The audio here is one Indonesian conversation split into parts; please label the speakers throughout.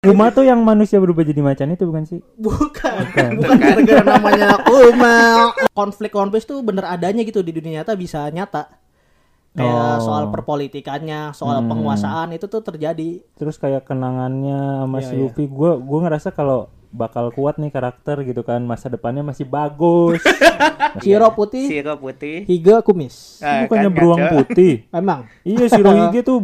Speaker 1: Kuma tuh yang manusia berubah jadi macan itu bukan sih?
Speaker 2: Bukan, bukan gara-gara namanya Kuma. Konflik-konflik tuh bener adanya gitu di dunia nyata bisa nyata. Kayak
Speaker 1: Oh.
Speaker 2: soal perpolitikannya, soal
Speaker 1: Hmm.
Speaker 2: penguasaan itu tuh terjadi.
Speaker 1: Terus kayak kenangannya sama
Speaker 2: Iya,
Speaker 1: si
Speaker 2: iya.
Speaker 1: Luffy, gua gua ngerasa kalau bakal kuat nih karakter gitu kan, masa depannya masih bagus.
Speaker 2: Eh, Shiro putih,
Speaker 3: Siro putih.
Speaker 2: Higa kumis.
Speaker 3: Ah,
Speaker 1: Bukannya
Speaker 3: kan
Speaker 1: beruang
Speaker 3: kacau.
Speaker 1: putih.
Speaker 2: Emang
Speaker 1: Iya si Rohige tuh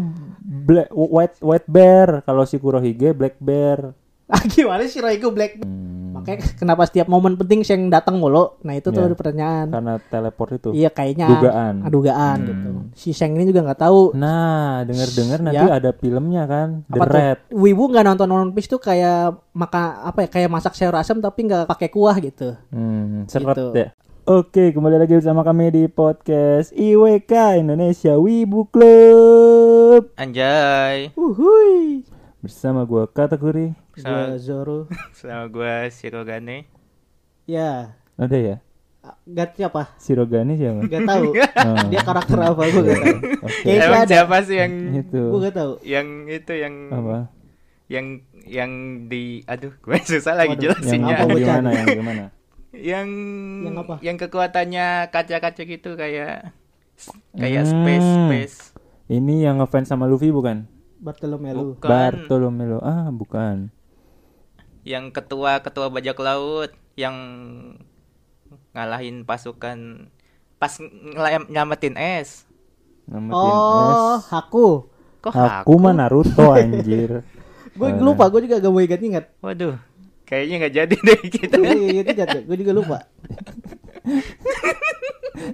Speaker 1: black, white white bear, kalau si Kurohige black bear.
Speaker 2: Ah, gimana Shiro itu black? Makanya kenapa setiap momen penting Sheng datang mulu? Nah, itu tuh
Speaker 1: Hmm. Iya.
Speaker 2: pertanyaan.
Speaker 1: Karena teleport itu.
Speaker 2: Iya, kayaknya
Speaker 1: Dugaan. Hmm.
Speaker 2: Ah, dugaan gitu. Si Sheng ini juga nggak tahu
Speaker 1: Nah, denger-dengar nanti
Speaker 2: Ya.
Speaker 1: ada filmnya kan, The
Speaker 2: apa tuh?
Speaker 1: Red.
Speaker 2: Wibu nggak nonton One Piece tuh kayak maka apa ya kayak masak sayur asam tapi nggak pakai kuah gitu.
Speaker 1: Hmm, seret
Speaker 2: Gitu.
Speaker 1: ya. Oke, kembali lagi bersama kami di podcast IWK Indonesia Wibu Club.
Speaker 3: Anjay.
Speaker 2: Uhuy.
Speaker 1: Bersama gua kategori.
Speaker 2: Gua Zoro.
Speaker 3: Sama gua Siro Gane.
Speaker 2: ya,
Speaker 1: Ada ya?
Speaker 2: Gat siapa?
Speaker 1: Sirogane siapa?
Speaker 2: Gak tahu.
Speaker 1: Oh.
Speaker 2: Dia karakter apa gua gak tahu.
Speaker 1: Oke.
Speaker 2: Kayaknya
Speaker 3: Emang
Speaker 2: ada.
Speaker 3: siapa sih yang
Speaker 1: Itu.
Speaker 2: Hmm, Gua gak tahu.
Speaker 3: yang itu yang
Speaker 1: Apa?
Speaker 3: yang yang di aduh gue susah lagi
Speaker 2: Waduh,
Speaker 1: Yang
Speaker 3: jelasinnya.
Speaker 2: apa,
Speaker 1: yang
Speaker 2: bocah?
Speaker 1: gimana yang gimana?
Speaker 3: Yang
Speaker 2: Yang apa?
Speaker 3: yang kekuatannya kaca-kaca gitu kayak kayak
Speaker 2: Ah.
Speaker 1: Hmm.
Speaker 3: space space.
Speaker 1: Ini yang ngefans sama Luffy bukan?
Speaker 2: Bartolomeo.
Speaker 3: Bukan.
Speaker 1: Bartolomeo. Ah, bukan.
Speaker 3: Yang ketua ketua bajak laut yang ngalahin pasukan pas ngelayam- nyelamatin es.
Speaker 1: Nama
Speaker 2: Oh,
Speaker 1: S.
Speaker 2: Haku.
Speaker 3: Kok
Speaker 1: Aku mah Naruto anjir.
Speaker 2: Gue
Speaker 1: Oh, ya.
Speaker 2: lupa, gue juga gak mau ingat-ingat.
Speaker 3: Waduh, kayaknya nggak jadi deh kita.
Speaker 2: Gue juga lupa.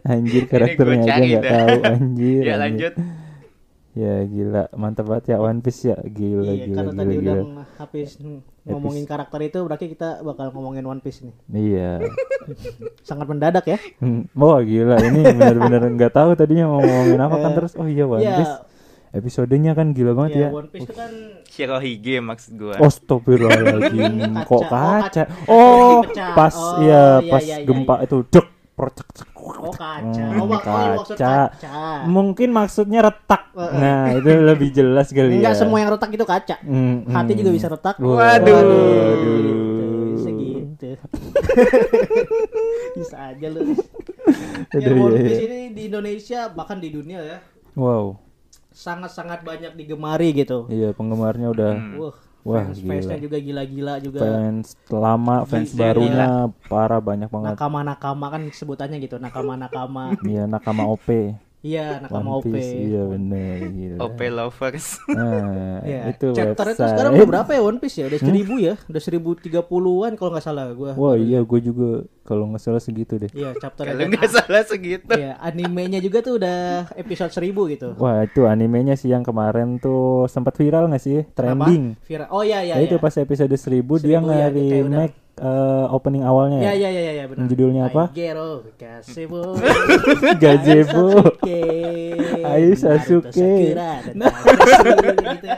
Speaker 1: Anjir
Speaker 3: gua
Speaker 1: karakternya aja
Speaker 3: cari
Speaker 1: nggak
Speaker 3: dah.
Speaker 1: tahu anjir.
Speaker 3: ya
Speaker 1: anjir.
Speaker 3: lanjut.
Speaker 1: Ya gila, mantap banget ya One Piece ya. Gila
Speaker 2: Iya,
Speaker 1: gila
Speaker 2: karena
Speaker 1: gila
Speaker 2: tadi
Speaker 1: gila.
Speaker 2: udah habis ngomongin karakter itu, berarti kita bakal ngomongin One Piece nih.
Speaker 1: Iya.
Speaker 2: Sangat mendadak ya.
Speaker 1: Hmm, oh gila, ini benar-benar nggak tahu tadinya mau ngomongin apa kan terus oh iya One
Speaker 2: Iya.
Speaker 1: Piece. Episodenya kan gila banget ya.
Speaker 2: Iya, One Piece itu kan
Speaker 3: Shirohige maksud gua.
Speaker 1: Oh, Astagfirullahaladzim
Speaker 2: Kaca.
Speaker 1: Kok kaca
Speaker 2: Oh, kaca.
Speaker 1: Oh
Speaker 2: Pecah.
Speaker 1: pas
Speaker 2: Oh,
Speaker 1: ya
Speaker 2: iya,
Speaker 1: pas
Speaker 2: iya, iya,
Speaker 1: gempa itu Dek percek cek.
Speaker 2: oh kaca.
Speaker 1: Hmm,
Speaker 2: Oh, mak- oh, maksud
Speaker 1: kaca.
Speaker 2: kaca.
Speaker 1: Mungkin maksudnya retak
Speaker 2: Heeh.
Speaker 1: Nah itu lebih jelas kali ya
Speaker 2: Enggak semua yang retak itu kaca.
Speaker 1: Mm, mm.
Speaker 2: Hati juga bisa retak.
Speaker 1: Waduh.
Speaker 2: Waduh. Gitu, bisa gitu. bisa aja lu. Ya,
Speaker 1: Aduh,
Speaker 2: One
Speaker 1: iya,
Speaker 2: Piece
Speaker 1: iya.
Speaker 2: ini di Indonesia bahkan di dunia ya
Speaker 1: Wow
Speaker 2: sangat-sangat banyak digemari gitu.
Speaker 1: Iya penggemarnya udah
Speaker 2: Wah,
Speaker 1: Wah,
Speaker 2: fans fansnya juga gila-gila juga.
Speaker 1: Fans lama Fans
Speaker 2: Gila.
Speaker 1: barunya Parah banyak banget
Speaker 2: Nakama-nakama kan sebutannya gitu, nakama-nakama.
Speaker 1: Iya nakama OP
Speaker 2: iya,
Speaker 1: One
Speaker 2: nakama OP.
Speaker 1: Piece Iya bener gila.
Speaker 3: OP lovers.
Speaker 1: Nah,
Speaker 2: Iya.
Speaker 1: Itu
Speaker 2: Chapternya tuh
Speaker 1: website. Hmm?
Speaker 2: sekarang udah berapa ya One Piece ya? Udah seribu ya, udah seribu tiga puluhan kalau nggak salah gua.
Speaker 1: Wah iya gue juga kalau nggak salah segitu deh.
Speaker 2: Iya, chapter
Speaker 3: Kalau nggak salah segitu.
Speaker 2: Iya, animenya juga tuh udah episode 1000 gitu.
Speaker 1: Wah itu animenya sih yang kemarin tuh sempat viral nggak sih trending.
Speaker 2: Apa? Viral. Oh iya iya.
Speaker 1: Ya, itu pas episode 1000 dia
Speaker 2: 1000 ya,
Speaker 1: ngeri
Speaker 2: kayak udah.
Speaker 1: remake eh, opening awalnya
Speaker 2: Iya
Speaker 1: ya.
Speaker 2: iya iya iya ya, benar.
Speaker 1: Judulnya apa?
Speaker 2: Aigero Gazebo. Iya,
Speaker 1: Gazebo. Ayo
Speaker 2: Ayo
Speaker 1: Sasuke.
Speaker 2: Gitu. ya.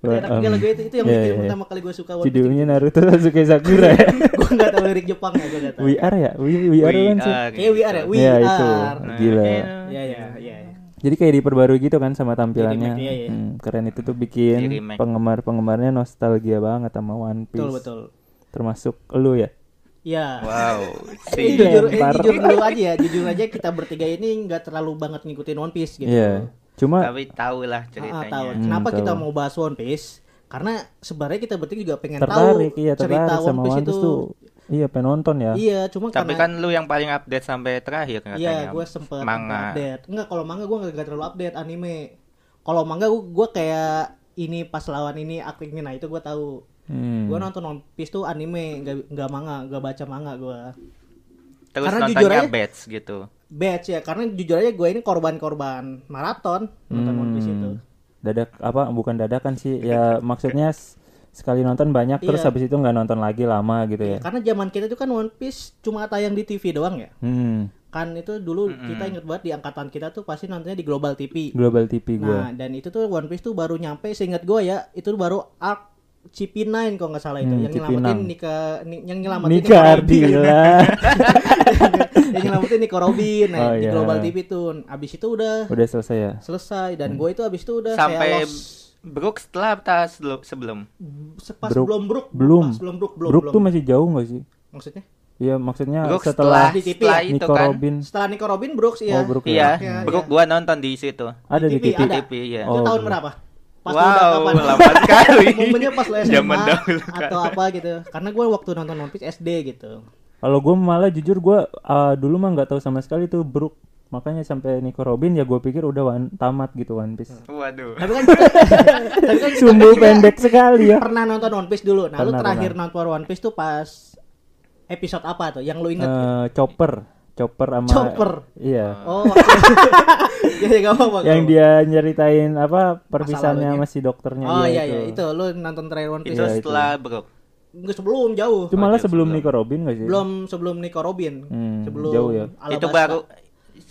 Speaker 1: Wah,
Speaker 2: Enak juga
Speaker 1: em,
Speaker 2: lagu itu itu yang
Speaker 1: iya,
Speaker 2: bikin
Speaker 1: iya.
Speaker 2: pertama kali gue suka One Piece.
Speaker 1: Judulnya Naruto Sasuke Sakura. ya?
Speaker 2: Gue enggak tahu lirik Jepang ya, gue enggak tahu.
Speaker 1: we are ya, we, we are kan sih.
Speaker 2: Kayak we are ya, we
Speaker 1: Ya,
Speaker 2: are.
Speaker 1: itu. Gila.
Speaker 2: Iya iya iya. iya.
Speaker 1: Jadi kayak diperbarui gitu kan sama tampilannya.
Speaker 2: Di remake, iya, iya.
Speaker 1: Hmm, keren itu tuh
Speaker 3: Di
Speaker 1: bikin
Speaker 3: remake.
Speaker 1: penggemar-penggemarnya nostalgia banget sama One Piece.
Speaker 2: Betul betul.
Speaker 1: Termasuk lu ya.
Speaker 2: Iya.
Speaker 3: Wow.
Speaker 2: Ini
Speaker 3: Si
Speaker 2: jujur, ini
Speaker 1: Dilempar.
Speaker 2: jujur dulu aja ya, jujur aja kita bertiga ini nggak terlalu banget ngikutin One Piece gitu.
Speaker 1: Iya. Cuma
Speaker 3: tapi tahu
Speaker 2: Ah,
Speaker 3: lah
Speaker 2: tahu.
Speaker 3: ceritanya.
Speaker 2: Kenapa
Speaker 1: Hmm, tahu.
Speaker 2: kita mau bahas One Piece? Karena sebenarnya kita bertiga juga pengen
Speaker 1: tertarik
Speaker 2: tahu
Speaker 1: iya
Speaker 2: cerita
Speaker 1: tertarik sama One Piece tuh iya penonton ya
Speaker 2: Iya, cuma
Speaker 3: Tapi
Speaker 2: karena
Speaker 3: kan lu yang paling update sampai terakhir katanya.
Speaker 2: iya gue sempet
Speaker 3: manga.
Speaker 2: update. Enggak, kalau manga gue nggak nggak terlalu update anime. Kalau manga gue, gue kayak ini pas lawan ini aktingnya nah itu gue tahu.
Speaker 1: Hmm.
Speaker 2: Gue nonton One Piece tuh anime, nggak nggak manga, nggak baca manga gue.
Speaker 3: Terus
Speaker 2: Karena jujur
Speaker 3: nontonnya
Speaker 2: aja-
Speaker 3: batch gitu.
Speaker 2: Batch ya, karena jujur aja gue ini korban-korban maraton nonton One Piece itu.
Speaker 1: Hmm, dadak apa bukan dadakan sih ya maksudnya s- sekali nonton banyak terus
Speaker 2: Iya.
Speaker 1: habis itu nggak nonton lagi lama gitu ya
Speaker 2: Karena zaman kita tuh kan One Piece cuma tayang di TV doang ya.
Speaker 1: hmm
Speaker 2: kan itu dulu kita inget banget di angkatan kita tuh pasti nontonnya di Global TV.
Speaker 1: global TV gue
Speaker 2: Nah, dan itu tuh One Piece tuh baru nyampe seingat gue ya, itu baru arc CP9 kalau nggak salah itu
Speaker 1: Hmm,
Speaker 2: yang nyelamatin
Speaker 1: CP9.
Speaker 2: Nika ni- yang nyelamatin
Speaker 1: Nika ya.
Speaker 2: Nico Robin.
Speaker 1: Ardila
Speaker 2: yang nyelamatin Nico Robin nah,
Speaker 1: Oh,
Speaker 2: di
Speaker 1: iya.
Speaker 2: Global TV tuh. Abis itu udah
Speaker 1: udah selesai ya
Speaker 2: selesai dan gue itu abis itu udah
Speaker 3: Sampai
Speaker 2: saya lost
Speaker 3: Brook setelah atau sebelum- sebelum?
Speaker 2: Pas
Speaker 1: Brook.
Speaker 2: belum Brook,
Speaker 1: Belum.
Speaker 2: Pas belum Brook, belum.
Speaker 1: Brook
Speaker 2: belum.
Speaker 1: tuh masih jauh nggak sih?
Speaker 2: Maksudnya?
Speaker 1: Iya maksudnya
Speaker 3: Brook
Speaker 1: setelah,
Speaker 3: setelah
Speaker 2: di TV
Speaker 3: setelah
Speaker 2: ya?
Speaker 3: itu
Speaker 1: Nico
Speaker 3: kan.
Speaker 1: Robin
Speaker 2: Setelah Nico Robin Brooks ya.
Speaker 1: Oh, Brook ya.
Speaker 3: Iya,
Speaker 2: Iya,
Speaker 3: Brook
Speaker 2: iya.
Speaker 3: gua nonton di situ.
Speaker 1: ada di TV.
Speaker 2: TV, ada.
Speaker 3: TV ya.
Speaker 2: Itu
Speaker 1: Oh,
Speaker 2: tahun
Speaker 1: Brook.
Speaker 2: berapa? Pas lu udah
Speaker 3: wow,
Speaker 2: kapan?
Speaker 3: lama sekali.
Speaker 2: Momennya pas lo SMA
Speaker 3: Zaman dahulu kan.
Speaker 2: atau apa gitu. Karena gue waktu nonton One Piece SD gitu.
Speaker 1: Kalau gue malah jujur gue uh, dulu mah nggak tahu sama sekali tuh Brook. Makanya sampai Nico Robin ya gue pikir udah wan- tamat gitu One Piece.
Speaker 3: Waduh.
Speaker 2: Tapi kan kita, tapi kan kita
Speaker 1: Sumbu pendek sekali ya.
Speaker 2: pernah nonton One Piece dulu. Nah, lu
Speaker 1: Pernah,
Speaker 2: terakhir nonton One Piece tuh pas episode apa tuh? Yang lu inget?
Speaker 1: Eh, chopper, chopper sama
Speaker 2: Chopper.
Speaker 3: Eh.
Speaker 1: Iya.
Speaker 2: Oh, ya ya, gak apa-apa.
Speaker 1: Yang
Speaker 2: gak apa-apa.
Speaker 1: dia nyeritain apa perpisahannya sama si dokternya
Speaker 2: Oh
Speaker 1: iya
Speaker 2: iya iya itu lu nonton terakhir One Piece.
Speaker 3: Itu
Speaker 1: Iya, itu.
Speaker 3: setelah Brook.
Speaker 2: Enggak sebelum jauh.
Speaker 1: Itu malah sebelum Nico Robin gak sih?
Speaker 2: Belum sebelum Nico Robin.
Speaker 1: Hmm,
Speaker 2: sebelum
Speaker 1: jauh ya.
Speaker 2: Alabasta.
Speaker 3: Itu baru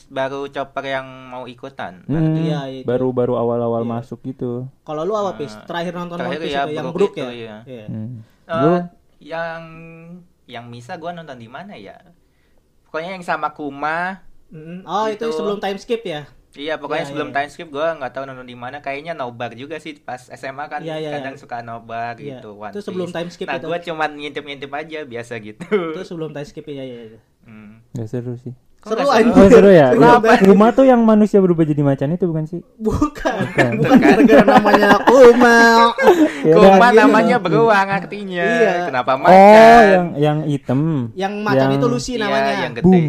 Speaker 3: baru chopper yang mau ikutan.
Speaker 1: Hmm,
Speaker 2: Iya, itu.
Speaker 1: baru-baru awal-awal masuk gitu.
Speaker 2: Kalau lu apa Pis? Terakhir nonton One
Speaker 3: Terakhir
Speaker 2: Piece
Speaker 3: ya,
Speaker 2: itu yang
Speaker 3: Brook
Speaker 2: Brook ya?
Speaker 3: itu, iya.
Speaker 2: Iya.
Speaker 1: Hmm.
Speaker 3: Eh,
Speaker 1: Lu
Speaker 3: yang yang Misa gua nonton di mana ya? Pokoknya yang sama Kuma.
Speaker 2: Mm, Oh itu
Speaker 3: Itu.
Speaker 2: sebelum time skip ya?
Speaker 3: Iya, pokoknya
Speaker 2: Iya,
Speaker 3: sebelum
Speaker 2: iya.
Speaker 3: time skip gua nggak tahu nonton di mana. Kayaknya nobar juga sih pas SMA kan
Speaker 2: Iya, iya,
Speaker 3: kadang
Speaker 2: iya.
Speaker 3: suka nobar
Speaker 2: Iya.
Speaker 3: gitu.
Speaker 2: Itu sebelum time skip
Speaker 3: Nah,
Speaker 2: itu.
Speaker 3: gua cuman ngintip-ngintip aja biasa gitu.
Speaker 2: Itu sebelum time skip ya ya ya.
Speaker 3: Hmm.
Speaker 1: gak seru sih.
Speaker 3: Kok
Speaker 2: Seru
Speaker 3: nggak
Speaker 2: anjing.
Speaker 1: Oh seru ya.
Speaker 2: Kenapa?
Speaker 1: Rumah tuh yang manusia berubah jadi macan itu bukan sih?
Speaker 2: Bukan.
Speaker 1: Bukan.
Speaker 2: Bukan gara-gara namanya Kuma.
Speaker 1: Ya,
Speaker 3: kan? Kuma
Speaker 1: kan?
Speaker 3: namanya beruang artinya.
Speaker 2: Iya.
Speaker 3: Kenapa macan?
Speaker 1: Oh yang yang hitam.
Speaker 2: Yang macan itu Lucy
Speaker 3: Iya,
Speaker 2: namanya.
Speaker 3: yang
Speaker 2: Yang,
Speaker 3: gede.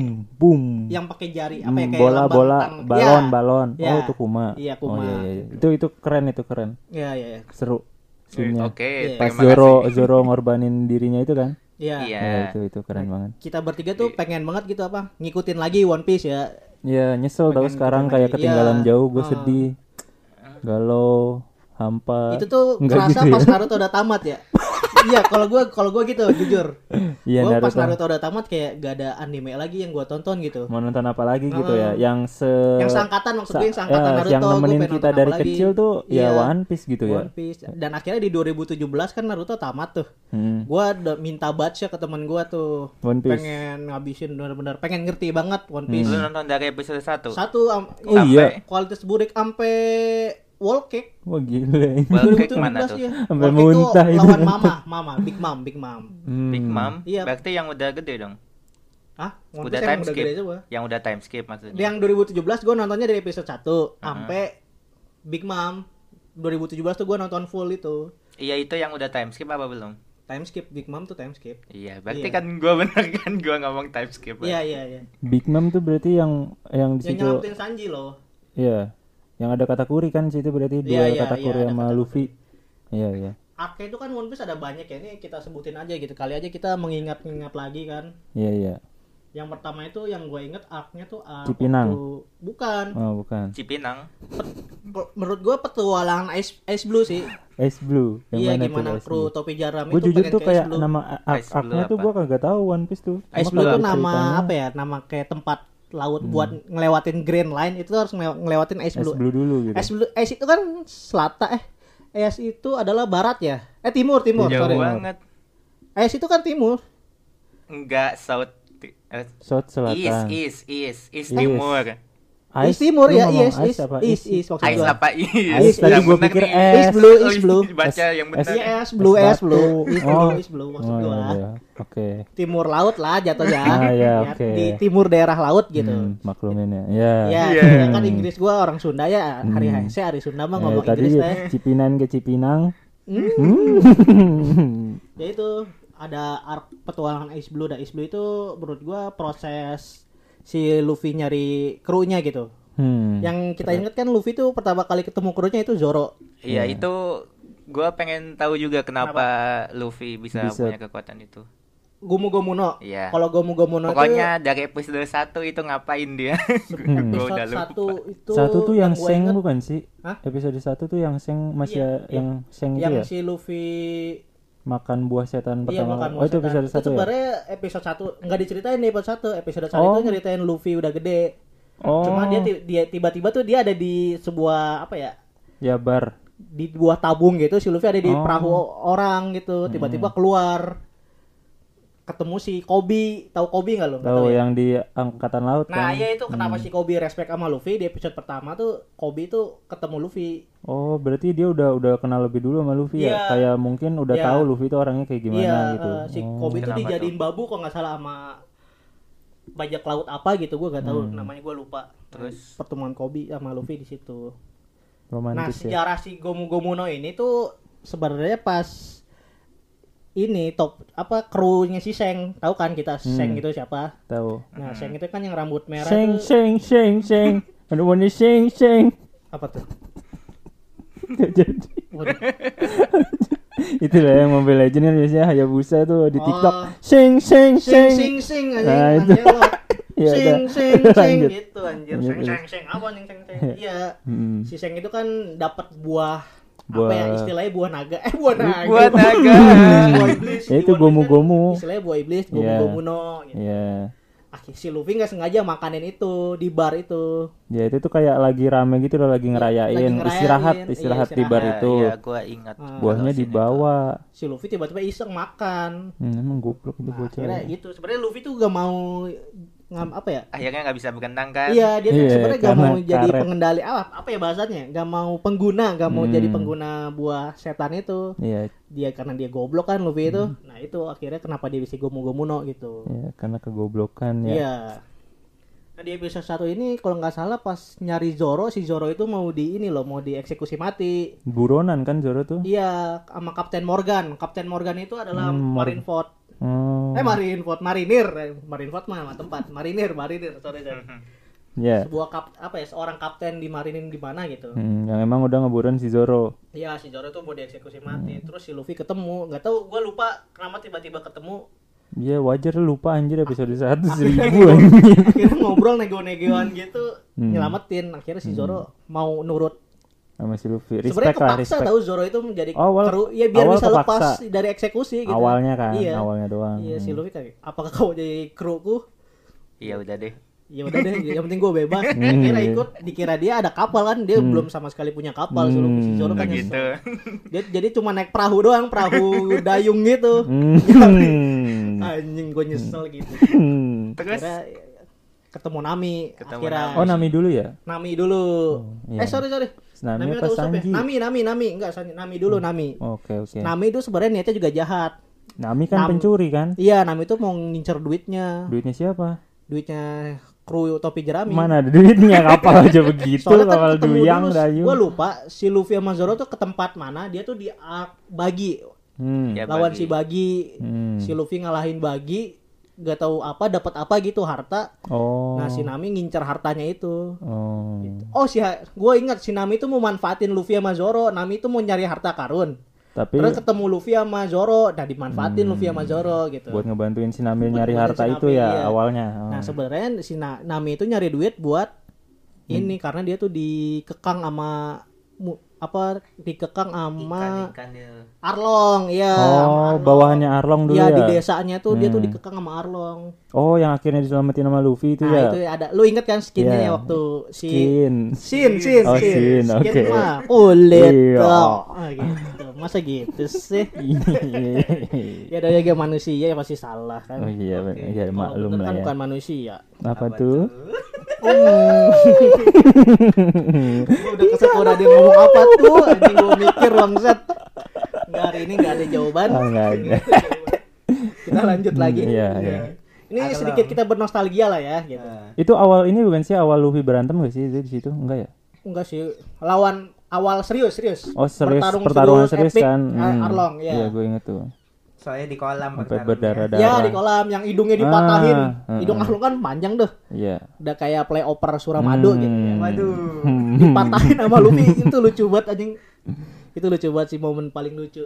Speaker 1: Boom, boom.
Speaker 2: pakai jari apa ya kayak
Speaker 1: Hmm, bola
Speaker 2: lambang
Speaker 1: bola
Speaker 2: tang-
Speaker 1: balon
Speaker 2: Ya.
Speaker 1: balon
Speaker 2: Ya.
Speaker 1: oh itu kuma
Speaker 2: Iya,
Speaker 1: oh
Speaker 2: Kuma.
Speaker 1: iya, iya, iya. itu itu keren itu keren
Speaker 2: Iya iya iya.
Speaker 1: seru
Speaker 3: Eh,
Speaker 1: scene-nya.
Speaker 3: Oke,
Speaker 2: Iya.
Speaker 1: pas
Speaker 3: terima
Speaker 1: Zoro
Speaker 3: kasih.
Speaker 1: Zoro ngorbanin dirinya itu kan
Speaker 2: Iya.
Speaker 3: Iya.
Speaker 1: Iya, itu itu keren banget
Speaker 2: Kita bertiga tuh pengen banget gitu apa? Ngikutin lagi One Piece ya.
Speaker 1: ya nyesel tau
Speaker 2: Pengen
Speaker 1: sekarang
Speaker 2: gitu
Speaker 1: kayak
Speaker 2: lagi.
Speaker 1: ketinggalan
Speaker 2: Iya.
Speaker 1: jauh gue
Speaker 2: Ah.
Speaker 1: sedih galau hampa
Speaker 2: Itu tuh
Speaker 1: Eh, Nggak
Speaker 2: kerasa
Speaker 1: gitu
Speaker 2: pas
Speaker 1: ya.
Speaker 2: Naruto udah tamat ya. Iya, kalau gua kalau gua gitu jujur.
Speaker 1: Iya,
Speaker 2: gua pas
Speaker 1: Naruto.
Speaker 2: Naruto udah tamat kayak gak ada anime lagi yang gua tonton gitu.
Speaker 1: mau nonton apa lagi gitu ya yang se
Speaker 2: Ah. Yang seangkatan maksud gue yang seangkatan
Speaker 1: ya,
Speaker 2: Naruto
Speaker 1: yang
Speaker 2: gua
Speaker 1: nemenin
Speaker 2: pengen
Speaker 1: kita
Speaker 2: nonton
Speaker 1: dari
Speaker 2: apa lagi.
Speaker 1: kecil tuh ya
Speaker 2: Iya.
Speaker 1: One Piece gitu ya
Speaker 2: One Piece. Dan akhirnya di 2017 kan Naruto tamat tuh.
Speaker 1: Hmm.
Speaker 2: Gua udah minta baca ke teman gua tuh.
Speaker 1: One Piece. Hmm.
Speaker 2: Pengen ngabisin benar-benar pengen ngerti banget One Piece.
Speaker 3: Lu nonton dari episode 1.
Speaker 2: Satu am-
Speaker 1: oh
Speaker 3: Sampai-
Speaker 1: iya
Speaker 2: kualitas burik ampe wall cake.
Speaker 1: wah gila ini
Speaker 3: Well, cake mana
Speaker 2: 2017
Speaker 3: tuh?
Speaker 2: ya.
Speaker 1: Sampai
Speaker 2: Wall cake tuh
Speaker 1: muntah itu
Speaker 2: Lawan
Speaker 1: nonton.
Speaker 2: Mama, Mama, Big Mom, Big Mom.
Speaker 1: Hmm.
Speaker 3: Big Mom.
Speaker 2: Iya.
Speaker 3: Berarti yang udah gede dong.
Speaker 2: Hah? One
Speaker 3: udah
Speaker 2: Piece emang
Speaker 3: time skip.
Speaker 2: gede semua.
Speaker 3: yang udah time skip maksudnya.
Speaker 2: Yang 2017 gue nontonnya dari episode 1
Speaker 3: Ah.
Speaker 2: sampai Big Mom. 2017 tuh gue nonton full itu.
Speaker 3: Iya itu yang udah time skip apa belum?
Speaker 2: Time skip Big Mom tuh time skip.
Speaker 3: Iya, berarti
Speaker 2: Iya.
Speaker 3: kan gua bener kan gua ngomong time skip.
Speaker 2: Iya iya iya.
Speaker 1: Big Mom tuh berarti yang yang di
Speaker 2: Yang
Speaker 1: situ
Speaker 2: nyelamatin Sanji loh.
Speaker 1: Iya. Yang ada kata kuri kan situ berarti
Speaker 2: Iya,
Speaker 1: dua
Speaker 2: iya,
Speaker 1: kata
Speaker 2: iya,
Speaker 1: kuri
Speaker 2: ada
Speaker 1: sama
Speaker 2: katakuri.
Speaker 1: Luffy. Iya, iya.
Speaker 2: Arke itu kan One Piece ada banyak ya ini kita sebutin aja gitu kali aja kita mengingat-ingat lagi kan.
Speaker 1: Iya, iya.
Speaker 2: Yang pertama itu yang gue inget arc-nya tuh arc
Speaker 1: Cipinang.
Speaker 2: waktu- bukan.
Speaker 1: Oh, bukan.
Speaker 3: Cipinang.
Speaker 2: Pe- Menurut gue petualangan Ice Ice Blue sih.
Speaker 1: Ice Blue. Yang
Speaker 2: Iya
Speaker 1: mana
Speaker 2: gimana
Speaker 1: tuh?
Speaker 2: kru topi jaram
Speaker 1: Gue
Speaker 2: itu
Speaker 1: jujur
Speaker 2: pengen
Speaker 1: tuh
Speaker 2: ke
Speaker 1: kayak
Speaker 2: Ice Blue.
Speaker 1: nama
Speaker 3: Ice Blue
Speaker 1: aknya tuh
Speaker 3: apa?
Speaker 1: gue kagak tahu One Piece tuh. Cuma
Speaker 2: Ice Blue
Speaker 1: kalau
Speaker 2: tuh nama
Speaker 1: ceritanya Hmm.
Speaker 2: apa ya? Nama kayak tempat laut buat ngelewatin Grand Line itu harus ngelew- ngelewatin
Speaker 1: Ice
Speaker 2: Ice Blue.
Speaker 1: Blue dulu gitu.
Speaker 2: Ice Blue, Ice itu kan selatan eh Ice itu adalah barat ya? Eh timur, timur,
Speaker 3: Jauh
Speaker 2: sorry.
Speaker 3: banget.
Speaker 2: Ice itu kan timur.
Speaker 3: Enggak south eh,
Speaker 1: South
Speaker 3: East,
Speaker 1: Selatan.
Speaker 3: east, east, east
Speaker 1: East.
Speaker 3: timur.
Speaker 2: Ice, timur
Speaker 1: Lu
Speaker 2: ya,
Speaker 1: ngomong
Speaker 2: yes,
Speaker 1: ice
Speaker 2: is,
Speaker 1: apa?
Speaker 2: is, is maksud
Speaker 3: Ice
Speaker 2: gua.
Speaker 3: apa east?
Speaker 1: Ice, tadi
Speaker 3: Yang
Speaker 1: gua
Speaker 3: bener
Speaker 1: pikir
Speaker 3: nih.
Speaker 1: es.
Speaker 2: Ice blue, ice
Speaker 3: Oh,
Speaker 2: blue.
Speaker 3: Baca yang
Speaker 1: Es-
Speaker 3: bener.
Speaker 2: Iya, es blue, es
Speaker 1: batu.
Speaker 2: blue, es
Speaker 1: Oh.
Speaker 2: blue, es blue maksud
Speaker 1: Oh, iya,
Speaker 2: gua.
Speaker 1: iya. Oke.
Speaker 2: Timur laut lah jatuhnya.
Speaker 1: Ah, iya,
Speaker 2: Ya,
Speaker 1: oke.
Speaker 2: Di timur daerah laut gitu.
Speaker 1: Hmm, maklumin ya. Iya.
Speaker 2: Ya,
Speaker 3: Iya.
Speaker 2: ya kan Inggris gua orang Sunda ya. Hari
Speaker 1: Hmm.
Speaker 2: saya hari Sunda mah
Speaker 1: Eh,
Speaker 2: ngomong
Speaker 1: tadi
Speaker 2: Inggris teh.
Speaker 1: Cipinang ke Cipinang.
Speaker 2: Hmm.
Speaker 1: Hmm.
Speaker 2: ya itu ada arc petualangan Ice Blue dan Ice Blue itu menurut gua proses si Luffy nyari krunya gitu
Speaker 1: Hmm.
Speaker 2: yang kita inget kan Luffy tuh pertama kali ketemu krunya itu Zoro
Speaker 3: Iya, itu gua pengen tahu juga kenapa, Luffy bisa,
Speaker 1: Bisa.
Speaker 3: punya kekuatan itu.
Speaker 2: Gumu Gomuno
Speaker 3: Iya.
Speaker 2: kalau Gumu Gomuno
Speaker 3: Pokoknya dari episode 1 itu ngapain dia?
Speaker 1: Hmm.
Speaker 2: itu episode
Speaker 3: Gua Hmm. udah lupa.
Speaker 2: satu itu
Speaker 1: satu tuh yang,
Speaker 2: gua
Speaker 1: seng
Speaker 2: inget,
Speaker 1: bukan sih
Speaker 2: Hah?
Speaker 1: episode satu tuh yang seng masih
Speaker 2: Iya,
Speaker 1: ya- yang seng
Speaker 2: yang
Speaker 1: itu ya
Speaker 2: si Luffy
Speaker 1: makan buah setan
Speaker 2: iya
Speaker 1: pertama
Speaker 2: makan
Speaker 1: oh itu
Speaker 2: masakan.
Speaker 1: episode
Speaker 2: Itu
Speaker 1: satu ya
Speaker 2: sebenarnya episode satu nggak diceritain di episode satu episode satu
Speaker 1: Oh.
Speaker 2: itu nyeritain Luffy udah gede
Speaker 1: oh
Speaker 2: cuma dia ti- dia tiba-tiba tuh dia ada di sebuah apa ya
Speaker 1: jabar
Speaker 2: di buah tabung gitu si Luffy ada di
Speaker 1: Oh.
Speaker 2: perahu orang gitu tiba-tiba keluar ketemu si Kobi tahu Kobi nggak lo Nggak
Speaker 1: Tahu
Speaker 2: ya?
Speaker 1: yang di angkatan laut kan?
Speaker 2: nah iya itu kenapa si Kobi respect sama Luffy di episode pertama tuh Kobi tuh ketemu Luffy
Speaker 1: Oh, berarti dia udah udah kenal lebih dulu sama Luffy
Speaker 2: Iya.
Speaker 1: ya. Kayak mungkin udah
Speaker 2: Iya.
Speaker 1: tahu Luffy itu orangnya kayak gimana
Speaker 2: iya
Speaker 1: gitu.
Speaker 2: eh, si
Speaker 1: Oh.
Speaker 2: Kobi tuh
Speaker 3: Kenapa
Speaker 2: dijadiin babu kalau nggak salah sama bajak laut apa gitu gue nggak
Speaker 1: Hmm.
Speaker 2: tahu namanya gue lupa
Speaker 3: Terus?
Speaker 2: pertemuan Kobi sama Luffy di situ Nah,
Speaker 1: Romantis ya.
Speaker 2: sejarah si Gomu Gomuno ini tuh sebenarnya pas ini top apa krunya si Seng, tahu kan kita
Speaker 1: Hmm.
Speaker 2: Seng itu siapa?
Speaker 1: Tahu.
Speaker 2: Nah, Seng itu kan yang rambut merah
Speaker 1: Seng
Speaker 2: tuh
Speaker 1: seng seng seng. I don't wanna sing sing.
Speaker 2: apa tuh?
Speaker 1: Nggak jadi.
Speaker 2: Waduh.
Speaker 1: Itulah yang Mobile Legends kan biasanya Hayabusa tuh di
Speaker 2: Oh.
Speaker 1: TikTok. Sing sing sing.
Speaker 2: Seng sing sing
Speaker 1: Nah, itu.
Speaker 2: anjing, anjing lo.
Speaker 1: Iya,
Speaker 2: Sing
Speaker 1: udah.
Speaker 2: sing sing
Speaker 1: Lanjut.
Speaker 2: gitu anjir.
Speaker 1: Lanjut,
Speaker 2: Seng
Speaker 1: lanjut.
Speaker 2: seng seng apa anjing seng seng. Iya.
Speaker 1: Hmm.
Speaker 2: Si Seng itu kan dapat buah, apa
Speaker 1: Buah-
Speaker 2: ya istilahnya buah naga. Eh buah naga.
Speaker 3: Buat naga.
Speaker 2: Buah iblis.
Speaker 1: Ya, itu
Speaker 2: Buah iblis kan
Speaker 1: gomu-gomu.
Speaker 2: Istilahnya buah iblis, gomu-gomuno gitu.
Speaker 1: Iya.
Speaker 2: Akhirnya si Luffy nggak sengaja makanin itu di bar itu.
Speaker 1: Ya itu tuh kayak lagi rame gitu loh, lagi ngerayain,
Speaker 2: Iya, lagi ngerayain.
Speaker 1: istirahat,
Speaker 2: Iya,
Speaker 1: istirahat di bar
Speaker 2: istirahat.
Speaker 1: itu.
Speaker 3: Iya, gua ingat.
Speaker 4: Hmm.
Speaker 1: Buahnya dibawa.
Speaker 2: Si Luffy tiba-tiba iseng makan.
Speaker 1: Hmm, emang goblok itu
Speaker 2: Nah,
Speaker 1: bocah.
Speaker 2: akhirnya gitu. Sebenarnya Luffy tuh gak mau ngam apa ya?
Speaker 3: Akhirnya nggak bisa berenang kan?
Speaker 2: Iya, dia tuh
Speaker 1: Iya,
Speaker 2: sebenarnya gak mau
Speaker 1: karena
Speaker 2: jadi
Speaker 1: karet.
Speaker 2: pengendali apa? Apa ya bahasanya? Gak mau pengguna, gak mau
Speaker 1: Hmm.
Speaker 2: jadi pengguna buah setan itu.
Speaker 1: Iya,
Speaker 2: Dia karena dia goblok kan Luffy itu.
Speaker 1: Hmm.
Speaker 2: Nah, itu akhirnya kenapa dia bisa gomu-gomuno gitu.
Speaker 1: iya, karena kegoblokan ya.
Speaker 2: Iya. Nah, di episode satu ini kalau nggak salah pas nyari Zoro, si Zoro itu mau di ini loh, mau dieksekusi mati.
Speaker 1: Buronan kan Zoro tuh.
Speaker 2: Iya, sama Kapten Morgan. Kapten Morgan itu adalah Marineford.
Speaker 1: Hmm.
Speaker 2: Eh Marineford, Marinir. Eh, Marineford mah nama tempat. Marinir, Marinir, sorry sorry.
Speaker 1: Ya.
Speaker 2: Sebuah kap apa ya, seorang kapten di marinin di mana gitu.
Speaker 1: Hmm, yang emang udah ngeburon si Zoro.
Speaker 2: Iya, si Zoro tuh mau dieksekusi mati. Terus si Luffy ketemu, nggak tahu gua lupa kenapa tiba-tiba ketemu.
Speaker 1: Iya wajar lu lupa anjir episode
Speaker 2: Ah.
Speaker 1: 1
Speaker 2: Iya,
Speaker 1: seribu anjir.
Speaker 2: Akhirnya ngobrol nego-negoan gitu, nyelamatin. Akhirnya si Zoro mau nurut.
Speaker 1: Sama si Luffy.
Speaker 2: Sebenarnya
Speaker 1: Respect lah,
Speaker 2: kepaksa
Speaker 1: respect.
Speaker 2: tahu Zoro itu menjadi
Speaker 1: Awal-
Speaker 2: kru, ya biar
Speaker 1: awal
Speaker 2: bisa lepas
Speaker 1: kepaksa.
Speaker 2: dari eksekusi gitu.
Speaker 1: Awalnya kan,
Speaker 2: Iya.
Speaker 1: awalnya doang.
Speaker 2: Iya, si Luffy kayak, apakah kau jadi kruku?
Speaker 3: Iya udah deh.
Speaker 2: ya udah deh yang penting gue bebas Akhirnya
Speaker 1: Hmm.
Speaker 2: ikut dikira dia ada kapal kan dia belum sama sekali punya kapal si Luffy si Zoro kan
Speaker 3: Gitu.
Speaker 2: dia jadi cuma naik perahu doang perahu dayung gitu
Speaker 1: Hmm.
Speaker 2: anjing gue nyesel gitu
Speaker 1: Hmm.
Speaker 3: Terus
Speaker 2: Akhirnya ketemu Nami
Speaker 3: Ketemu
Speaker 2: akhirnya
Speaker 1: Oh Nami dulu ya?
Speaker 2: Nami dulu
Speaker 1: iya.
Speaker 2: eh sorry sorry
Speaker 1: Nami apa
Speaker 2: atau Usopp ya?
Speaker 1: Sanji? Oh,
Speaker 2: Nami Nami Nami enggak Sanji Nami dulu Nami
Speaker 1: Oke oke.
Speaker 2: Nami itu sebenarnya niatnya juga jahat
Speaker 1: Nami kan
Speaker 2: Nam-
Speaker 1: pencuri kan?
Speaker 2: iya Nami itu mau ngincer duitnya
Speaker 1: Duitnya siapa?
Speaker 2: duitnya kru topi jerami
Speaker 1: Mana ada duitnya kapal aja begitu
Speaker 2: Soalnya kan
Speaker 1: kapal
Speaker 2: ketemu
Speaker 1: duyang
Speaker 2: dulu,
Speaker 1: dayu.
Speaker 2: Gue lupa si Luffy sama Zoro tuh ke tempat mana dia tuh di ah, bagi
Speaker 1: Hmm.
Speaker 3: ya,
Speaker 2: lawan si
Speaker 3: bagi.
Speaker 2: bagi
Speaker 1: Hmm.
Speaker 2: Iya. si Luffy ngalahin bagi gak tahu apa dapat apa gitu harta
Speaker 1: Oh.
Speaker 2: nah si Nami ngincer hartanya itu
Speaker 1: Oh.
Speaker 2: oh si gue ingat si Nami itu mau manfaatin Luffy sama Zoro Nami itu mau nyari harta karun
Speaker 1: Tapi
Speaker 2: terus ketemu Luffy sama Zoro dan dimanfaatin
Speaker 1: Hmm.
Speaker 2: Luffy sama Zoro gitu
Speaker 1: buat ngebantuin si Nami
Speaker 2: Buat
Speaker 1: nyari
Speaker 2: ngebantuin
Speaker 1: harta
Speaker 2: si
Speaker 1: itu
Speaker 2: Nami,
Speaker 1: ya
Speaker 2: iya.
Speaker 1: awalnya. Oh.
Speaker 2: Nah sebenarnya si Na- Nami itu nyari duit buat ini
Speaker 1: Hmm.
Speaker 2: karena dia tuh dikekang sama mu- apa dikekang sama
Speaker 3: Ikan ikan dia.
Speaker 2: Arlong ya.
Speaker 1: oh, bawahannya Arlong dulu ya.
Speaker 2: ya,
Speaker 1: Hmm.
Speaker 2: di desanya tuh dia tuh dikekang sama Arlong.
Speaker 1: Oh, yang akhirnya diselamatin sama Luffy itu ya.
Speaker 2: Nah itu ada lu inget kan skinnya
Speaker 1: Iya.
Speaker 2: ya waktu si
Speaker 1: Skin.
Speaker 2: Sin, sin,
Speaker 1: Oh, Shin,
Speaker 2: Skin
Speaker 1: oke.
Speaker 2: mah kulit
Speaker 1: Iya.
Speaker 2: dong. Ah, gitu. Masa gitu sih? ya dari gak manusia ya pasti salah kan.
Speaker 1: oh iya, iya
Speaker 2: Kalau
Speaker 1: maklum lah
Speaker 2: bener kan
Speaker 1: ya.
Speaker 2: bukan manusia.
Speaker 1: Apa tuh?
Speaker 2: Gua
Speaker 1: Iya,
Speaker 2: udah kesekolah dia ngomong apa tuh anjing gue mikir bangsat Nggak, hari ini nggak ada jawaban
Speaker 1: Oh, enggak ada.
Speaker 2: kita lanjut lagi
Speaker 1: Iya, iya.
Speaker 2: ini sedikit kita bernostalgia lah ya gitu
Speaker 3: Nah.
Speaker 4: Nah,
Speaker 1: itu awal ini bukan sih awal Luffy berantem gak sih itu di situ? Enggak ya?
Speaker 2: enggak sih lawan awal serius serius
Speaker 1: Oh, serius pertarungan serius
Speaker 2: epic,
Speaker 1: kan.
Speaker 2: eh,
Speaker 1: Hmm.
Speaker 2: Arlong ya
Speaker 1: Iya, gue inget tuh.
Speaker 4: Soalnya di kolam
Speaker 1: Sampai
Speaker 4: bertarungnya.
Speaker 1: berdarah-darah.
Speaker 2: ya di kolam yang hidungnya dipatahin
Speaker 1: Ah, heeh.
Speaker 2: hidung Arlong kan panjang deh
Speaker 1: Iya.
Speaker 2: udah kayak play oper Suramadu
Speaker 1: Hmm,
Speaker 2: gitu ya
Speaker 4: Waduh.
Speaker 2: dipatahin sama Luffy itu lucu banget anjing itu lucu banget sih momen paling lucu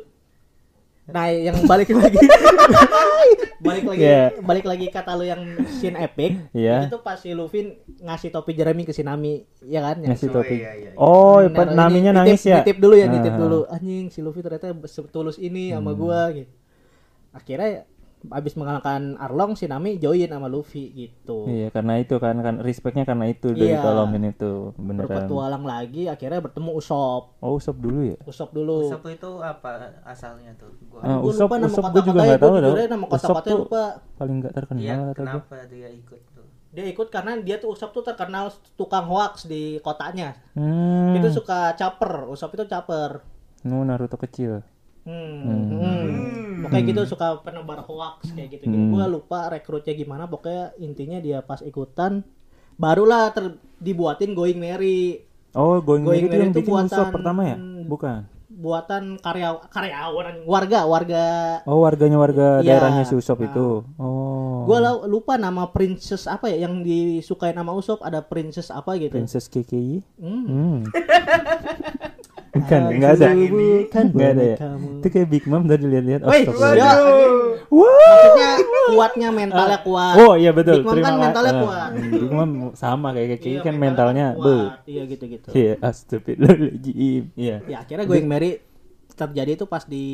Speaker 2: nah yang balik lagi balik lagi
Speaker 1: Yeah.
Speaker 2: balik lagi kata lu yang scene epic
Speaker 1: Iya.
Speaker 2: itu pas si Luffy ngasih topi jerami ke si Nami ya kan yang
Speaker 1: Ngasih
Speaker 4: Oh,
Speaker 1: topi.
Speaker 4: iya, iya, iya.
Speaker 1: Oh,
Speaker 2: Nah,
Speaker 1: pe-
Speaker 2: ini
Speaker 1: naminya
Speaker 2: nitip-
Speaker 1: nangis ya.
Speaker 2: nitip dulu ya
Speaker 1: Ah.
Speaker 2: nitip
Speaker 1: Hmm.
Speaker 2: dulu anjing si Luffy ternyata setulus ini sama gua gitu akhirnya abis mengalahkan Arlong si Nami join sama Luffy gitu
Speaker 1: Iya karena itu kan kan respectnya karena itu dari
Speaker 2: Iya.
Speaker 1: tolongin itu beneran.
Speaker 2: berpetualang lagi akhirnya bertemu Usopp
Speaker 1: Oh Usop dulu ya.
Speaker 2: Usopp dulu
Speaker 4: Usop itu apa asalnya tuh? Gua
Speaker 1: Ah,
Speaker 2: Gua
Speaker 1: Usopp
Speaker 2: lupa nama
Speaker 1: Usopp gue
Speaker 2: kota-kotanya,
Speaker 1: juga nggak
Speaker 2: gua
Speaker 1: tahu
Speaker 2: jujur
Speaker 1: dong.
Speaker 2: aja nama
Speaker 1: Usopp
Speaker 2: kota-kotanya
Speaker 1: tuh
Speaker 2: lupa.
Speaker 1: paling nggak terkenal
Speaker 4: Iya,
Speaker 1: kata gua.
Speaker 4: kenapa dia ikut tuh?
Speaker 2: dia ikut karena dia tuh Usopp tuh terkenal tukang hoax di kotanya
Speaker 1: Hmm.
Speaker 2: itu suka caper Usopp itu caper
Speaker 1: Nu Naruto kecil.
Speaker 2: Hmm.
Speaker 1: Hmm.
Speaker 2: hmm. Pokoknya gitu suka penebar hoax kayak gitu.
Speaker 1: Hmm.
Speaker 2: Gue lupa rekrutnya gimana. Pokoknya intinya dia pas ikutan barulah ter- dibuatin Going Merry
Speaker 1: Oh Going, Merry
Speaker 2: Going
Speaker 1: itu
Speaker 2: Merry
Speaker 1: yang
Speaker 2: itu
Speaker 1: bikin Usopp
Speaker 2: buatan- Hmm.
Speaker 1: pertama ya? Bukan.
Speaker 2: buatan karya karyawan anjing. warga warga.
Speaker 1: Oh warganya warga
Speaker 2: Iya.
Speaker 1: daerahnya si Usop
Speaker 2: Nah.
Speaker 1: itu. Oh.
Speaker 2: Gue lupa nama princess apa ya yang disukai nama Usop ada princess apa gitu.
Speaker 1: Princess Kiki.
Speaker 2: Hmm.
Speaker 1: Hmm. bukan,
Speaker 2: Aku
Speaker 1: enggak ada.
Speaker 2: bukan
Speaker 1: Enggak ada ya.
Speaker 2: bonekamu.
Speaker 1: Itu kayak Big Mom tadi lihat-lihat. Oh,
Speaker 2: Woi,
Speaker 1: stop.
Speaker 2: ya,
Speaker 1: Wah.
Speaker 2: maksudnya kuatnya mentalnya kuat.
Speaker 1: Oh iya betul.
Speaker 2: Big Mom
Speaker 1: Terima
Speaker 2: kan
Speaker 1: kasih.
Speaker 2: mentalnya
Speaker 1: Ah,
Speaker 2: kuat.
Speaker 1: Big Mom sama kayak Kiki
Speaker 2: Iya,
Speaker 1: kan mentalnya be.
Speaker 2: kuat. Iya gitu-gitu.
Speaker 1: Iya, astagfirullahaladzim. Iya.
Speaker 2: ya akhirnya going merry terjadi itu pas di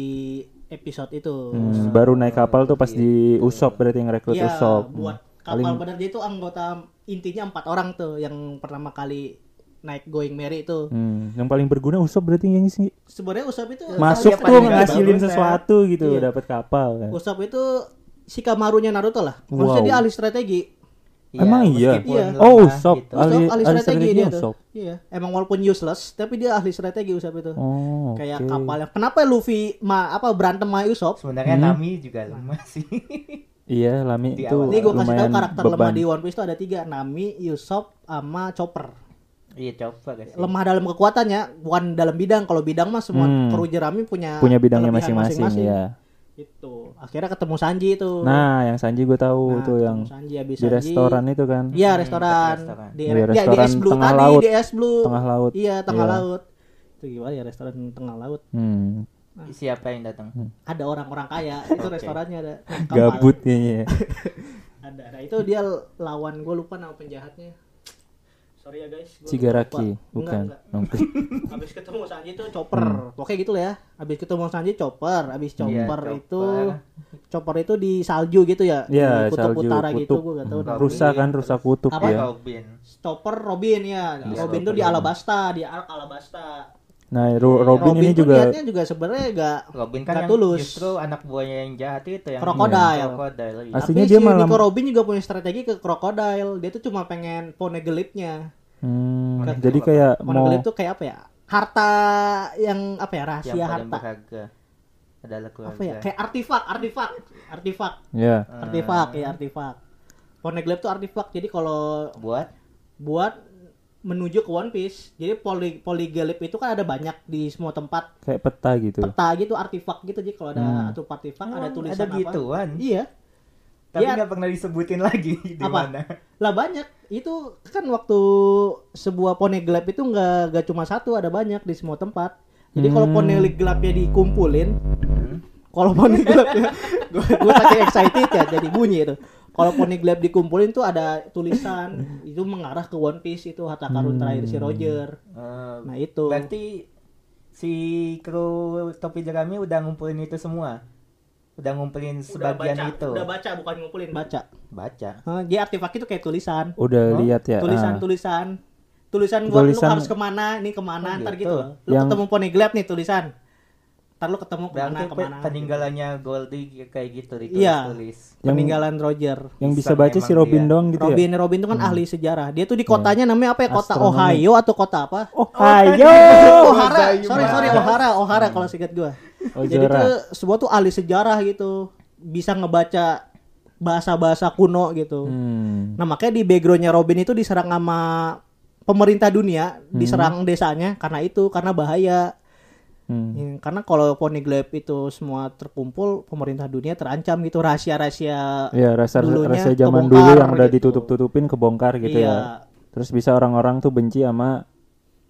Speaker 2: episode itu
Speaker 1: Hmm, baru naik kapal tuh pas di Usop berarti yang rekrut
Speaker 2: Iya,
Speaker 1: Usop.
Speaker 2: buat kapal
Speaker 1: Hmm. Paling
Speaker 2: bener dia itu anggota intinya empat orang tuh yang pertama kali naik going merry itu
Speaker 1: Hmm, yang paling berguna Usop berarti yang
Speaker 2: Iya,
Speaker 1: sih
Speaker 2: sebenarnya usop itu
Speaker 1: masuk
Speaker 4: dia
Speaker 1: tuh
Speaker 4: paling bagus,
Speaker 1: ngasilin
Speaker 4: ya.
Speaker 1: sesuatu gitu
Speaker 2: Iya.
Speaker 1: dapat kapal kan.
Speaker 2: usop itu si kamarunya naruto lah maksudnya
Speaker 1: Wow.
Speaker 2: dia ahli strategi
Speaker 1: Emang iya?
Speaker 4: meskipun
Speaker 2: Iya.
Speaker 4: lemah
Speaker 1: Oh Usop,
Speaker 4: gitu.
Speaker 2: usop
Speaker 1: ahli
Speaker 2: ahli,
Speaker 1: ahli
Speaker 2: strategi,
Speaker 1: strategi
Speaker 2: dia tuh
Speaker 1: Usop.
Speaker 2: iya emang walaupun useless tapi dia ahli strategi usop itu
Speaker 1: Oh, oke.
Speaker 2: kayak kapal yang kenapa Luffy ma apa berantem sama usop
Speaker 4: Sebenarnya
Speaker 1: Hmm.
Speaker 4: Nami juga lemah sih.
Speaker 1: Iya, Lami
Speaker 4: Di
Speaker 1: itu
Speaker 4: awal.
Speaker 2: ini gue kasih
Speaker 1: lumayan
Speaker 2: tahu karakter lemah
Speaker 1: beban.
Speaker 2: di One Piece itu ada tiga Nami, Usopp, sama Chopper.
Speaker 4: Iya coba guys.
Speaker 2: lemah dalam kekuatannya bukan dalam bidang kalau bidang mah semua
Speaker 1: Hmm.
Speaker 2: kru jerami punya
Speaker 1: Punya bidangnya
Speaker 2: kelebihan
Speaker 1: masing-masing ya.
Speaker 2: itu akhirnya ketemu Sanji itu
Speaker 1: Nah, yang Sanji gue
Speaker 2: Nah,
Speaker 1: tahu tuh
Speaker 2: ketemu
Speaker 1: yang
Speaker 2: Sanji habis
Speaker 1: di
Speaker 2: Sanji.
Speaker 1: restoran itu kan.
Speaker 2: iya restoran
Speaker 4: Hmm, restoran.
Speaker 2: di,
Speaker 1: Iya,
Speaker 2: ya, di
Speaker 1: restoran
Speaker 2: es blue
Speaker 1: tengah
Speaker 2: tadi
Speaker 1: laut.
Speaker 2: di es blue
Speaker 1: Tengah laut.
Speaker 2: iya tengah
Speaker 1: Iya.
Speaker 2: laut itu gimana ya restoran tengah laut
Speaker 1: Hmm.
Speaker 4: Siapa yang datang?
Speaker 2: ada orang-orang kaya itu restorannya ada naik kapal.
Speaker 1: Gabut kayaknya. ya.
Speaker 2: ada nah, itu dia lawan gue lupa nama penjahatnya sorry ya guys gua lupa.
Speaker 1: Cigaraki,
Speaker 2: Enggak,
Speaker 1: bukan.
Speaker 2: enggak.
Speaker 1: Oke.
Speaker 2: Habis ketemu Sanji itu chopper. Pokoknya gitu lah ya. Habis ketemu Sanji chopper, habis
Speaker 4: Iya,
Speaker 2: chopper
Speaker 4: chopper.
Speaker 2: itu chopper itu di salju gitu ya.
Speaker 1: Iya,
Speaker 2: di kutub
Speaker 1: salju,
Speaker 2: utara gitu,
Speaker 1: kutub.
Speaker 2: gua gak tahu.
Speaker 1: Hmm.
Speaker 2: namanya.
Speaker 1: Rusa kan, rusa kutub
Speaker 2: Apa?
Speaker 1: ya.
Speaker 4: Robin.
Speaker 2: Chopper Robin ya.
Speaker 4: Iya,
Speaker 2: Robin
Speaker 4: Chopper
Speaker 2: tuh di
Speaker 4: Robin.
Speaker 2: Alabasta, di Ark Alabasta.
Speaker 1: Nah, Ro- Robin, ini
Speaker 2: Hmm. tuh
Speaker 1: juga
Speaker 2: niatnya juga sebenarnya gak
Speaker 4: Robin
Speaker 2: Nggak
Speaker 4: kan yang
Speaker 2: tulus.
Speaker 4: justru anak buahnya yang jahat itu yang
Speaker 2: Krokodil.
Speaker 4: Krokodil. iya.
Speaker 1: Asli.
Speaker 2: tapi
Speaker 1: Aslinya
Speaker 2: si
Speaker 1: dia malam-
Speaker 2: Nico Robin juga punya strategi ke krokodil. Dia tuh cuma pengen pone gelipnya.
Speaker 1: Hmm,
Speaker 4: Konek
Speaker 1: jadi
Speaker 4: gelap.
Speaker 1: kayak
Speaker 2: Pone
Speaker 1: mau
Speaker 2: gelip tuh kayak apa ya? Harta yang apa ya?
Speaker 4: Yang
Speaker 2: Rahasia
Speaker 4: paling
Speaker 2: harta.
Speaker 4: berharga adalah keluarga.
Speaker 2: Apa ya? Kayak artefak, artefak, artefak.
Speaker 1: ya.
Speaker 2: artifak ya artifak Poneglyph tuh artifak jadi kalau
Speaker 4: Buat
Speaker 2: buat menuju ke One Piece jadi poly polyglip itu kan ada banyak di semua tempat
Speaker 1: kayak peta gitu.
Speaker 2: peta gitu artifak gitu jadi kalau ada
Speaker 1: Hmm. gitu.
Speaker 2: satu artifak Oh, ada
Speaker 4: Emang ada
Speaker 2: tulisan apa
Speaker 4: gituan.
Speaker 2: iya
Speaker 4: Tapi
Speaker 2: Iya.
Speaker 4: nggak pernah disebutin lagi di
Speaker 2: Apa?
Speaker 4: mana.
Speaker 2: lah banyak itu kan waktu sebuah poneglyph itu nggak nggak cuma satu ada banyak di semua tempat jadi kalau
Speaker 1: Hmm.
Speaker 2: poneglyphnya dikumpulin
Speaker 4: Hmm.
Speaker 2: kalau ya. poneglyphnya gue gue pakai excited ya jadi bunyi itu kalau poneglyph dikumpulin tuh ada tulisan itu mengarah ke One Piece itu harta karun terakhir si Roger
Speaker 4: Eh,
Speaker 2: nah itu
Speaker 4: Berarti si kru topi jerami udah ngumpulin itu semua. Udah ngumpulin sebagian
Speaker 2: baca,
Speaker 4: itu.
Speaker 2: udah baca bukan ngumpulin baca
Speaker 4: Baca.
Speaker 2: Hah, dia artefak itu kayak tulisan
Speaker 1: Udah lihat ya. ah.
Speaker 2: tulisan tulisan tulisan buat
Speaker 1: Tulisan-
Speaker 2: lu harus kemana ini kemana
Speaker 4: Oh,
Speaker 2: ntar
Speaker 4: gitu.
Speaker 2: gitu loh. lu
Speaker 1: Yang-
Speaker 2: ketemu poneglyph nih tulisan ntar lu ketemu kemana
Speaker 4: Berarti
Speaker 2: kemana gitu.
Speaker 4: pe- peninggalannya Goldie kayak gitu
Speaker 2: Iya.
Speaker 4: ditulis-tulis.
Speaker 1: Yang-
Speaker 2: peninggalan Roger
Speaker 1: yang bisa
Speaker 4: Iseng
Speaker 1: baca si
Speaker 4: emang
Speaker 1: Robin
Speaker 4: dia.
Speaker 1: doang gitu
Speaker 2: Robin Robin itu kan ahli sejarah. Dia tuh di kotanya namanya apa ya? Kota
Speaker 1: Astronomi.
Speaker 2: Ohio atau kota apa?
Speaker 1: ya. Oh,
Speaker 2: kan
Speaker 1: ayo.
Speaker 2: gitu. Oh, Ohara.
Speaker 4: Gozaimasu.
Speaker 2: Sorry sorry Ohara, Ohara kalau singkat gua.
Speaker 1: Oh,
Speaker 2: Jadi
Speaker 1: Zora.
Speaker 2: tuh semua tuh ahli sejarah gitu. Bisa ngebaca bahasa-bahasa kuno gitu.
Speaker 1: Hmm.
Speaker 2: Nah, makanya di backgroundnya Robin itu diserang sama pemerintah dunia, diserang desanya karena itu, karena bahaya.
Speaker 1: Hmm.
Speaker 2: Hmm, Karena kalau Poneglyph itu semua terkumpul, pemerintah dunia terancam gitu rahasia-rahasia
Speaker 1: Ya, rasa
Speaker 2: Iya. dulunya
Speaker 1: rasa zaman
Speaker 2: kebongkar
Speaker 1: dulu yang udah
Speaker 2: gitu.
Speaker 1: ditutup-tutupin kebongkar gitu
Speaker 2: Iya.
Speaker 1: ya. Terus bisa orang-orang tuh benci sama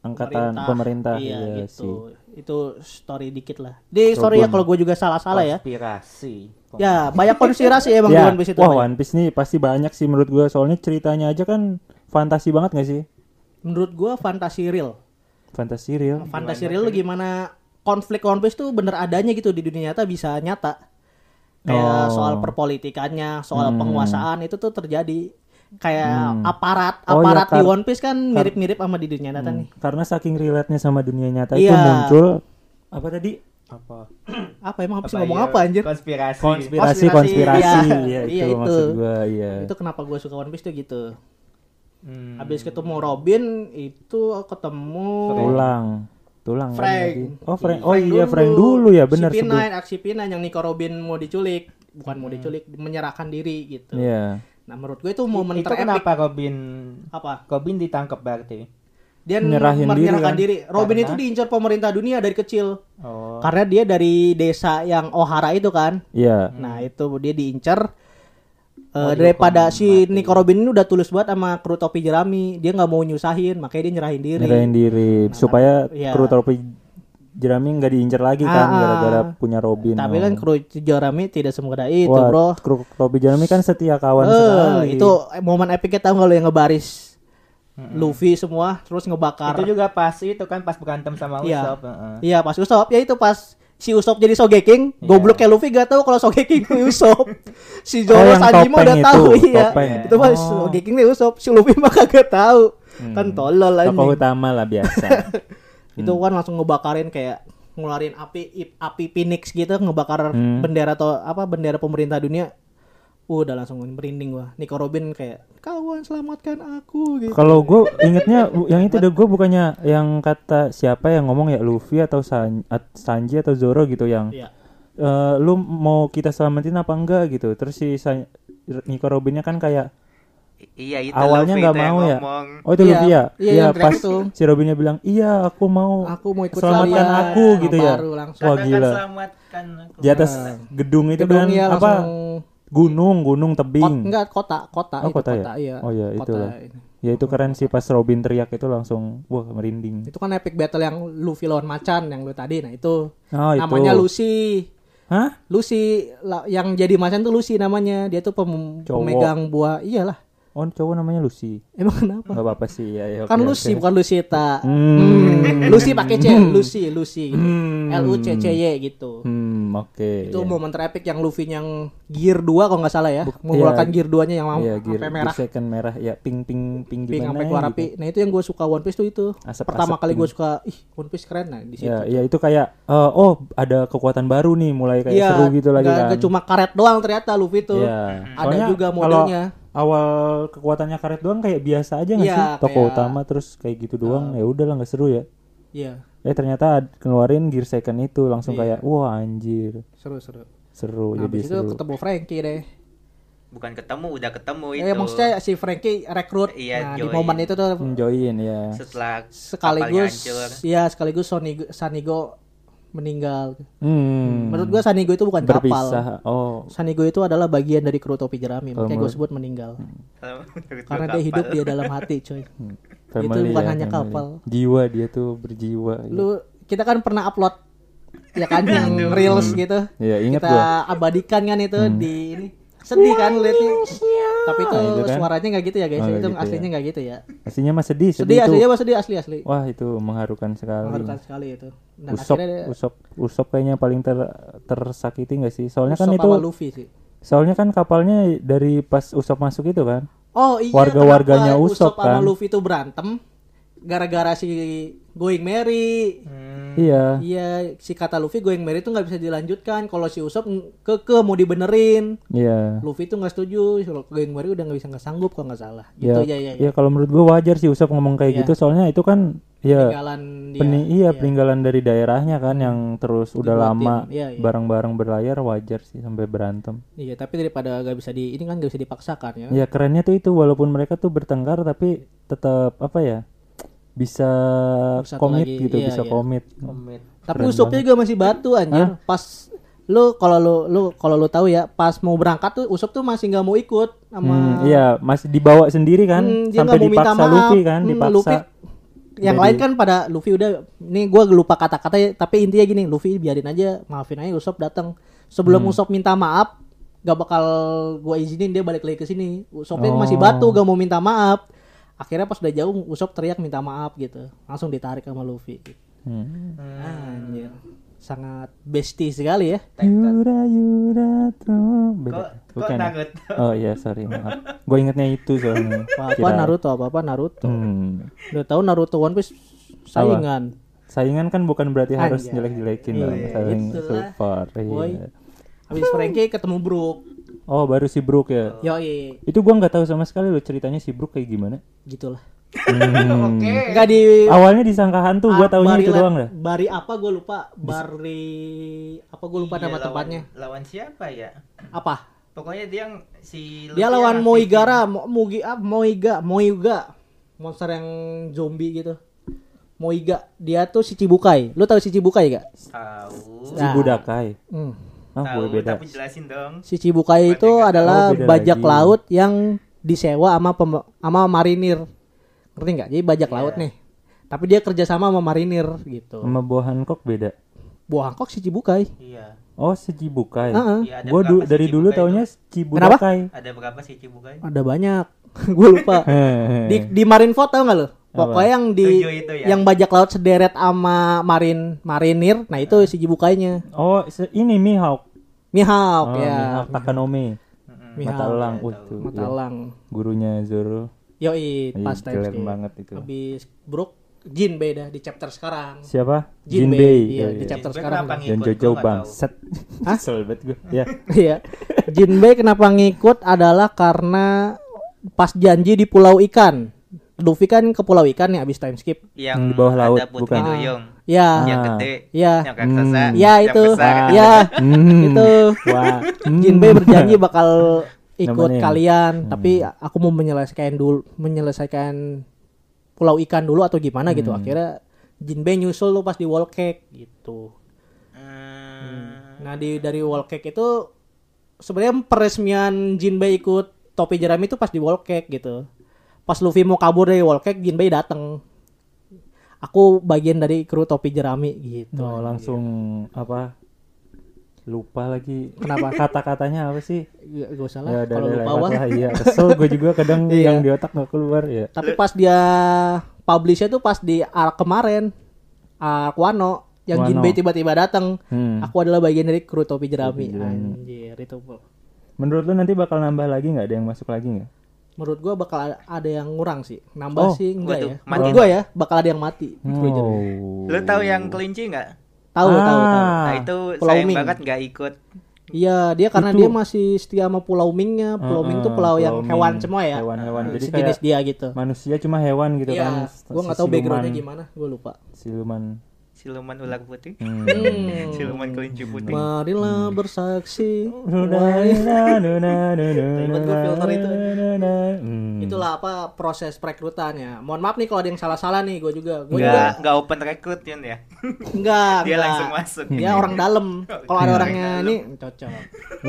Speaker 1: angkatan pemerintah,
Speaker 2: iya,
Speaker 1: Iya
Speaker 2: gitu
Speaker 1: sih.
Speaker 2: itu story dikit lah di sorry ya kalau gue juga salah salah ya
Speaker 4: Konspirasi.
Speaker 2: ya banyak konspirasi emang di
Speaker 1: Ya,
Speaker 2: One Piece itu
Speaker 1: wah
Speaker 2: banyak.
Speaker 1: One Piece nih pasti banyak sih menurut gua soalnya ceritanya aja kan fantasi banget gak sih?
Speaker 2: menurut gue fantasi real
Speaker 1: Fantasi real.
Speaker 2: fantasi real gimana konflik One Piece tuh bener adanya gitu di dunia nyata bisa nyata kayak
Speaker 1: Oh.
Speaker 2: soal perpolitikannya,
Speaker 1: Hmm.
Speaker 2: soal penguasaan itu tuh terjadi kayak
Speaker 1: Hmm.
Speaker 2: aparat
Speaker 1: Oh,
Speaker 2: aparat
Speaker 1: iya,
Speaker 2: di
Speaker 1: kar- Hmm.
Speaker 2: One Piece kan mirip-mirip sama di dunia nyata nih.
Speaker 1: Karena saking relate-nya sama dunia nyata itu
Speaker 2: Iya.
Speaker 1: muncul apa tadi?
Speaker 4: Apa?
Speaker 2: Apa emang apa sih
Speaker 4: Apa
Speaker 2: ngomong
Speaker 4: iya?
Speaker 2: apa anjir?
Speaker 1: Kan-
Speaker 4: Konspirasi.
Speaker 1: Konspirasi
Speaker 2: Konspirasi,
Speaker 1: konspirasi
Speaker 2: iya.
Speaker 1: ya,
Speaker 2: Iya,
Speaker 1: itu
Speaker 2: itu.
Speaker 1: maksud gua iya.
Speaker 2: Itu kenapa gue suka One Piece tuh gitu.
Speaker 4: Hmm.
Speaker 2: Habis ketemu Robin itu ketemu
Speaker 1: Tulang.
Speaker 4: Nah,
Speaker 1: Tulang kan
Speaker 2: Frank.
Speaker 1: tadi. Oh, Frank. Oh iya, Frank dulu ya, benar
Speaker 2: si
Speaker 1: sebut.
Speaker 2: P9, aksi P9 yang Nico Robin mau diculik, bukan
Speaker 4: Iya.
Speaker 2: mau diculik, menyerahkan diri gitu.
Speaker 1: Iya.
Speaker 2: Nah, menurut gue itu momen
Speaker 4: itu
Speaker 2: terepik
Speaker 4: kenapa Robin
Speaker 2: apa?
Speaker 4: Robin ditangkap berarti?
Speaker 2: Dia
Speaker 1: Menyerahin diri,
Speaker 2: menyerahkan
Speaker 1: kan?
Speaker 2: diri. Robin
Speaker 4: Karena-
Speaker 2: itu diincar pemerintah dunia dari kecil.
Speaker 4: Oh.
Speaker 2: Karena dia dari desa yang Ohara itu kan.
Speaker 1: Iya.
Speaker 2: Nah, itu dia diincar Eh,
Speaker 4: Hmm. Oh, dia gitu.
Speaker 2: daripada
Speaker 4: hukum
Speaker 2: si
Speaker 4: mati.
Speaker 2: Nico Robin ini udah tulus banget sama kru topi jerami, dia nggak mau nyusahin, makanya dia nyerahin diri.
Speaker 1: Nyerahin diri
Speaker 2: Nah,
Speaker 1: supaya
Speaker 2: iya.
Speaker 1: kru topi jerami nggak diincar lagi kan
Speaker 2: Ah, ah.
Speaker 1: gara-gara punya Robin.
Speaker 2: Tapi
Speaker 1: oh.
Speaker 2: kan kru jerami tidak semudah itu,
Speaker 1: Wah,
Speaker 2: bro.
Speaker 1: kru topi jerami kan setia kawan
Speaker 2: Eh,
Speaker 1: sekali.
Speaker 2: itu momen epicnya tahu nggak lo yang ngebaris Luffy semua terus ngebakar.
Speaker 4: Itu juga pas itu kan pas berantem sama
Speaker 2: Iya.
Speaker 4: Usopp. heeh.
Speaker 2: Iya pas Usopp ya itu pas si Usopp jadi Sogeking,
Speaker 4: Iya.
Speaker 2: goblok kayak Luffy gak tahu kalau Sogeking itu Usopp. Si
Speaker 1: Oh,
Speaker 2: Zoro
Speaker 1: yang
Speaker 2: Sanjima
Speaker 1: topeng
Speaker 2: udah
Speaker 1: itu,
Speaker 2: tahu iya.
Speaker 1: topeng.
Speaker 2: Itu pas
Speaker 1: Oh. Hmm.
Speaker 2: Sogeking itu Usopp, si Luffy mah kagak tahu. Kan tolol
Speaker 1: Tokoh
Speaker 2: anjing.
Speaker 1: utama lah biasa.
Speaker 2: Itu
Speaker 1: Hmm.
Speaker 2: kan langsung ngebakarin kayak ngeluarin api ip- api Phoenix gitu ngebakar
Speaker 1: Hmm.
Speaker 2: bendera atau apa bendera pemerintah dunia. udah langsung merinding gua. Nico Robin kayak kawan selamatkan aku gitu.
Speaker 1: Kalau gue ingetnya bu- yang itu deh gue bukannya yang kata siapa yang ngomong ya Luffy atau San- at- Sanji atau Zoro gitu yang
Speaker 2: Iya.
Speaker 1: "Eh, lu mau kita selamatin apa enggak gitu terus si San- Nico Robinnya kan kayak
Speaker 3: I- iya itu
Speaker 1: awalnya
Speaker 3: Luffy
Speaker 1: nggak
Speaker 3: tuh yang
Speaker 1: mau ya
Speaker 3: ngomong.
Speaker 1: oh itu
Speaker 2: Iya,
Speaker 1: Luffy ya
Speaker 2: iya, yang
Speaker 1: pas
Speaker 2: terakhir tuh.
Speaker 1: si Robinnya bilang iya aku mau
Speaker 2: Aku mau ikut
Speaker 1: selamatkan
Speaker 2: kalian."
Speaker 1: aku
Speaker 2: Nah,
Speaker 1: gitu ya
Speaker 2: baru langsung.
Speaker 1: wah
Speaker 2: kan
Speaker 4: kan
Speaker 3: Katakan
Speaker 1: gila
Speaker 3: selamatkan aku.
Speaker 1: di atas gedung itu kan
Speaker 2: Gedungnya
Speaker 1: apa
Speaker 2: ya, iya, langsung-
Speaker 1: gunung gunung
Speaker 2: Kot,
Speaker 1: tebing
Speaker 2: enggak kota, kota
Speaker 1: Oh,
Speaker 2: itu
Speaker 1: kota ya?
Speaker 2: iya.
Speaker 1: Oh, iya,
Speaker 2: Kota
Speaker 1: itulah.
Speaker 2: ini.
Speaker 1: ya itu keren sih pas Robin teriak itu langsung wah merinding
Speaker 2: Itu kan epic battle yang Luffy lawan macan yang lu tadi. Nah, itu
Speaker 1: oh itu
Speaker 2: namanya Lucy.
Speaker 1: hah
Speaker 2: Lucy la- yang jadi macan tuh Lucy namanya. Dia tuh pem-
Speaker 1: Cowok.
Speaker 2: pemegang buah. Iyalah.
Speaker 1: oh cowok namanya Lucy
Speaker 2: Emang kenapa?
Speaker 1: Gak apa-apa sih ya, ya
Speaker 2: kan
Speaker 1: oke,
Speaker 2: Lucy
Speaker 1: oke.
Speaker 2: bukan Lucita.
Speaker 1: Hmm.
Speaker 2: Hmm. Lucy pakai C, Lucy, Lucy.
Speaker 1: Hmm.
Speaker 2: L U C C Y gitu.
Speaker 1: Hmm, oke.
Speaker 2: Itu
Speaker 1: ya.
Speaker 2: momen terepik yang Luffy yang gear 2 kalau nggak salah ya. Mengeluarkan
Speaker 1: iya.
Speaker 2: gear 2-nya yang
Speaker 1: Iya,
Speaker 2: sampai
Speaker 1: gear,
Speaker 2: merah.
Speaker 1: merah. second merah ya pink pink pink
Speaker 2: Pink
Speaker 1: gimana
Speaker 2: sampai keluar
Speaker 1: gitu.
Speaker 2: api. Nah, itu yang gue suka One Piece tuh itu.
Speaker 1: Asap-asap gitu.
Speaker 2: Pertama kali
Speaker 1: pink.
Speaker 2: gue suka, ih, One Piece keren nah di situ.
Speaker 1: Ya, ya itu kayak eh, oh ada kekuatan baru nih mulai kayak seru gitu lagi
Speaker 2: Iya, nggak-
Speaker 1: kan.
Speaker 2: nggak cuma karet doang ternyata Luffy tuh.
Speaker 1: Iya.
Speaker 2: Ada
Speaker 1: Soalnya
Speaker 2: juga
Speaker 1: kalau
Speaker 2: modelnya.
Speaker 1: Awal kekuatannya karet doang kayak biasa aja nggak
Speaker 2: Iya,
Speaker 1: sih? Toko
Speaker 2: kayak- Eh.
Speaker 1: utama terus kayak gitu doang ya udahlah nggak seru ya.
Speaker 2: Iya,
Speaker 1: Eh ternyata ad- keluarin gear second itu langsung kayak wah anjir
Speaker 2: seru-seru.
Speaker 1: seru Oh, jadi
Speaker 2: Iya. Nah, habis itu
Speaker 1: seru.
Speaker 2: ketemu Frankie deh.
Speaker 3: Bukan ketemu, udah ketemu Oh,
Speaker 1: Iya.
Speaker 3: itu.
Speaker 2: Eh, maksudnya si Frankie rekrut.
Speaker 3: Iya,
Speaker 2: nah, di
Speaker 3: join.
Speaker 2: momen itu tuh
Speaker 1: Enjoyin ya.
Speaker 3: setelah
Speaker 2: sekaligus
Speaker 3: kapalnya hancur.
Speaker 2: ya sekaligus Sonigo, Sanigo meninggal.
Speaker 1: Hmm.
Speaker 2: Menurut gua Sanigo itu bukan kapal.
Speaker 1: Berpisah. Oh,
Speaker 2: Sanigo itu adalah bagian dari kru topi jerami,
Speaker 1: Kalau
Speaker 2: makanya gue
Speaker 1: menurut- Hmm.
Speaker 2: sebut meninggal.
Speaker 3: Kalau menurut gua
Speaker 2: Karena dia
Speaker 3: kapal.
Speaker 2: hidup dia dalam hati, coy.
Speaker 1: Family
Speaker 2: bukan
Speaker 1: ya,
Speaker 2: hanya
Speaker 1: family.
Speaker 2: kapal.
Speaker 1: Jiwa dia tuh berjiwa.
Speaker 2: Lu kita kan pernah upload ya kan yang reels gitu.
Speaker 1: Iya, ingat
Speaker 2: kita
Speaker 1: gua. Hmm.
Speaker 2: abadikan kan itu di ini. Sedih kan liatnya. Tapi itu,
Speaker 1: Nah, itu kan.
Speaker 2: suaranya nggak gitu ya
Speaker 1: Oh,
Speaker 2: guys.
Speaker 1: nggak
Speaker 2: itu
Speaker 1: gitu ya.
Speaker 2: aslinya nggak gitu ya.
Speaker 1: Aslinya mah sedih,
Speaker 2: Sedih
Speaker 1: sedih, itu.
Speaker 2: aslinya mas sedih asli asli.
Speaker 1: Wah, itu mengharukan sekali.
Speaker 2: Mengharukan sekali itu. Dan
Speaker 1: Usop,
Speaker 2: akhirnya dia-
Speaker 1: Usop, Usop kayaknya paling ter- tersakiti nggak sih? Soalnya kan
Speaker 2: Usopp
Speaker 1: itu,
Speaker 2: sama Luffy sih.
Speaker 1: soalnya kan kapalnya dari pas Usop masuk itu kan.
Speaker 2: Oh iya.
Speaker 1: Warga-warganya
Speaker 2: kenapa
Speaker 1: Usopp
Speaker 2: sama
Speaker 1: kan.
Speaker 2: Luffy itu berantem gara-gara si Going Merry.
Speaker 1: Iya.
Speaker 2: Iya, si kata Luffy Going Merry itu nggak bisa dilanjutkan kalau si Usopp keke mau dibenerin.
Speaker 1: Iya.
Speaker 2: Luffy tuh nggak setuju, kalau Going Merry udah nggak bisa nggak sanggup kalau nggak salah.
Speaker 1: Ya,
Speaker 2: Gitu ya ya.
Speaker 1: ya,
Speaker 2: ya.
Speaker 1: kalau menurut gua wajar sih Usop ngomong kayak
Speaker 2: Iya.
Speaker 1: gitu. Soalnya itu kan ya
Speaker 2: Peninggalan dia.
Speaker 1: peni- iya, peninggalan dari daerahnya kan yang terus udah
Speaker 2: Dibuatin,
Speaker 1: lama
Speaker 2: iya, iya.
Speaker 1: barang-barang berlayar wajar sih sampai berantem.
Speaker 2: Iya, tapi daripada nggak bisa di ini kan nggak bisa dipaksakan ya.
Speaker 1: Ya kerennya tuh itu walaupun mereka tuh bertengkar tapi tetap apa ya bisa
Speaker 2: Bersatu
Speaker 1: komit
Speaker 2: lagi,
Speaker 1: gitu
Speaker 2: iya,
Speaker 1: bisa
Speaker 2: iya.
Speaker 1: komit.
Speaker 4: Komit.
Speaker 2: tapi Usoppnya juga masih batu anjir. Pas lu kalau lu lu kalau lu tahu ya, pas mau berangkat tuh Usopp tuh masih nggak mau ikut sama
Speaker 1: Hmm, iya masih dibawa sendiri kan
Speaker 2: Hmm, dia
Speaker 1: sampai
Speaker 2: nggak mau minta
Speaker 1: dipaksa
Speaker 2: maaf.
Speaker 1: Luffy kan
Speaker 2: Hmm,
Speaker 1: dipaksa.
Speaker 2: Luffy, yang
Speaker 1: Jadi-
Speaker 2: lain kan pada Luffy udah ini gua lupa kata-kata ya, tapi intinya gini, Luffy biarin aja, maafin aja Usopp datang. Sebelum
Speaker 1: Hmm.
Speaker 2: Usopp minta maaf, gak bakal gua izinin dia balik lagi ke sini. Usoppnya masih
Speaker 1: Oh.
Speaker 2: batu, gak mau minta maaf. Akhirnya pas udah jauh Usopp teriak minta maaf gitu. Langsung ditarik sama Luffy.
Speaker 1: Hmm.
Speaker 2: Anjir. gitu. sangat bestie sekali ya.
Speaker 4: Titan.
Speaker 1: Yura Yura tuh
Speaker 4: Kok,
Speaker 1: beda.
Speaker 4: kok
Speaker 1: Bukan. ya?
Speaker 4: Naruto?
Speaker 1: Oh iya sorry maaf. Gue ingetnya itu soalnya.
Speaker 2: Apa
Speaker 1: Kirain.
Speaker 2: Naruto, apa Naruto.
Speaker 1: Hmm.
Speaker 2: Udah tahu Naruto One Piece saingan.
Speaker 1: Saingan kan bukan berarti harus
Speaker 2: Anjay.
Speaker 1: jelek-jelekin dong.
Speaker 2: Ah, Iya,
Speaker 1: Saling
Speaker 2: itulah,
Speaker 1: support.
Speaker 2: boy.
Speaker 1: Iya.
Speaker 2: Habis Frankie ketemu Brook.
Speaker 1: Oh baru si Brook ya.
Speaker 4: Gitu.
Speaker 2: Yoi,
Speaker 1: Itu gua nggak tahu sama sekali lo ceritanya si Brook kayak gimana.
Speaker 2: gitulah.
Speaker 1: Hmm.
Speaker 2: Enggak di
Speaker 1: Awalnya disangka hantu, gua
Speaker 2: tahu
Speaker 1: taunya itu doang dah.
Speaker 2: Eh, Bari apa gue lupa. Bari apa gue lupa
Speaker 4: Iya,
Speaker 2: nama
Speaker 4: lawan-
Speaker 2: tempatnya.
Speaker 4: Lawan siapa ya?
Speaker 2: Apa?
Speaker 4: Pokoknya dia yang- si
Speaker 2: Dia
Speaker 4: Luffy
Speaker 2: lawan
Speaker 4: yang
Speaker 2: Moigara, Mo- Mugi ah, Moiga, Moiga. Monster yang zombie gitu. Moiga, dia tuh si Cibukai. Lu tahu si Cibukai gak?
Speaker 4: aktifin. Tahu.
Speaker 1: Si Budakai.
Speaker 2: Hmm.
Speaker 1: Ah,
Speaker 4: Tahu,
Speaker 1: gue beda.
Speaker 4: tapi jelasin dong.
Speaker 2: Nah. Si Cibukai itu
Speaker 4: Bukan,
Speaker 2: adalah
Speaker 1: oh, beda
Speaker 2: bajak
Speaker 1: lagi.
Speaker 2: laut yang disewa sama pem- sama marinir. Ngerti nggak? Jadi
Speaker 4: Iya.
Speaker 2: bajak laut nih. Tapi dia kerjasama sama marinir gitu.
Speaker 1: Sama Bohan Hancock beda.
Speaker 2: Buah Hancock si Cibukai.
Speaker 4: Iya.
Speaker 1: Oh, si Cibukai.
Speaker 2: Heeh.
Speaker 4: Iya, ada
Speaker 1: Gue
Speaker 4: berapa sih
Speaker 1: dari
Speaker 4: Cibukai
Speaker 1: dulu
Speaker 4: itu?
Speaker 1: taunya Cibudakai.
Speaker 4: Ada berapa sih Cibukai?
Speaker 2: Ada banyak. gue lupa.
Speaker 1: Hehehe.
Speaker 2: di di Marineford tau nggak lo? Pokoknya yang di
Speaker 4: Tujuh itu ya?
Speaker 2: yang bajak laut sederet sama marin marinir, nah
Speaker 1: Eh.
Speaker 2: itu si jibukainya.
Speaker 1: Oh, se- ini Mihawk. Oh,
Speaker 2: Mihawk ya.
Speaker 1: Mihawk Takanome.
Speaker 4: Mm-mm.
Speaker 2: Mihawk.
Speaker 1: Mata elang. Wah, itu,
Speaker 2: Mata
Speaker 1: iya.
Speaker 2: elang.
Speaker 1: Gurunya Zoro.
Speaker 2: Yoi,
Speaker 1: Iya,
Speaker 2: pas time
Speaker 1: keren
Speaker 2: skip.
Speaker 1: banget itu.
Speaker 2: Habis Brook Jin beda di chapter sekarang.
Speaker 1: Siapa?
Speaker 2: Jinbei.
Speaker 1: Jinbei.
Speaker 2: Iya,
Speaker 1: Iya,
Speaker 2: di
Speaker 1: iya.
Speaker 2: chapter
Speaker 4: Jinbei
Speaker 2: sekarang.
Speaker 4: kenapa
Speaker 1: Dan
Speaker 4: Ngikut,
Speaker 1: Jojo
Speaker 4: gua nggak
Speaker 1: Bang.
Speaker 4: tahu.
Speaker 1: Set.
Speaker 2: Hah?
Speaker 1: Kesel banget gue. Ya.
Speaker 2: Iya. Jinbei kenapa ngikut adalah karena pas janji di Pulau Ikan. Luffy kan ke Pulau Ikan nih abis time skip.
Speaker 1: Yang
Speaker 3: yang
Speaker 1: Hmm, di bawah laut,
Speaker 3: ada
Speaker 1: bukan?
Speaker 3: Putri Duyung
Speaker 2: Ya,
Speaker 1: Ah.
Speaker 3: yang gede
Speaker 2: ya,
Speaker 3: yang raksasa
Speaker 1: Hmm.
Speaker 2: ya
Speaker 3: yang
Speaker 2: itu,
Speaker 3: besar.
Speaker 1: Ah.
Speaker 2: ya
Speaker 1: Hmm.
Speaker 2: itu.
Speaker 1: Wah. Hmm.
Speaker 2: Jinbei berjanji bakal ikut
Speaker 1: Nemenin.
Speaker 2: kalian, tapi aku mau menyelesaikan dulu menyelesaikan pulau ikan dulu atau gimana gitu.
Speaker 1: Hmm.
Speaker 2: Akhirnya Jinbei nyusul lu pas di wall cake gitu.
Speaker 3: Hmm.
Speaker 2: Nah, di dari wall cake itu sebenarnya peresmian Jinbei ikut topi jerami itu pas di wall cake gitu. Pas Luffy mau kabur dari wall cake, Jinbei datang. Aku bagian dari kru topi jerami gitu.
Speaker 1: Oh, langsung apa? Lupa lagi.
Speaker 2: iya. Kenapa?
Speaker 1: Kata-katanya apa sih?
Speaker 2: Gak, gak usah
Speaker 1: ya
Speaker 2: lah
Speaker 1: udah
Speaker 2: kalau
Speaker 1: udah,
Speaker 2: lupa
Speaker 1: lewat
Speaker 2: wah.
Speaker 1: lah. Iya, kesel gue juga kadang
Speaker 2: Iya.
Speaker 1: yang di otak nggak keluar ya.
Speaker 2: Tapi pas dia publishnya tuh pas di arc kemarin, arc Wano yang
Speaker 1: Wano.
Speaker 2: Jinbei tiba-tiba datang.
Speaker 1: Hmm.
Speaker 2: Aku adalah bagian dari kru topi jerami.
Speaker 1: Topi jerami.
Speaker 2: Anjir itu. Bro.
Speaker 1: Menurut lu nanti bakal nambah lagi nggak ada yang masuk lagi nggak?
Speaker 2: Menurut gua bakal ada- ada yang ngurang sih.
Speaker 1: Oh,
Speaker 2: Nambah sih enggak
Speaker 3: waduh,
Speaker 2: ya.
Speaker 3: mati.
Speaker 2: Menurut gua ya bakal ada yang mati. Kru jerami.
Speaker 3: lu tahu yang kelinci nggak
Speaker 2: Tahu tahu tahu.
Speaker 1: Oh. Ah.
Speaker 3: nah itu
Speaker 2: Pulau
Speaker 3: sayang
Speaker 2: Ming.
Speaker 3: banget nggak ikut
Speaker 2: Iya, dia karena
Speaker 1: Itu. Ah,
Speaker 2: dia masih setia sama Pulau Mingnya. Pulau Ming tuh pulau, yang
Speaker 1: Ming.
Speaker 2: hewan semua ya.
Speaker 1: Hewan-hewan. Jadi kayak
Speaker 2: Sejenis dia gitu.
Speaker 1: manusia cuma hewan gitu kan.
Speaker 2: Iya, gua nggak tahu
Speaker 1: Siluman-
Speaker 2: backgroundnya gimana, gua lupa.
Speaker 1: Siluman.
Speaker 3: siluman ular putih
Speaker 1: Hmm.
Speaker 2: Hmm.
Speaker 3: siluman kelinci putih
Speaker 2: Marilah bersaksi. Ribet gua filter itu.
Speaker 1: Hmm.
Speaker 2: Itulah apa proses perekrutannya. Mohon maaf nih kalau ada yang salah-salah nih, gue juga. Gue juga
Speaker 3: nggak nggak open recruit Yun, ya
Speaker 2: enggak.
Speaker 3: dia
Speaker 2: enggak.
Speaker 3: langsung masuk
Speaker 2: Dia orang dalam. Kalau ada
Speaker 3: Orang
Speaker 1: Hmm.
Speaker 2: orangnya
Speaker 3: dalam.
Speaker 2: ini cocok.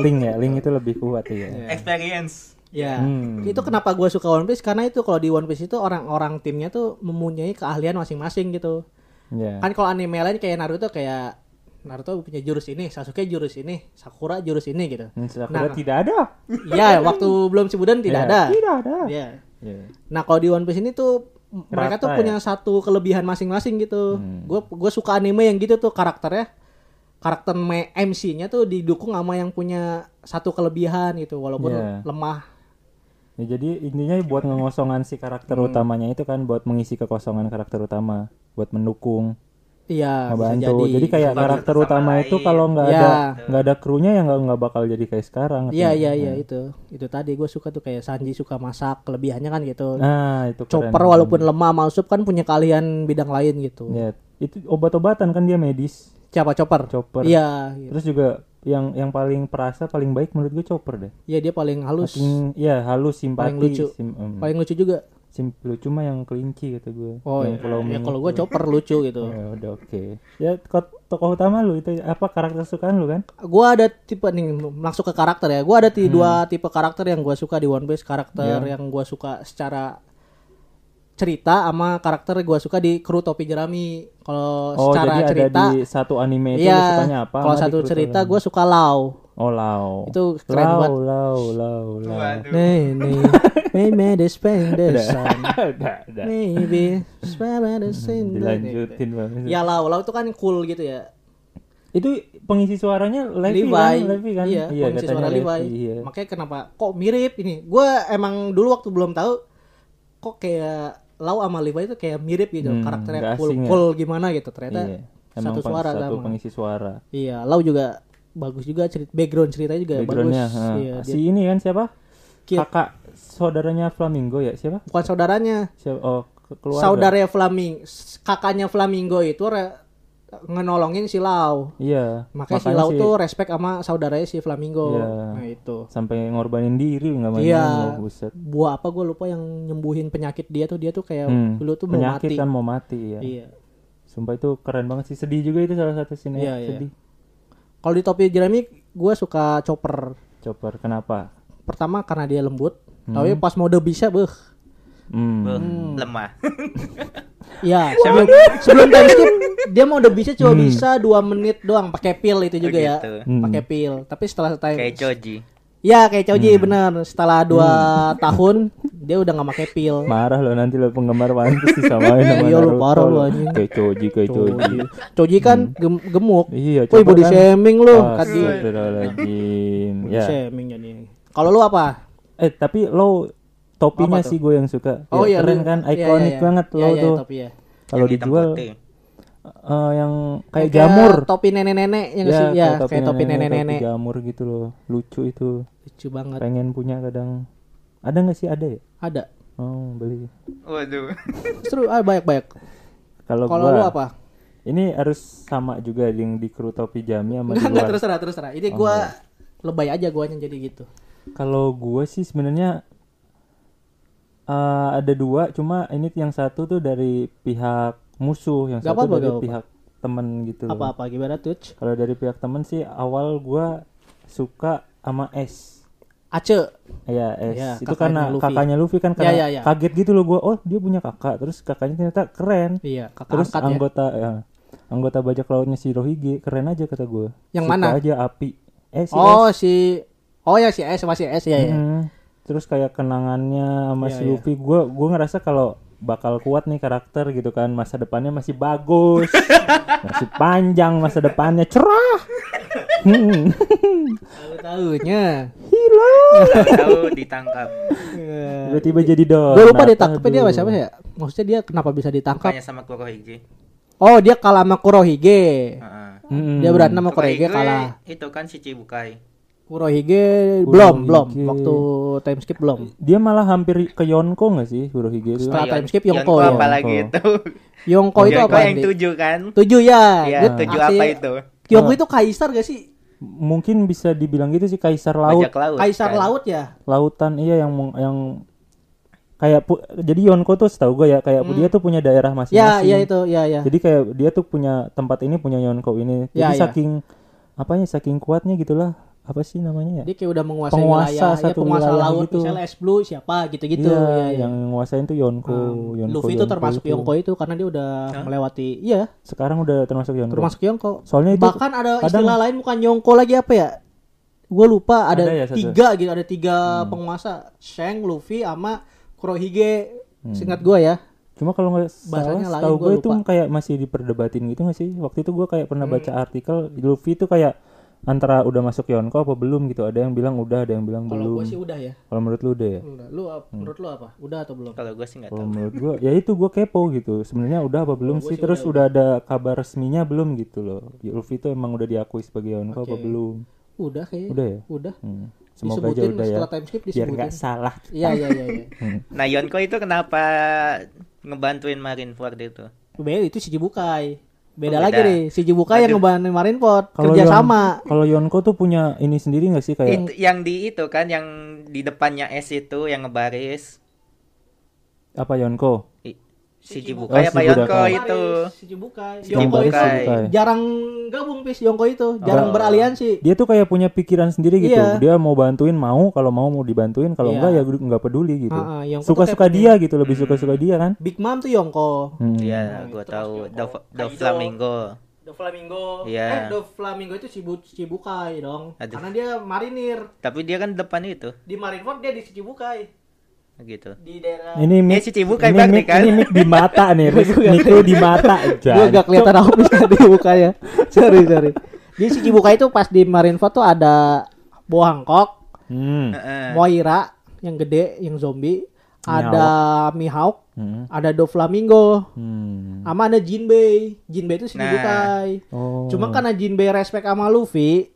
Speaker 1: Link ya, link itu lebih kuat
Speaker 2: Iya.
Speaker 1: ya.
Speaker 3: experience
Speaker 2: Ya.
Speaker 1: Hmm.
Speaker 2: Itu kenapa gue suka One Piece karena itu kalau di One Piece itu orang-orang timnya tuh mempunyai keahlian masing-masing gitu.
Speaker 1: Ya.
Speaker 2: Kan kalau anime lain kayak Naruto kayak Naruto punya jurus ini, Sasuke jurus ini, Sakura jurus ini gitu.
Speaker 1: Hmm, Sakura
Speaker 2: Nah.
Speaker 1: tidak ada.
Speaker 2: Iya, waktu belum Shippuden tidak
Speaker 1: Ya,
Speaker 2: ada.
Speaker 1: Tidak ada.
Speaker 2: Iya.
Speaker 1: Ya.
Speaker 2: Nah kalau di One Piece ini tuh m-
Speaker 1: Rata ya?
Speaker 2: mereka tuh punya satu kelebihan masing-masing gitu.
Speaker 1: Hmm.
Speaker 2: Gue gue suka anime yang gitu tuh karakternya karakter me- MC-nya tuh didukung sama yang punya satu kelebihan gitu walaupun
Speaker 1: Iya.
Speaker 2: lemah.
Speaker 1: Ya, jadi intinya buat ngengosongan si karakter
Speaker 2: Hmm.
Speaker 1: utamanya itu kan buat mengisi kekosongan karakter utama, buat mendukung,
Speaker 2: Iya bisa
Speaker 1: ngebantu. Jadi, kayak
Speaker 3: Bisa
Speaker 1: karakter
Speaker 3: bantu
Speaker 1: utama
Speaker 3: sama
Speaker 1: itu
Speaker 3: lain.
Speaker 1: kalau nggak
Speaker 2: Ya.
Speaker 1: ada nggak ada krunya ya nggak nggak bakal jadi kayak sekarang.
Speaker 2: Iya
Speaker 1: Artinya.
Speaker 2: iya iya itu itu tadi gue suka tuh kayak Sanji suka masak kelebihannya kan gitu.
Speaker 1: Nah itu keren.
Speaker 2: Chopper walaupun lemah sama Usopp kan punya keahlian bidang lain gitu.
Speaker 1: Ya, itu obat-obatan kan dia medis.
Speaker 2: Siapa Chopper?
Speaker 1: Chopper.
Speaker 2: Iya iya.
Speaker 1: Terus juga yang yang paling perasa paling baik menurut gue Chopper deh.
Speaker 2: Iya dia paling halus,
Speaker 1: Paling- ya halus simpati,
Speaker 2: Paling lucu.
Speaker 1: sim- em,
Speaker 2: paling lucu juga.
Speaker 1: sim- lucu mah yang kelinci kata gue.
Speaker 2: Oh
Speaker 1: yang
Speaker 2: iya.
Speaker 1: pulau
Speaker 2: ya
Speaker 1: Ming
Speaker 2: kalau gue Chopper lucu gitu.
Speaker 1: Ya udah oke. Ya kot- tokoh utama lu itu apa karakter sukaan lu kan?
Speaker 2: gue ada tipe nih langsung ke karakter ya gue ada ti-
Speaker 1: Hmm.
Speaker 2: dua tipe karakter yang gue suka di One Piece karakter
Speaker 1: Iya.
Speaker 2: yang gue suka secara cerita sama karakter gue suka di kru topi jerami kalau
Speaker 1: Oh
Speaker 2: secara
Speaker 1: jadi
Speaker 2: cerita
Speaker 1: ada di satu anime itu lu sukanya
Speaker 2: iya
Speaker 1: apa? sama
Speaker 2: kalau
Speaker 1: di
Speaker 2: satu
Speaker 1: Kuroko
Speaker 2: cerita
Speaker 1: Lau?
Speaker 2: gue suka Lau
Speaker 1: Oh Lau.
Speaker 2: itu keren
Speaker 1: lau,
Speaker 2: banget
Speaker 1: Lau Lau Lau.
Speaker 3: waduh
Speaker 2: nih nih we made a spend the sun
Speaker 1: Iya. udah udah. Hmm,
Speaker 2: maybe spend the sun Iya.
Speaker 1: Dilanjutin banget.
Speaker 2: ya Lau Lau itu kan cool gitu ya
Speaker 1: Itu pengisi suaranya Levi,
Speaker 2: Levi.
Speaker 1: Kan? Levi kan?
Speaker 2: Iya, pengisi
Speaker 1: katanya
Speaker 2: suara Levi.
Speaker 1: Iya.
Speaker 2: Makanya kenapa kok mirip ini? Gue emang dulu waktu belum tahu kok kayak Lau sama Levi itu kayak mirip gitu
Speaker 1: Hmm,
Speaker 2: karakternya
Speaker 1: nggak
Speaker 2: cool,
Speaker 1: asing ya.
Speaker 2: cool gimana gitu ternyata.
Speaker 1: Iya.
Speaker 2: satu
Speaker 1: peng-
Speaker 2: suara
Speaker 1: satu
Speaker 2: sama.
Speaker 1: pengisi suara.
Speaker 2: Iya, Lau juga bagus juga cerita background ceritanya juga bagus.
Speaker 1: Backgroundnya. ha.
Speaker 2: Iya, dia
Speaker 1: si ini kan siapa?
Speaker 2: Kid.
Speaker 1: Kakak saudaranya Flamingo ya siapa?
Speaker 2: bukan saudaranya.
Speaker 1: Siapa? Oh ke- keluarga.
Speaker 2: Saudaranya Flaming, kakaknya Flamingo itu re- ngenolongin si Lau.
Speaker 1: Iya.
Speaker 2: Makanya, si Lau tuh respect sama saudaranya si Flamingo.
Speaker 1: Iya.
Speaker 2: Nah, itu.
Speaker 1: sampai ngorbanin diri nggak main
Speaker 2: Iya.
Speaker 1: buset.
Speaker 2: Buah apa gue lupa yang nyembuhin penyakit dia tuh dia tuh kayak
Speaker 1: Hmm,
Speaker 2: Iya, dulu tuh mau
Speaker 1: Penyakit
Speaker 2: mati.
Speaker 1: kan mau mati ya.
Speaker 2: Iya.
Speaker 1: Sumpah itu keren banget sih sedih juga itu salah satu scene
Speaker 2: Iya,
Speaker 1: ya
Speaker 2: iya.
Speaker 1: sedih.
Speaker 2: Kalau di topi jerami gue suka chopper.
Speaker 1: Chopper kenapa?
Speaker 2: Pertama karena dia lembut, tapi pas mode bisa beuh.
Speaker 1: Hmm.
Speaker 3: Beuh, lemah.
Speaker 2: Iya, sebelum, sebelum time skip dia mode bisa cuma bisa 2 menit doang pakai pil itu juga ya.
Speaker 3: Gitu.
Speaker 1: Hmm.
Speaker 2: Pakai pil. Tapi setelah time
Speaker 3: Kayak Joji.
Speaker 2: Ya kayak Choji
Speaker 1: Hmm.
Speaker 2: bener Setelah 2 tahun Dia udah gak pakai pil
Speaker 1: Marah lo nanti lo penggemar One Piece disamain sama
Speaker 2: Iya, lo
Speaker 1: Naruto
Speaker 2: parah lo,
Speaker 1: lo.
Speaker 2: anjing.
Speaker 1: Kayak Choji, kayak Choji.
Speaker 2: Oh, Choji kan gem- gemuk
Speaker 1: Hmm. Iya,
Speaker 2: Woi body
Speaker 1: kan.
Speaker 2: shaming lu Kadi
Speaker 1: Astagfirullahaladzim.
Speaker 2: Body
Speaker 1: Ya.
Speaker 2: shaming jadi Kalau lu apa?
Speaker 1: Eh tapi lo topinya sih gue yang suka. Ya, keren
Speaker 2: lu-
Speaker 1: kan,
Speaker 2: iya, iya,
Speaker 1: ikonik
Speaker 2: iya.
Speaker 1: banget
Speaker 2: Iya,
Speaker 1: lo
Speaker 2: iya,
Speaker 1: tuh.
Speaker 2: topi ya.
Speaker 1: Kalau
Speaker 3: Yang hitam
Speaker 1: dijual
Speaker 3: putih.
Speaker 1: eh, yang kayak jamur. Iya,
Speaker 2: Topi nenek-nenek yang sih ya, kayak topi nenek-nenek.
Speaker 1: topi jamur gitu loh. Lucu itu.
Speaker 2: Lucu banget.
Speaker 1: Pengen punya kadang. Ada nggak sih ada ya?
Speaker 2: Ada.
Speaker 1: Oh beli.
Speaker 3: Waduh.
Speaker 2: Seru ah banyak-banyak.
Speaker 1: Kalau
Speaker 2: Kalau lu
Speaker 1: gua
Speaker 2: apa?
Speaker 1: ini harus sama juga yang di kru topi jami sama di
Speaker 2: Enggak, enggak
Speaker 1: luar.
Speaker 2: terus terang, terus terang.
Speaker 1: Oh,
Speaker 2: Ini
Speaker 1: iya.
Speaker 2: gua lebay aja guanya jadi gitu.
Speaker 1: Kalau gue sih sebenarnya eh, ada dua, cuma ini yang satu tuh dari pihak musuh, yang
Speaker 2: Gak
Speaker 1: satu
Speaker 2: apa-apa,
Speaker 1: dari
Speaker 2: gak apa-apa.
Speaker 1: pihak temen gitu. loh.
Speaker 2: Apa-apa gimana tuh?
Speaker 1: Kalau dari pihak temen sih awal gue suka sama S.
Speaker 2: Ace.
Speaker 1: Ya, S.
Speaker 2: Ya,
Speaker 1: itu
Speaker 2: kakaknya
Speaker 1: karena
Speaker 2: Luffy.
Speaker 1: kakaknya Luffy kan
Speaker 2: Ya,
Speaker 1: karena
Speaker 2: ya, ya.
Speaker 1: kaget gitu loh gue. Oh, dia punya kakak. Terus kakaknya ternyata keren.
Speaker 2: Iya, kakak
Speaker 1: Terus
Speaker 2: angkat ya.
Speaker 1: anggota ya, anggota bajak lautnya si Rohige keren aja kata gue.
Speaker 2: Yang
Speaker 1: Suka
Speaker 2: mana?
Speaker 1: aja api. Eh, si S.
Speaker 2: oh si oh ya si S masih S ya ya.
Speaker 1: Mm. Terus kayak kenangannya sama
Speaker 2: Iya,
Speaker 1: si
Speaker 2: iya.
Speaker 1: Luffy, gue gue ngerasa kalau bakal kuat nih karakter gitu kan, masa depannya masih bagus, masih panjang masa depannya cerah. Hmm.
Speaker 2: Tahu tahunya.
Speaker 3: Tahu-tahu ditangkap.
Speaker 1: Tiba-tiba jadi dong.
Speaker 2: Gue lupa ditangkapnya dia sama siapa ya? Maksudnya dia kenapa bisa ditangkap?
Speaker 3: Bukannya sama Kurohige.
Speaker 2: Oh dia kalah sama Kurohige.
Speaker 3: Heeh.
Speaker 2: Dia berantem sama Kurohige
Speaker 3: Kurohige
Speaker 2: kalah.
Speaker 3: Itu kan si Cibukai.
Speaker 2: Kurohige
Speaker 1: Kurohige.
Speaker 2: belum belum waktu time skip belum.
Speaker 1: Dia malah hampir ke Yonko gak sih Kurohige itu?
Speaker 2: Setelah
Speaker 3: Yon-
Speaker 2: time skip Yonko ya.
Speaker 3: Iya. apalagi
Speaker 1: Yonko.
Speaker 3: itu.
Speaker 2: Yonko itu
Speaker 3: Yonko
Speaker 2: apa?
Speaker 3: yang
Speaker 2: Andi?
Speaker 3: tujuh kan?
Speaker 2: Tujuh ya.
Speaker 3: Iya,
Speaker 2: Gua-
Speaker 3: tujuh
Speaker 2: asli-
Speaker 3: apa itu?
Speaker 2: Yonko itu kaisar gak sih?
Speaker 1: Mungkin bisa dibilang gitu sih kaisar laut,
Speaker 3: Bajak laut.
Speaker 2: Kaisar
Speaker 3: kan?
Speaker 2: laut ya.
Speaker 1: lautan iya yang meng- yang kayak pu- jadi Yonko tuh setahu gue ya kayak dia tuh punya daerah
Speaker 2: Hmm. Ya
Speaker 1: masing-masing.
Speaker 2: ya itu ya ya.
Speaker 1: Jadi kayak dia tuh punya tempat ini punya Yonko ini. Jadi
Speaker 2: Ya, ya.
Speaker 1: saking apanya saking kuatnya gitulah. Apa sih namanya ya?
Speaker 2: Dia kayak udah menguasai
Speaker 1: Penguasa
Speaker 2: wilayah, ya,
Speaker 1: satu
Speaker 2: penguasa
Speaker 1: wilayah
Speaker 2: laut,
Speaker 1: gitu.
Speaker 2: misalnya es blue siapa gitu-gitu.
Speaker 1: Iya,
Speaker 2: Ya, ya.
Speaker 1: yang nguasain tuh Yonko, Yonko.
Speaker 2: Ah, Luffy itu
Speaker 1: Yonko
Speaker 2: termasuk
Speaker 1: itu.
Speaker 2: Yonko itu karena dia udah melewati iya
Speaker 1: Sekarang udah termasuk Yonko.
Speaker 2: termasuk Yonko
Speaker 1: Soalnya itu
Speaker 2: bahkan ada
Speaker 1: kadang-
Speaker 2: istilah lain bukan Yonko lagi apa ya gue lupa
Speaker 1: Ada
Speaker 2: ada,
Speaker 1: ya satu? Hmm.
Speaker 2: tiga gitu ada tiga penguasa Shang Luffy sama Kurohige
Speaker 1: Hmm.
Speaker 2: singkat gue ya
Speaker 1: Cuma kalau nggak
Speaker 2: Bahasanya
Speaker 1: salah,
Speaker 2: lain,
Speaker 1: tahu
Speaker 2: gua
Speaker 1: gue itu
Speaker 2: lupa. Hmm.
Speaker 1: kayak masih diperdebatin gitu nggak sih? Waktu itu gue kayak pernah baca artikel Luffy itu kayak antara udah masuk Yonko apa belum gitu. Ada yang bilang udah, ada yang bilang belum.
Speaker 2: kalau gue sih udah ya
Speaker 1: Kalau menurut lu udah ya?
Speaker 2: Udah. lu ap- menurut lu apa udah atau belum
Speaker 3: Kalau gue sih
Speaker 2: Oh.
Speaker 3: nggak
Speaker 1: Kalau
Speaker 3: tahu.
Speaker 1: menurut gue, ya itu gue kepo gitu. Sebenarnya udah apa belum sih? Terus udah, ada kabar resminya belum gitu loh. Luffy itu emang udah diakui sebagai Yonko apa
Speaker 2: Oke.
Speaker 1: belum?
Speaker 2: udah kayaknya
Speaker 1: Udah ya?
Speaker 2: udah
Speaker 1: Hmm. Semoga aja
Speaker 2: disebutin
Speaker 1: udah ya.
Speaker 2: setelah time skip
Speaker 1: Biar
Speaker 2: disebutin
Speaker 1: nggak salah.
Speaker 2: iya iya iya iya.
Speaker 3: Nah Yonko itu kenapa ngebantuin Marineford itu?
Speaker 2: Beda itu si Jibukai beda
Speaker 3: Oh,
Speaker 2: lagi
Speaker 3: beda.
Speaker 2: nih si Jibukai yang ngebantuin Marineford kerja
Speaker 1: Yon-
Speaker 2: sama
Speaker 1: Kalau Yonko tuh punya ini sendiri nggak
Speaker 2: Oh,
Speaker 1: sih
Speaker 2: iya.
Speaker 1: kayak?
Speaker 3: Itu yang di itu kan yang di depannya S itu yang ngebaris
Speaker 1: Apa Yonko?
Speaker 3: I- si Jibukai
Speaker 2: Oh,
Speaker 3: apa Yonko
Speaker 1: Budakai.
Speaker 3: itu?
Speaker 2: si Jibukai
Speaker 1: Yang ya?
Speaker 3: Yonko
Speaker 2: Yonko
Speaker 1: baris
Speaker 2: itu
Speaker 3: Kai.
Speaker 1: Kai.
Speaker 2: jarang gabung pis Yonko itu jarang
Speaker 3: Oh.
Speaker 2: beraliansi
Speaker 1: Dia tuh kayak punya pikiran sendiri gitu.
Speaker 2: Iya.
Speaker 1: Dia mau bantuin mau, kalau mau mau dibantuin, kalau
Speaker 2: Iya.
Speaker 1: enggak ya nggak peduli gitu.
Speaker 2: Ah, ah, Yonko tuh
Speaker 1: Suka-suka
Speaker 2: kayak Hmm.
Speaker 1: dia gitu, lebih suka-suka dia kan?
Speaker 2: Big Mom tuh Yonko
Speaker 1: Hmm.
Speaker 3: Iya, gue tahu. The, the Flamingo.
Speaker 2: The Flamingo
Speaker 3: Iya.
Speaker 2: eh The Flamingo itu Cibu Cibukai dong
Speaker 3: Aduh.
Speaker 2: karena dia marinir
Speaker 3: Tapi dia kan depan itu,
Speaker 2: di Marineford dia di Cibukai
Speaker 3: gitu.
Speaker 2: di daerah
Speaker 1: Ini mic,
Speaker 3: si Cibukai
Speaker 1: ini
Speaker 3: banget nih
Speaker 1: mic,
Speaker 3: kan?
Speaker 1: ini mic di mata nih, Riz. mic lu di mata.
Speaker 2: Gua
Speaker 1: Jan.
Speaker 2: gak kelihatan apa tadi mukanya sorry sorry Jadi si Cibuka itu pas di Marineford tuh ada Bo Hancock,
Speaker 1: Hmm.
Speaker 3: Heeh.
Speaker 2: Moira yang gede, yang zombie, ada Mihawk,
Speaker 1: Hmm.
Speaker 2: ada Doflamingo,
Speaker 1: Hmm.
Speaker 2: sama ada Jinbei. Jinbei itu si
Speaker 3: Nah.
Speaker 2: Cibukai.
Speaker 1: Oh.
Speaker 2: Cuma kan- karena Jinbei respect sama Luffy,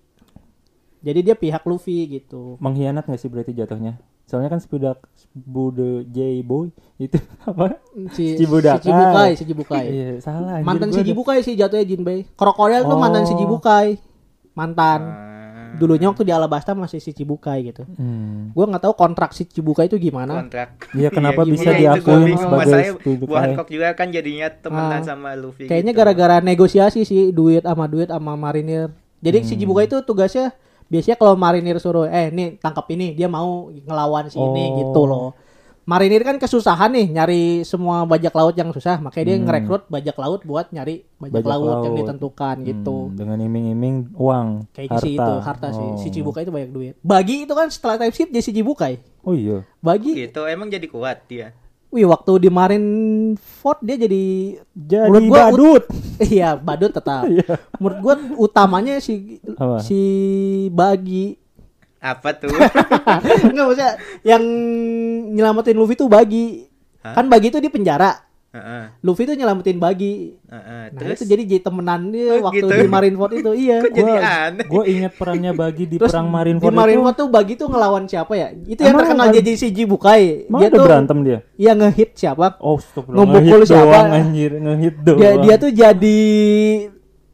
Speaker 2: jadi dia pihak Luffy gitu.
Speaker 1: mengkhianat nggak sih berarti jatuhnya? Soalnya kan sebudak Bude J Boy itu apa?
Speaker 2: Si,
Speaker 1: Cibudak.
Speaker 2: si Cibukai,
Speaker 1: Ah.
Speaker 2: si Cibukai.
Speaker 1: Iya, salah. anjir,
Speaker 2: mantan
Speaker 1: gua
Speaker 2: si
Speaker 1: ada-
Speaker 2: Jibukai sih jatuhnya Jinbei. Krokodil
Speaker 1: Oh.
Speaker 2: tuh mantan si Jibukai. Mantan.
Speaker 3: Ah,
Speaker 2: Dulunya waktu di Alabasta masih si Cibukai gitu.
Speaker 1: Hmm.
Speaker 2: Gua nggak tahu kontrak si Cibukai itu gimana.
Speaker 3: kontrak.
Speaker 1: Iya, kenapa
Speaker 3: gimana
Speaker 1: bisa
Speaker 3: itu
Speaker 1: diakuin
Speaker 3: gua bingung.
Speaker 1: sebagai
Speaker 3: Masalahnya
Speaker 1: studio
Speaker 3: Bo
Speaker 1: kayak-
Speaker 3: Hancock juga kan jadinya temenan
Speaker 2: ya? Ah,
Speaker 3: sama Luffy.
Speaker 2: Kayaknya
Speaker 3: gitu.
Speaker 2: gara-gara negosiasi sih duit sama duit sama marinir. Jadi
Speaker 1: Hmm.
Speaker 2: si Jibukai itu tugasnya biasanya kalau marinir suruh eh nih tangkap ini dia mau ngelawan si ini
Speaker 1: Oh.
Speaker 2: gitu loh. Marinir kan kesusahan nih nyari semua bajak laut yang susah, makanya dia
Speaker 1: Hmm.
Speaker 2: ngerekrut bajak laut buat nyari
Speaker 1: Bajak
Speaker 2: bajak, laut, yang
Speaker 1: laut.
Speaker 2: ditentukan gitu.
Speaker 1: Hmm, dengan iming-iming uang,
Speaker 2: Kayaknya
Speaker 1: harta.
Speaker 2: sih itu harta sih. Si
Speaker 1: Oh.
Speaker 2: Cibukai itu banyak duit. Bagi itu kan setelah time skip dia si Cibukai.
Speaker 1: Oh iya.
Speaker 2: Bagi,
Speaker 3: gitu emang jadi kuat dia.
Speaker 2: wih waktu di Marineford dia jadi
Speaker 1: Jadi
Speaker 2: Menurut gua ut-
Speaker 1: badut.
Speaker 2: iya badut tetap.
Speaker 1: Iya.
Speaker 2: Menurut gua utamanya si
Speaker 1: Apa?
Speaker 2: si Bagi.
Speaker 3: Apa tuh?
Speaker 2: Enggak maksudnya yang nyelamatin Luffy tuh Bagi.
Speaker 3: Hah?
Speaker 2: Kan Bagi itu di penjara.
Speaker 3: Heeh,
Speaker 2: Luffy tuh nyelamatin Bagi.
Speaker 3: heeh.
Speaker 2: Nah,
Speaker 3: Terus
Speaker 2: itu jadi jadi temenan dia
Speaker 3: Oh,
Speaker 2: waktu
Speaker 3: gitu.
Speaker 2: di Marineford itu iya.
Speaker 3: Kok jadi
Speaker 1: Gua-
Speaker 3: aneh?
Speaker 1: Gue ingat perannya bagi di
Speaker 2: Terus
Speaker 1: perang
Speaker 2: Di
Speaker 1: Marineford itu.
Speaker 2: Marineford tuh Bagi tuh ngelawan siapa ya? Itu yang
Speaker 1: Emang
Speaker 2: terkenal
Speaker 1: Marin-
Speaker 2: jadi si Jibukai.
Speaker 1: Emang ada
Speaker 2: tuh-
Speaker 1: berantem dia?
Speaker 2: Iya ngehit siapa?
Speaker 1: Oh, stop
Speaker 2: Ngebukul siapa?
Speaker 1: doang anjir, ngehit doang.
Speaker 2: Dia dia tuh jadi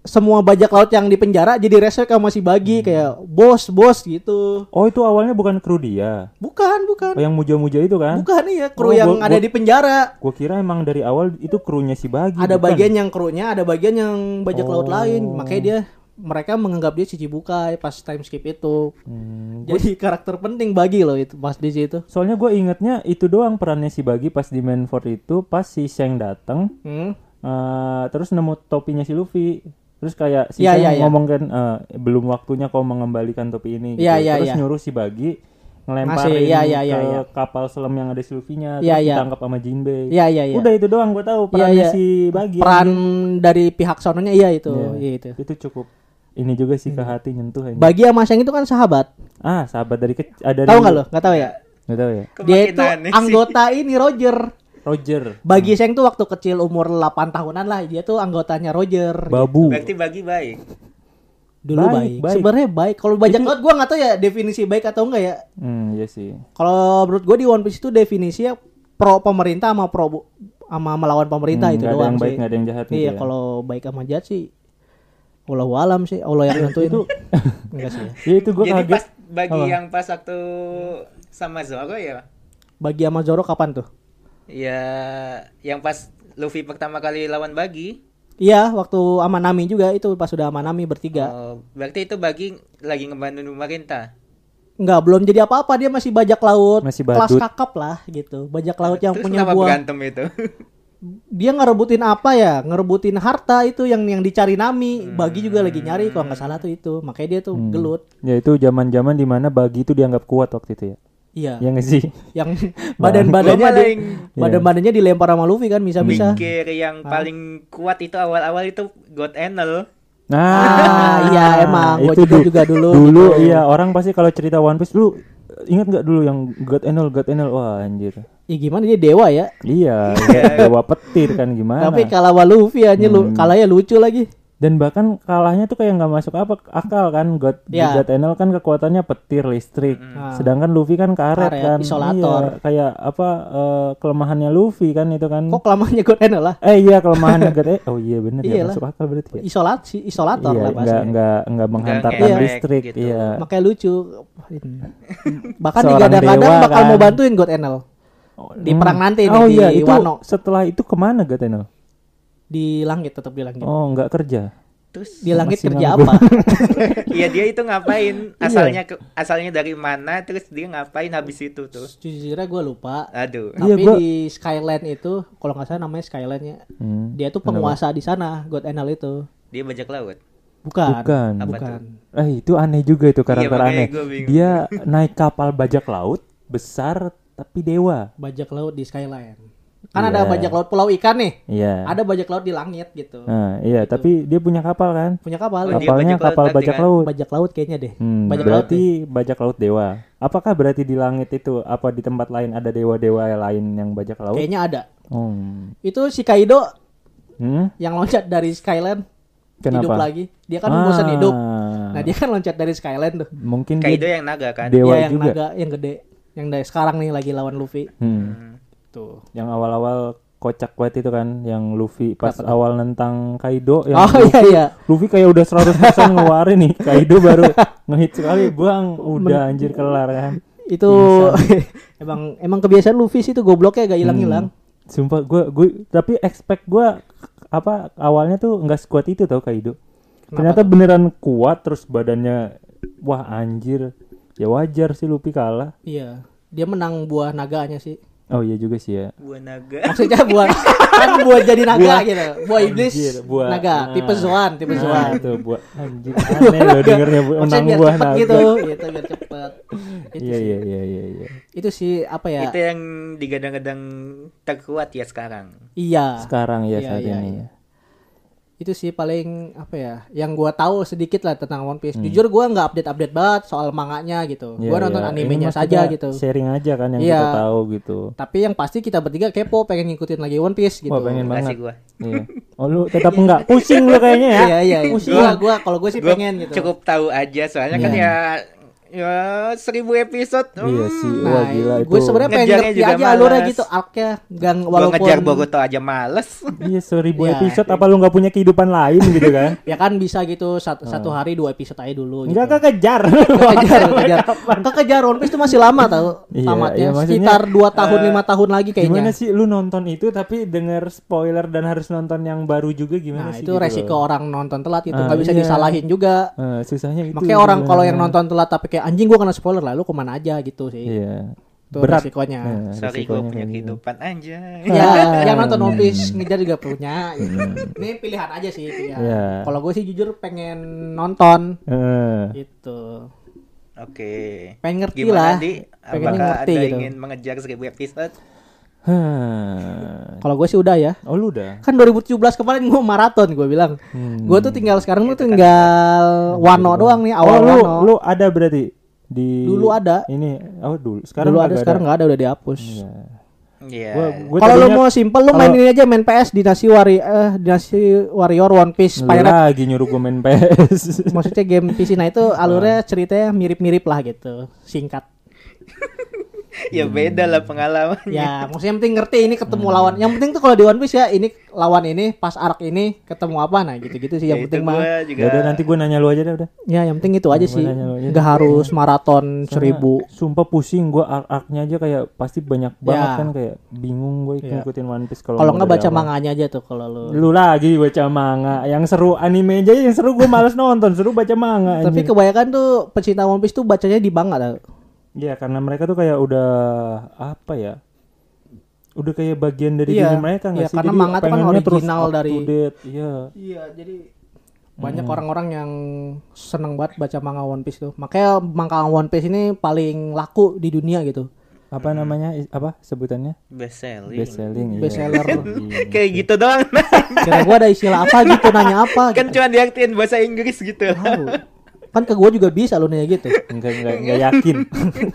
Speaker 2: semua bajak laut yang di penjara jadi resek sama si Bagi
Speaker 1: Hmm.
Speaker 2: kayak bos bos gitu.
Speaker 1: Oh, itu awalnya bukan kru dia.
Speaker 2: Bukan bukan
Speaker 1: Oh, yang muja-muja itu kan?
Speaker 2: bukan iya
Speaker 1: Oh,
Speaker 2: kru yang
Speaker 1: gua-
Speaker 2: ada
Speaker 1: gua-
Speaker 2: di penjara.
Speaker 1: Gue kira emang dari awal itu krunya si Bagi.
Speaker 2: Ada
Speaker 1: bukan?
Speaker 2: bagian yang krunya, ada bagian yang bajak
Speaker 1: Oh.
Speaker 2: laut lain. Makanya dia mereka menganggap dia cici bukai pas time skip itu.
Speaker 1: Hmm.
Speaker 2: Jadi karakter penting Bagi loh itu pas di situ.
Speaker 1: Soalnya gue ingetnya itu doang perannya si Bagi pas di Manfort itu pas si Sheng datang
Speaker 2: Hmm.
Speaker 1: eh, terus nemu topinya si Luffy. Terus kayak si
Speaker 2: Iya,
Speaker 1: Sheng
Speaker 2: iya, iya.
Speaker 1: ngomong kan eh, belum waktunya kau mengembalikan topi ini gitu.
Speaker 2: Iya, iya,
Speaker 1: terus
Speaker 2: iya.
Speaker 1: nyuruh si Bagi ngelemparin
Speaker 2: Ngasih, iya, iya, iya,
Speaker 1: ke
Speaker 2: iya.
Speaker 1: kapal selam yang ada si Luffy-nya
Speaker 2: Iya,
Speaker 1: terus
Speaker 2: iya.
Speaker 1: ditangkap sama Jinbei.
Speaker 2: Iya iya iya.
Speaker 1: Udah itu doang gue tahu perannya
Speaker 2: iya.
Speaker 1: si Bagi.
Speaker 2: Peran dari pihak sononya iya itu.
Speaker 1: Iya.
Speaker 2: Iya itu.
Speaker 1: Itu cukup ini juga sih ke hati nyentuh aja.
Speaker 2: Bagi sama Shang itu kan sahabat.
Speaker 1: Ah, sahabat dari kecil ada
Speaker 2: Tahu nggak lo? Nggak tahu ya.
Speaker 1: Enggak tahu ya.
Speaker 3: Kok
Speaker 2: Dia
Speaker 3: makin
Speaker 2: itu
Speaker 3: aneh sih?
Speaker 2: anggota ini Roger.
Speaker 1: Roger.
Speaker 2: Bagi Seng tuh waktu kecil umur 8 tahunan lah dia tuh anggotanya Roger.
Speaker 1: Babu.
Speaker 3: Berarti bagi baik.
Speaker 2: Dulu
Speaker 1: Baik,
Speaker 2: baik.
Speaker 1: baik.
Speaker 2: Sebenarnya baik. Kalau bajak laut gua nggak tahu ya definisi baik atau enggak ya.
Speaker 1: Hmm, iya sih.
Speaker 2: Kalau menurut gua di One Piece itu definisinya pro pemerintah sama pro bu- sama melawan pemerintah
Speaker 1: Hmm,
Speaker 2: itu
Speaker 1: nggak ada
Speaker 2: doang
Speaker 1: yang baik,
Speaker 2: sih.
Speaker 1: nggak ada yang jahat gitu
Speaker 2: Iya,
Speaker 1: ya.
Speaker 2: kalau baik sama jahat sih Allah alam sih, Allah yang nentuin itu. Enggak sih. Ya.
Speaker 1: Ya itu gue
Speaker 3: Jadi
Speaker 1: kaget.
Speaker 3: pas bagi
Speaker 1: Apa?
Speaker 3: yang pas waktu sama Zoro ya.
Speaker 2: Bagi sama Zoro kapan tuh?
Speaker 3: Ya yang pas Luffy pertama kali lawan bagi.
Speaker 2: Iya, waktu sama Nami juga itu pas sudah sama Nami bertiga.
Speaker 3: Oh, berarti itu bagi lagi ngebantu pemerintah.
Speaker 2: Nggak, belum jadi apa-apa dia masih bajak laut
Speaker 1: Masih
Speaker 2: kelas
Speaker 1: badut.
Speaker 2: kakap lah gitu bajak laut yang
Speaker 3: Terus
Speaker 2: punya
Speaker 3: kenapa
Speaker 2: buah
Speaker 3: berantem itu?
Speaker 2: dia ngerebutin apa ya ngerebutin harta itu yang yang dicari Nami
Speaker 3: Hmm.
Speaker 2: bagi juga lagi nyari kalau nggak salah tuh itu makanya dia tuh gelut
Speaker 1: Ya itu zaman-zaman dimana bagi itu dianggap kuat waktu itu ya.
Speaker 2: iya
Speaker 1: Ya nggak sih?
Speaker 2: yang badan badannya
Speaker 3: Gua malah
Speaker 2: di-
Speaker 3: yang-
Speaker 2: badan badannya dilempar sama Luffy kan bisa bisa
Speaker 3: Mikir yang paling kuat itu awal-awal itu God Enel.
Speaker 2: Ah, iya, emang. Gua juga-
Speaker 1: du-
Speaker 2: juga dulu
Speaker 1: Nah, Dulu
Speaker 2: gitu.
Speaker 1: iya orang pasti kalau cerita One Piece lu ingat nggak dulu yang God Enel, God Enel, wah anjir.
Speaker 2: ya gimana dia dewa ya
Speaker 1: Iya, dewa petir kan gimana?
Speaker 2: tapi kalah sama Luffy aja lu
Speaker 1: Hmm.
Speaker 2: kalah ya lucu lagi
Speaker 1: Dan bahkan kalahnya tuh kayak nggak masuk apa akal kan God
Speaker 2: Ya.
Speaker 1: God Enel kan kekuatannya petir listrik,
Speaker 2: Ah.
Speaker 1: sedangkan Luffy kan karet,
Speaker 2: Karet,
Speaker 1: kan,
Speaker 2: isolator.
Speaker 1: Iya, kayak apa eh, kelemahannya Luffy kan itu kan?
Speaker 2: kok kelamannya God Enel lah
Speaker 1: Eh iya kelemahannya God Enel, oh iya bener ya
Speaker 2: Iyalah.
Speaker 1: masuk akal berarti ya.
Speaker 2: isolasi
Speaker 1: Iya,
Speaker 2: isolator lah
Speaker 1: nggak
Speaker 2: bahasanya
Speaker 1: nggak nggak menghantarkan
Speaker 3: ngefek
Speaker 1: listrik,
Speaker 3: gitu.
Speaker 1: iya.
Speaker 2: makanya lucu bahkan
Speaker 1: Hmm. Seorang
Speaker 2: digadang-gadang
Speaker 1: dewa
Speaker 2: bakal mau
Speaker 1: kan.
Speaker 2: bantuin God Enel di perang nanti nih
Speaker 1: oh,
Speaker 2: di
Speaker 1: iya, itu
Speaker 2: Wano. Iya.
Speaker 1: Setelah itu kemana God Enel?
Speaker 2: di langit tetap di langit
Speaker 1: Oh nggak kerja.
Speaker 3: Terus
Speaker 2: di langit
Speaker 1: masih
Speaker 2: kerja
Speaker 1: nganggur.
Speaker 2: apa
Speaker 3: Iya dia itu ngapain?
Speaker 2: Iya.
Speaker 3: Asalnya ke- asalnya dari mana? Terus dia ngapain habis itu tuh?
Speaker 2: jujurnya gue lupa
Speaker 3: Aduh.
Speaker 1: Iya,
Speaker 2: tapi
Speaker 1: gua-
Speaker 2: di Skyland itu kalau nggak salah namanya Skyland ya
Speaker 1: Hmm.
Speaker 2: dia tuh penguasa di sana God Enel itu
Speaker 3: Dia bajak laut.
Speaker 2: bukan
Speaker 1: Bukan.
Speaker 3: Apa
Speaker 2: bukan.
Speaker 3: tuh?
Speaker 1: Eh itu aneh juga itu karakter
Speaker 3: Iya, makanya
Speaker 1: aneh.
Speaker 3: gua bingung.
Speaker 1: Dia naik kapal bajak laut besar tapi dewa.
Speaker 2: bajak laut di Skyland Kan ada
Speaker 1: Iya.
Speaker 2: bajak laut Pulau Ikan nih.
Speaker 1: Iya.
Speaker 2: Ada bajak laut di langit gitu.
Speaker 1: Nah, iya, tapi dia punya kapal kan?
Speaker 2: Punya kapal.
Speaker 3: Oh, dia
Speaker 1: Kapalnya
Speaker 3: bajak laut
Speaker 1: kapal
Speaker 3: berarti
Speaker 1: bajak
Speaker 3: kan?
Speaker 1: laut.
Speaker 2: Bajak laut kayaknya deh.
Speaker 1: Hmm,
Speaker 2: bajak laut.
Speaker 1: berarti bajak laut dewa. Apakah berarti di langit itu apa di tempat lain ada dewa-dewa lain yang bajak laut?
Speaker 2: Kayaknya ada.
Speaker 1: Hmm.
Speaker 2: Itu si Kaido
Speaker 1: Hmm?
Speaker 2: yang loncat dari Skyland
Speaker 1: Kenapa?
Speaker 2: hidup lagi. Dia kan
Speaker 1: Ah,
Speaker 2: bosan hidup. Nah, dia kan loncat dari Skyland tuh.
Speaker 1: mungkin
Speaker 3: Kaido
Speaker 1: dia
Speaker 3: yang naga kan?
Speaker 1: dewa
Speaker 2: Dia Iya, yang
Speaker 1: juga.
Speaker 2: naga yang gede yang dari sekarang nih lagi lawan Luffy.
Speaker 1: Hmm.
Speaker 2: Tuh.
Speaker 1: Yang awal-awal kocak banget itu kan yang Luffy pas awal nentang Kaido yang
Speaker 2: Oh iya iya.
Speaker 1: Luffy kayak udah 100% ngeluarin nih Kaido baru ngehit sekali Bang udah anjir kelar kan
Speaker 2: Itu emang emang kebiasaan Luffy sih itu gobloknya gak hilang-hilang.
Speaker 1: Hmm. Sumpah gue gue tapi expect gue apa awalnya tuh nggak sekuat itu tau Kaido. Ternyata beneran kuat terus badannya wah anjir. Ya wajar sih Luffy kalah.
Speaker 2: Iya. Dia menang buah naganya sih.
Speaker 1: Oh iya juga sih ya.
Speaker 3: Gua naga.
Speaker 2: Maksudnya buah kan buah jadi naga gitu. Buah iblis
Speaker 1: Anjir, buah.
Speaker 2: naga,
Speaker 1: Nah.
Speaker 2: tipe zoan, tipe zoan.
Speaker 1: Nah, itu buat anjir aneh lo dengernya bu-
Speaker 2: Maksudnya
Speaker 1: menang
Speaker 2: biar
Speaker 1: buah
Speaker 2: cepet
Speaker 1: naga.
Speaker 2: gitu, gitu biar cepet. Itu
Speaker 1: Iya
Speaker 2: sih.
Speaker 1: iya iya iya iya.
Speaker 2: Itu sih apa ya?
Speaker 3: Itu yang digadang-gadang terkuat ya sekarang.
Speaker 2: Iya.
Speaker 1: Sekarang ya
Speaker 2: Iya,
Speaker 1: saat
Speaker 2: iya,
Speaker 1: ini.
Speaker 2: iya. Itu sih paling apa ya? Yang gua tahu sedikit lah tentang One Piece. Jujur gua nggak update-update banget soal manganya gitu.
Speaker 1: Hmm. Iya,
Speaker 2: gua nonton
Speaker 1: iya. Ini
Speaker 2: animenya
Speaker 1: mah
Speaker 2: saja
Speaker 1: kita
Speaker 2: gitu.
Speaker 1: Sharing aja kan yang
Speaker 2: Iya.
Speaker 1: kita tahu gitu.
Speaker 2: Tapi yang pasti kita bertiga kepo pengen ngikutin lagi One Piece gitu.
Speaker 1: Wah pengen banget.
Speaker 3: Kasih gua.
Speaker 1: Iya. Oh lu tetap enggak pusing lu kayaknya ya.
Speaker 2: Iya iya. iya.
Speaker 1: Pusing.
Speaker 2: Gua gua kalau gue sih
Speaker 3: Gua
Speaker 2: pengen gitu.
Speaker 3: Cukup tahu aja soalnya kan
Speaker 1: Iya.
Speaker 3: ya ya seribu episode.
Speaker 1: Iya
Speaker 3: hmm.
Speaker 1: sih. Wah
Speaker 2: Nah,
Speaker 1: gila itu.
Speaker 2: gue sebenarnya pengen
Speaker 3: Ngejarnya
Speaker 2: ngerti
Speaker 3: juga
Speaker 2: aja alurnya
Speaker 3: malas.
Speaker 2: gitu, arc-nya. Gang
Speaker 3: Gua
Speaker 2: walaupun
Speaker 3: ngejar Bogoto aja males.
Speaker 1: Iya seribu
Speaker 2: Ya.
Speaker 1: episode apa lu nggak punya kehidupan lain gitu kan?
Speaker 2: ya kan bisa gitu satu, satu hari dua episode aja dulu gitu.
Speaker 1: Enggak kan. kekejar.
Speaker 2: kekejar, kekejar. Kekejar One Piece itu masih lama tau
Speaker 1: Iya,
Speaker 2: tamatnya.
Speaker 1: iya, maksudnya, eh,
Speaker 2: Sekitar 2 tahun, lima tahun lagi kayaknya.
Speaker 1: Gimana sih lu nonton itu tapi denger spoiler dan harus nonton yang baru juga gimana sih?
Speaker 2: nah,
Speaker 1: gitu
Speaker 2: itu resiko
Speaker 1: loh.
Speaker 2: orang nonton telat gitu,
Speaker 1: Ah,
Speaker 2: nggak bisa
Speaker 1: iya.
Speaker 2: disalahin juga.
Speaker 1: Eh, susahnya itu.
Speaker 2: Makanya orang kalau yang
Speaker 1: sebenarnya.
Speaker 2: nonton telat tapi kayak anjing gua kena spoiler lah, lu kemana aja gitu sih.
Speaker 1: Iya.
Speaker 2: Itu
Speaker 1: Berat.
Speaker 2: resikonya.
Speaker 1: Nah,
Speaker 3: Sorry
Speaker 1: resikonya
Speaker 3: gua punya
Speaker 1: kayak gitu.
Speaker 3: kehidupan anjay.
Speaker 2: Ya,
Speaker 1: Ah.
Speaker 2: yang nonton One Piece ngejar juga punya. gitu. Ini pilihan aja sih. pilihan.
Speaker 1: Hmm. Iya.
Speaker 2: Kalau gue sih jujur pengen nonton
Speaker 1: Eh,
Speaker 2: gitu.
Speaker 3: Oke.
Speaker 2: Pengen ngerti lah.
Speaker 3: Gimana Di?
Speaker 2: Pengennya
Speaker 3: Apakah
Speaker 2: ngerti
Speaker 3: ada
Speaker 2: gitu.
Speaker 3: ingin mengejar seribu episode?
Speaker 1: hah.
Speaker 2: Kalau gue sih udah ya.
Speaker 1: eh. Oh lu udah.
Speaker 2: Kan 2017 kemarin gue maraton gue bilang.
Speaker 1: Hmm.
Speaker 2: Gue tuh tinggal sekarang
Speaker 3: Iya, kan
Speaker 2: tuh tinggal Wano doang nih
Speaker 1: oh,
Speaker 2: awal
Speaker 1: lu
Speaker 2: Wano.
Speaker 1: lu ada berarti di
Speaker 2: Dulu ada.
Speaker 1: Ini oh dulu. Sekarang
Speaker 2: Dulu ada
Speaker 1: kagak
Speaker 2: sekarang nggak ada udah dihapus.
Speaker 3: Iya.
Speaker 1: Gua- gua
Speaker 2: Kalau lu
Speaker 1: tadinya
Speaker 2: mau simple lu
Speaker 1: kalau-
Speaker 2: main ini aja main PS Dinasti Wari eh Dinasti Warrior One
Speaker 1: lu
Speaker 2: Piece Pirate.
Speaker 1: lagi nyuruh gue main PS.
Speaker 2: Maksudnya game PC nah itu alurnya ceritanya mirip-mirip lah gitu, singkat.
Speaker 3: Ya beda lah pengalamannya.
Speaker 2: Ya, maksudnya yang penting ngerti ini ketemu
Speaker 1: Hmm.
Speaker 2: lawan. Yang penting tuh kalau di One Piece ya ini lawan ini pas arc ini ketemu apa nah gitu-gitu sih
Speaker 3: Ya,
Speaker 2: yang
Speaker 3: itu
Speaker 2: penting mah. kan.
Speaker 3: gua
Speaker 1: Ya
Speaker 3: juga.
Speaker 1: udah nanti gue nanya lu aja deh udah.
Speaker 2: Ya, yang penting itu aja
Speaker 1: Gua
Speaker 2: sih.
Speaker 1: nanya lu aja.
Speaker 2: Nggak harus maraton seribu.
Speaker 1: Sumpah pusing gue arc-arcnya aja kayak pasti banyak banget
Speaker 2: Ya.
Speaker 1: kan kayak bingung gue ngikutin One Piece kalau mau
Speaker 2: Kalau nggak
Speaker 1: dari
Speaker 2: baca
Speaker 1: awal.
Speaker 2: manganya aja tuh kalau lu.
Speaker 1: Lu lagi baca manga yang seru anime aja yang seru gue males nonton, seru baca manga
Speaker 2: Tapi
Speaker 1: anjir.
Speaker 2: kebanyakan tuh pecinta One Piece tuh bacanya di manga tau.
Speaker 1: Iya, karena mereka tuh kayak udah apa ya? Udah kayak bagian dari diri
Speaker 2: Iya.
Speaker 1: mereka nggak
Speaker 2: Iya,
Speaker 1: sih?
Speaker 2: karena
Speaker 1: Jadi
Speaker 2: manga tuh kan
Speaker 1: pengennya terus up
Speaker 2: original
Speaker 1: to
Speaker 2: dari-
Speaker 1: date. Iya.
Speaker 2: Iya, jadi banyak
Speaker 1: Hmm.
Speaker 2: orang-orang yang seneng banget baca manga One Piece tuh. Makanya manga One Piece ini paling laku di dunia gitu.
Speaker 1: Apa namanya? Is- Apa sebutannya?
Speaker 3: best selling.
Speaker 1: Best selling. iya.
Speaker 2: Best seller.
Speaker 3: Kayak gitu doang.
Speaker 2: Kira gua ada istilah apa gitu nanya apa
Speaker 3: kan
Speaker 2: gitu.
Speaker 3: cuma diartiin bahasa Inggris gitu.
Speaker 2: Tahu. Kan ke gua juga bisa lu nanya gitu.
Speaker 1: Enggak enggak enggak yakin.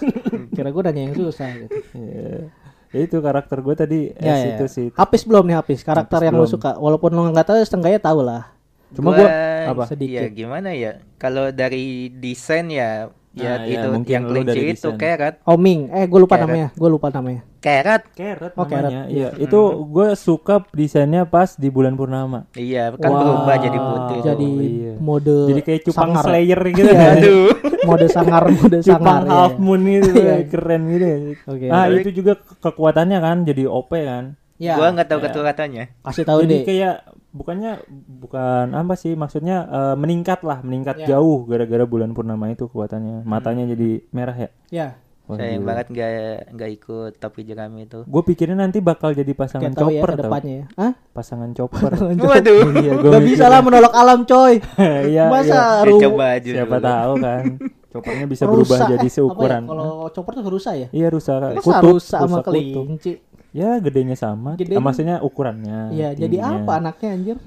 Speaker 2: Kira gua nanya yang susah gitu.
Speaker 1: Iya. Ya itu karakter gue tadi
Speaker 2: Ya,
Speaker 1: S
Speaker 2: ya.
Speaker 1: itu sih
Speaker 2: Habis belum nih habis karakter
Speaker 1: Habis
Speaker 2: yang lu
Speaker 1: belum.
Speaker 2: suka. Walaupun lu nggak tahu setengahnya tahu lah.
Speaker 1: Cuma
Speaker 3: Gua-
Speaker 1: gua apa? Iya.
Speaker 2: Sedikit.
Speaker 3: Ya gimana ya? Kalau dari desain ya ya
Speaker 1: Ah, ya,
Speaker 3: itu
Speaker 1: mungkin
Speaker 3: yang
Speaker 1: lu
Speaker 3: kelinci
Speaker 1: dari
Speaker 3: itu
Speaker 1: desain.
Speaker 3: kerat.
Speaker 2: Oming, eh gue lupa
Speaker 3: Keret.
Speaker 2: namanya,
Speaker 1: kan?
Speaker 2: gue lupa namanya.
Speaker 3: Kerat.
Speaker 1: Carrot
Speaker 2: Oh,
Speaker 1: namanya. Iya, itu gue suka desainnya pas di bulan purnama.
Speaker 3: Iya, kan
Speaker 2: Wah,
Speaker 3: berubah jadi putih.
Speaker 2: Jadi
Speaker 1: iya.
Speaker 2: mode
Speaker 1: Jadi kayak cupang
Speaker 2: sangar.
Speaker 1: slayer gitu
Speaker 2: Iya.
Speaker 1: ya.
Speaker 3: Aduh.
Speaker 2: Mode sangar, mode sangar.
Speaker 1: Cupang
Speaker 2: iya.
Speaker 1: half moon gitu
Speaker 2: Iya.
Speaker 1: keren gitu. ya.
Speaker 2: Oke.
Speaker 1: Ah, itu juga ke- kekuatannya kan jadi OP kan.
Speaker 2: Ya,
Speaker 3: Gua nggak tahu keturutannya.
Speaker 2: kasih tahu
Speaker 1: jadi
Speaker 2: deh.
Speaker 1: kayak bukannya bukan apa sih maksudnya eh, meningkat lah, meningkat
Speaker 2: Iya. Hmm.
Speaker 1: jauh gara-gara bulan purnama itu kekuatannya. Matanya jadi merah ya.
Speaker 2: Ya,
Speaker 3: Sayang banget nggak nggak ikut topi jerami itu.
Speaker 1: Gue pikirin nanti bakal jadi pasangan
Speaker 2: nggak tahu ya
Speaker 1: chopper
Speaker 2: ke
Speaker 1: tau.
Speaker 2: depannya ya. Hah?
Speaker 1: Pasangan chopper.
Speaker 3: Waduh.
Speaker 1: Iya, gua
Speaker 2: Gak bisa
Speaker 1: mikir.
Speaker 2: lah menolak alam coy.
Speaker 1: Iya, iya.
Speaker 2: Masa
Speaker 3: Ya,
Speaker 2: ru-
Speaker 3: coba aja
Speaker 1: Siapa
Speaker 3: dulu.
Speaker 1: tahu kan. Coppernya bisa berubah
Speaker 2: rusa, eh,
Speaker 1: jadi
Speaker 2: apa ya,
Speaker 1: seukuran.
Speaker 2: Kalau chopper tuh rusa ya?
Speaker 1: Iya rusa
Speaker 2: Masa
Speaker 1: kutub,
Speaker 2: rusa
Speaker 1: rusa
Speaker 2: sama
Speaker 1: kutub.
Speaker 2: kelinci?
Speaker 1: Ya gedenya sama,
Speaker 2: Gedenya-
Speaker 1: Ah, maksudnya ukurannya.
Speaker 2: Iya, jadi
Speaker 1: tingginya.
Speaker 2: apa anaknya anjir?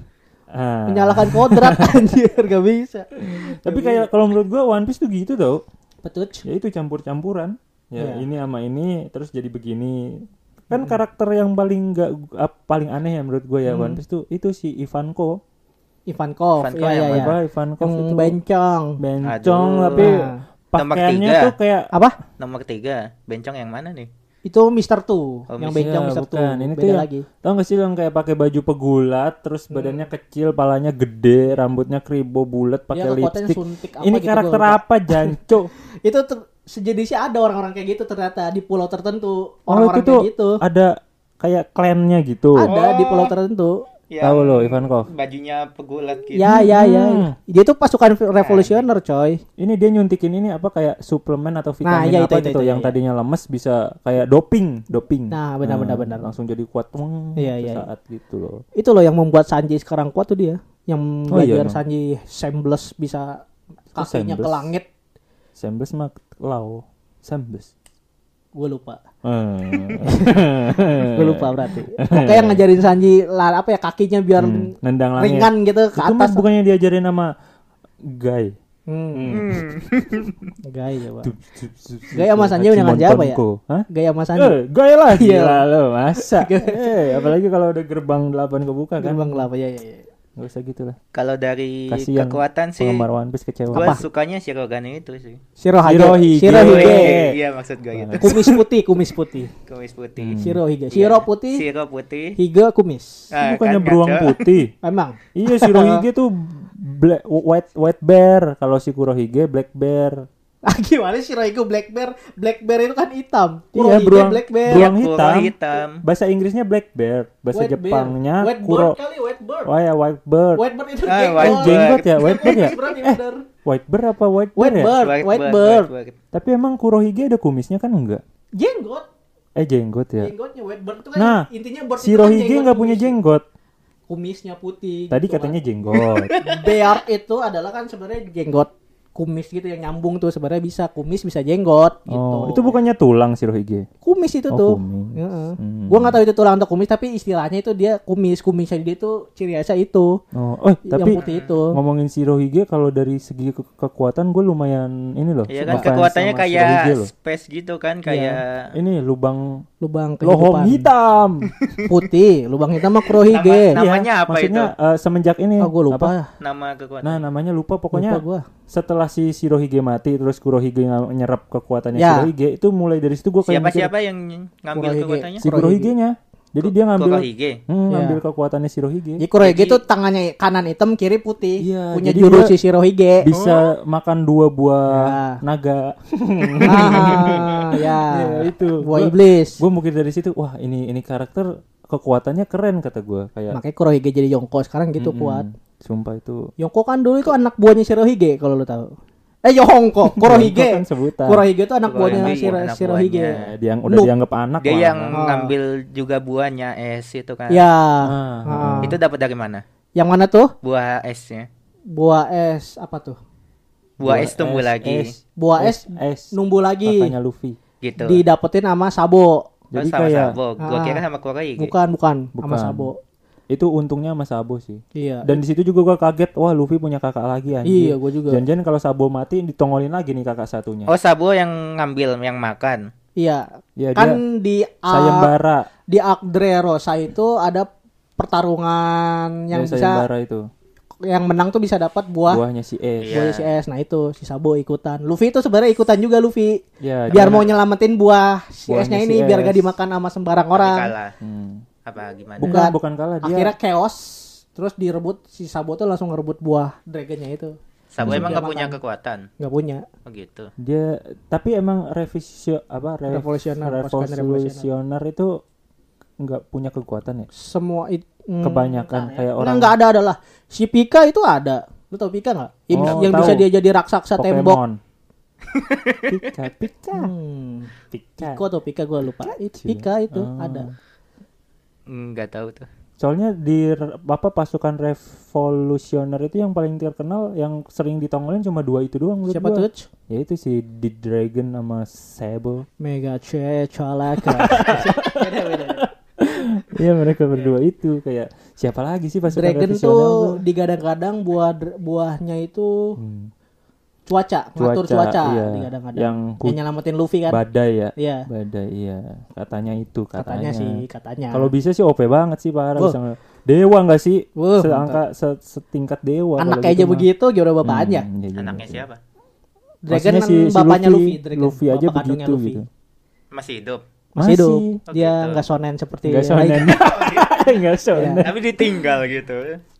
Speaker 1: Ah.
Speaker 2: Menyalakan kodrat anjir, gak bisa.
Speaker 1: Tapi kayak kalau menurut gua One Piece tuh gitu tau.
Speaker 2: Petuj.
Speaker 1: Ya itu campur-campuran. Ya
Speaker 2: Iya.
Speaker 1: ini sama ini terus jadi begini. Kan karakter yang paling nggak ah, paling aneh ya menurut gua ya
Speaker 2: Hmm.
Speaker 1: One Piece tuh itu si Ivanko.
Speaker 2: Ivankov.
Speaker 3: Ivankov
Speaker 2: Iya,
Speaker 3: yang
Speaker 2: iya, iya.
Speaker 1: Apa Ivankov
Speaker 2: Yang
Speaker 1: itu
Speaker 2: bencong.
Speaker 1: bencong
Speaker 3: Aduh.
Speaker 1: tapi
Speaker 2: Nah.
Speaker 1: pakaiannya
Speaker 3: Nomor tiga.
Speaker 1: tuh kayak
Speaker 2: Apa?
Speaker 3: Nomor tiga, bencong yang mana nih?
Speaker 2: Itu Mister Two.
Speaker 3: Oh,
Speaker 2: yang
Speaker 3: Mr.
Speaker 2: bencong
Speaker 1: Iya,
Speaker 2: Mister Two.
Speaker 1: bukan. Ini tuh
Speaker 2: Beda
Speaker 1: yang-
Speaker 2: lagi. Hmm.
Speaker 1: Tau gak sih lo yang kayak pakai baju pegulat, terus badannya kecil, palanya gede, rambutnya kribo bulat, pakai
Speaker 2: Iya, kekuatannya
Speaker 1: lipstick.
Speaker 2: suntik apa
Speaker 1: Ini
Speaker 2: gitu,
Speaker 1: karakter
Speaker 2: gua lupa.
Speaker 1: apa, Janco?
Speaker 2: Itu ter- sejenisnya ada orang-orang kayak gitu ternyata di pulau
Speaker 1: Oh,
Speaker 2: tertentu.
Speaker 1: itu
Speaker 2: Orang-orang
Speaker 1: tuh
Speaker 2: kayak gitu.
Speaker 1: ada kayak klannya gitu.
Speaker 2: Ada di pulau
Speaker 3: Oh.
Speaker 2: tertentu.
Speaker 1: Tahu lo, Ivankov.
Speaker 3: Ya, Bajunya pegulat gitu.
Speaker 2: Ya, ya, ya.
Speaker 1: Hmm.
Speaker 2: Dia tuh pasukan revolusioner, coy.
Speaker 1: Ini dia nyuntikin ini apa kayak suplemen atau vitamin
Speaker 2: iya,
Speaker 1: apa
Speaker 2: itu, itu,
Speaker 1: gitu
Speaker 2: itu,
Speaker 1: yang
Speaker 2: iya.
Speaker 1: tadinya lemes bisa kayak doping, doping.
Speaker 2: Nah, benar, benar, benar.
Speaker 1: Langsung jadi kuat weng,
Speaker 2: Iya, iya,
Speaker 1: sesaat gitu loh.
Speaker 2: itu loh yang membuat Sanji sekarang kuat tuh dia yang
Speaker 1: Oh, iya, emang.
Speaker 2: belajar Sanji sembles bisa
Speaker 1: Kok
Speaker 2: kakinya ke
Speaker 1: Sembles?
Speaker 2: langit
Speaker 1: Sembes mak lau. Sembes.
Speaker 2: gue lupa
Speaker 1: Eh,
Speaker 2: gue lupa berarti pokoknya yang ngajarin Sanji lah apa ya kakinya biar
Speaker 1: hmm, nendang langit.
Speaker 2: ringan gitu ke
Speaker 1: Itu mah
Speaker 2: atas
Speaker 1: bukannya diajarin sama guy.
Speaker 2: hmm. gaya coba Gaya
Speaker 1: Gaya
Speaker 2: sama Sanjay udah ngajar apa ya?
Speaker 1: Hah?
Speaker 2: gaya mas Sanji
Speaker 1: Eh, gaya lah
Speaker 2: Iya.
Speaker 1: gila lo masa. eh, apalagi kalau udah gerbang 8 kebuka kan.
Speaker 2: gerbang kelapa ya ya, ya.
Speaker 1: Gak usah gitu lah.
Speaker 3: Kalau dari
Speaker 1: Kasihan
Speaker 3: kekuatan sih,
Speaker 1: Penggemar One Piece kecewa.
Speaker 3: gue sukanya Shirogane itu sih.
Speaker 2: Shirohige
Speaker 1: Shirohige.
Speaker 2: Shirohige
Speaker 1: Oke.
Speaker 3: Iya maksud gue gitu.
Speaker 2: kumis putih kumis putih
Speaker 1: Hmm.
Speaker 3: Kumis putih.
Speaker 2: Shirohige
Speaker 3: Iya.
Speaker 2: Shiro putih
Speaker 3: Shiro putih.
Speaker 2: Hige kumis
Speaker 1: Itu
Speaker 3: Ah,
Speaker 1: bukannya
Speaker 3: kan,
Speaker 1: beruang
Speaker 3: ngaco.
Speaker 1: putih.
Speaker 2: emang
Speaker 1: iya, Shirohige tuh black, white white bear. Kalau si Kurohige black bear.
Speaker 2: Ah, gimana Shirohige black bear black bear itu kan hitam
Speaker 1: iya,
Speaker 2: Kurohige
Speaker 1: beruang
Speaker 2: black bear
Speaker 1: beruang
Speaker 3: Iya,
Speaker 1: hitam.
Speaker 3: kuro hitam.
Speaker 1: Bahasa Inggrisnya black bear, bahasa
Speaker 2: White
Speaker 1: Jepangnya
Speaker 2: bear. white
Speaker 1: Kuro.
Speaker 2: bird kan? kali white bird
Speaker 1: Oh ya, white bird.
Speaker 2: Eh, white bird itu
Speaker 3: Ah,
Speaker 2: jenggot.
Speaker 1: Oh,
Speaker 3: white
Speaker 1: jenggot
Speaker 3: bird.
Speaker 1: ya, white bird ya?
Speaker 2: Berarti
Speaker 1: Eh,
Speaker 2: bener.
Speaker 1: white bird apa white bear
Speaker 2: white
Speaker 1: ya?
Speaker 2: bird
Speaker 3: White
Speaker 2: white
Speaker 3: bird,
Speaker 2: bird
Speaker 3: white bird.
Speaker 1: Tapi emang Kurohige ada kumisnya kan enggak?
Speaker 2: jenggot
Speaker 1: Eh jenggot ya.
Speaker 2: jenggotnya white bird itu kan
Speaker 1: Nah,
Speaker 2: intinya bird
Speaker 1: si
Speaker 2: itu kan
Speaker 1: Rohige
Speaker 2: jenggot
Speaker 1: nggak punya
Speaker 2: kumis.
Speaker 1: jenggot.
Speaker 2: kumisnya putih
Speaker 1: Tadi
Speaker 2: gitu
Speaker 1: katanya
Speaker 2: kan.
Speaker 1: jenggot.
Speaker 2: bear itu adalah kan sebenarnya jenggot kumis gitu yang nyambung tuh sebenarnya bisa kumis bisa jenggot gitu
Speaker 1: oh, itu bukannya tulang si Rohige.
Speaker 2: kumis itu
Speaker 1: Oh,
Speaker 2: tuh
Speaker 1: kumis.
Speaker 2: Heeh.
Speaker 1: Hmm.
Speaker 2: gua nggak tahu itu tulang atau kumis tapi istilahnya itu dia kumis kumisnya dia tuh ciri khasnya itu
Speaker 1: Oh, eh, tapi
Speaker 2: yang putih itu
Speaker 1: ngomongin si Rohige kalau dari segi ke- kekuatan gue lumayan ini loh.
Speaker 3: Iya kan
Speaker 1: ngefans
Speaker 3: kekuatannya
Speaker 1: sama si
Speaker 3: kayak
Speaker 1: Rohige loh. Iya.
Speaker 3: space gitu kan kayak
Speaker 1: ini lubang
Speaker 2: lubang
Speaker 1: lohong
Speaker 2: ya. kehidupan
Speaker 1: hitam.
Speaker 2: putih lubang hitam mah kurohige
Speaker 3: Nama- Namanya apa
Speaker 1: maksudnya, eh, semenjak ini.
Speaker 2: oh gua lupa
Speaker 1: apa?
Speaker 3: nama kekuatan.
Speaker 1: Nah, namanya lupa pokoknya.
Speaker 2: Lupa gua.
Speaker 1: Setelah si Shirohige mati terus Kurohige nga- nyerap kekuatannya
Speaker 2: Ya.
Speaker 1: Shirohige itu mulai dari situ gue kayak
Speaker 3: siapa
Speaker 1: mikir,
Speaker 3: siapa yang ngambil
Speaker 2: Kurohige.
Speaker 3: kekuatannya?
Speaker 1: si Kurohige-nya. Jadi dia ngambil
Speaker 3: Kurohige.
Speaker 1: Hmm,
Speaker 2: Iya.
Speaker 1: ngambil kekuatannya Shirohige.
Speaker 2: Jadi Kurohige itu tangannya kanan hitam, kiri putih.
Speaker 1: Iya,
Speaker 2: Punya
Speaker 1: jadi
Speaker 2: jurus
Speaker 1: dia
Speaker 2: si Shirohige.
Speaker 1: Bisa makan dua buah
Speaker 2: Oh. Ya.
Speaker 1: naga.
Speaker 2: Ah, ya.
Speaker 1: Iya, itu.
Speaker 2: Buah
Speaker 1: Gua-
Speaker 2: iblis.
Speaker 1: gue mungkin dari situ, wah ini ini karakter kekuatannya keren kata gue kayak
Speaker 2: Makanya Kurohige jadi Yonko sekarang gitu kuat.
Speaker 1: hmm, sumpah itu
Speaker 2: Yonko kan dulu itu anak buahnya Shirohige kalau lu tahu. Eh,
Speaker 1: Yonko
Speaker 2: Yonko, Kurohige.
Speaker 1: kan sebutan.
Speaker 2: Kurohige itu anak buahnya
Speaker 3: Kurohige,
Speaker 2: Shiro-
Speaker 3: anak
Speaker 2: Shirohige.
Speaker 3: buahnya.
Speaker 1: ya, dia yang udah
Speaker 2: Noob.
Speaker 1: dianggap anak
Speaker 3: Dia
Speaker 1: lah.
Speaker 3: yang
Speaker 2: Ah.
Speaker 3: ngambil juga buahnya es itu kan.
Speaker 2: Ya.
Speaker 1: Ah,
Speaker 2: Ah.
Speaker 3: Itu dapat dari mana?
Speaker 2: Yang mana tuh?
Speaker 3: Buah esnya.
Speaker 2: Buah es apa tuh?
Speaker 3: Buah, es
Speaker 1: es,
Speaker 3: tumbuh lagi
Speaker 1: es,
Speaker 2: Buah es,
Speaker 1: es,
Speaker 2: numbuh Oh, lagi.
Speaker 1: makanya Luffy
Speaker 3: gitu. Oh,
Speaker 2: Didapetin sama Sabo.
Speaker 1: jadi
Speaker 3: sama
Speaker 1: kayak
Speaker 3: Sabo. Gua
Speaker 2: Ah.
Speaker 3: kira sama Kurohige.
Speaker 2: Bukan, bukan, sama
Speaker 1: Bukan.
Speaker 2: Sabo.
Speaker 1: itu untungnya sama Sabo sih
Speaker 2: Iya.
Speaker 1: dan di situ juga gue kaget wah Luffy punya kakak lagi anjir
Speaker 2: Iya, gua juga. ah,
Speaker 1: janjian kalau Sabo mati ditongolin lagi nih kakak satunya
Speaker 3: Oh Sabo yang ngambil yang makan.
Speaker 2: Iya.
Speaker 1: Iya,
Speaker 2: kan di A,
Speaker 1: sayembara
Speaker 2: di Agdre Rosa itu ada pertarungan yang
Speaker 1: yang
Speaker 2: bisa
Speaker 1: Iya, sayembara itu
Speaker 2: yang menang tuh bisa dapat buah
Speaker 1: buahnya si E. Es
Speaker 3: Iya.
Speaker 2: buahnya si S. Nah, itu si Sabo ikutan. Luffy itu sebenarnya ikutan juga Luffy.
Speaker 1: ya
Speaker 2: biar
Speaker 1: dia-
Speaker 2: mau nyelamatin buah si
Speaker 1: Buahnya
Speaker 2: S-nya
Speaker 1: si
Speaker 2: ini
Speaker 1: S.
Speaker 2: biar gak dimakan sama sembarang orang.
Speaker 3: Kalah.
Speaker 1: Hmm.
Speaker 3: Apa gimana?
Speaker 1: bukan bukan
Speaker 2: Bukan.
Speaker 1: kalah dia
Speaker 2: Akhirnya chaos terus direbut si Sabo tuh langsung ngerebut buah dragonnya itu.
Speaker 3: Sabo emang
Speaker 2: dia
Speaker 3: gak punya
Speaker 2: makan.
Speaker 3: kekuatan.
Speaker 2: nggak punya.
Speaker 3: Oh gitu.
Speaker 1: dia tapi emang revisio apa rev-
Speaker 2: Revolusioner, pasukan
Speaker 1: revolusioner, itu nggak punya kekuatan ya
Speaker 2: Semua it, mm,
Speaker 1: kebanyakan kayak orang
Speaker 2: nggak ada adalah si Pika itu ada. Lu tau Pika nggak? Yang,
Speaker 1: Oh,
Speaker 2: yang
Speaker 1: tahu.
Speaker 2: bisa dia jadi raksasa tembok.
Speaker 1: Pokemon pika pika
Speaker 2: Hmm.
Speaker 1: pika
Speaker 2: Piko atau Pika gue lupa. Itu Pika itu
Speaker 1: Ah.
Speaker 2: ada.
Speaker 3: Enggak tahu tuh.
Speaker 1: soalnya di re- apa pasukan revolusioner itu yang paling terkenal yang sering ditongolin cuma dua itu doang menurut
Speaker 2: Siapa
Speaker 1: gua.
Speaker 2: tuh?
Speaker 1: ya itu si The Dragon sama Sable
Speaker 2: Mega C Chalaka. Beda, beda, beda.
Speaker 1: Iya mereka berdua itu kayak siapa lagi sih pas suka ada
Speaker 2: Dragon
Speaker 1: visional
Speaker 2: tuh digadang-gadang buah buahnya itu
Speaker 1: Hmm.
Speaker 2: cuaca, ngatur cuaca
Speaker 1: iya.
Speaker 2: digadang-gadang.
Speaker 1: yang ku-
Speaker 2: Yang nyelamatin Luffy kan?
Speaker 1: badai ya.
Speaker 2: Iya.
Speaker 1: Badai iya. Katanya itu katanya.
Speaker 2: Katanya, sih, katanya.
Speaker 1: Kalau bisa sih OP banget sih parah
Speaker 2: Wah.
Speaker 1: bisa nge- dewa nggak sih?
Speaker 2: Wah,
Speaker 1: Seangka se- setingkat dewa kalau
Speaker 2: Anaknya aja
Speaker 1: gitu mah.
Speaker 2: begitu, gimana
Speaker 1: Hmm,
Speaker 2: bapaknya?
Speaker 1: iya, iya,
Speaker 3: Anaknya
Speaker 1: iya.
Speaker 3: siapa?
Speaker 2: Dragon
Speaker 1: Maksudnya
Speaker 2: kan
Speaker 1: si, si
Speaker 2: bapaknya Luffy, Dragon.
Speaker 1: Luffy aja
Speaker 2: Bapak kandungnya
Speaker 1: begitu
Speaker 2: Luffy.
Speaker 1: gitu.
Speaker 3: Masih hidup.
Speaker 2: Masih hidup.
Speaker 3: Oh,
Speaker 2: Dia
Speaker 3: gitu.
Speaker 2: nggak sonen seperti
Speaker 1: Enggak
Speaker 2: yang lain.
Speaker 1: sonen. Enggak sonen.
Speaker 3: Tapi ditinggal gitu.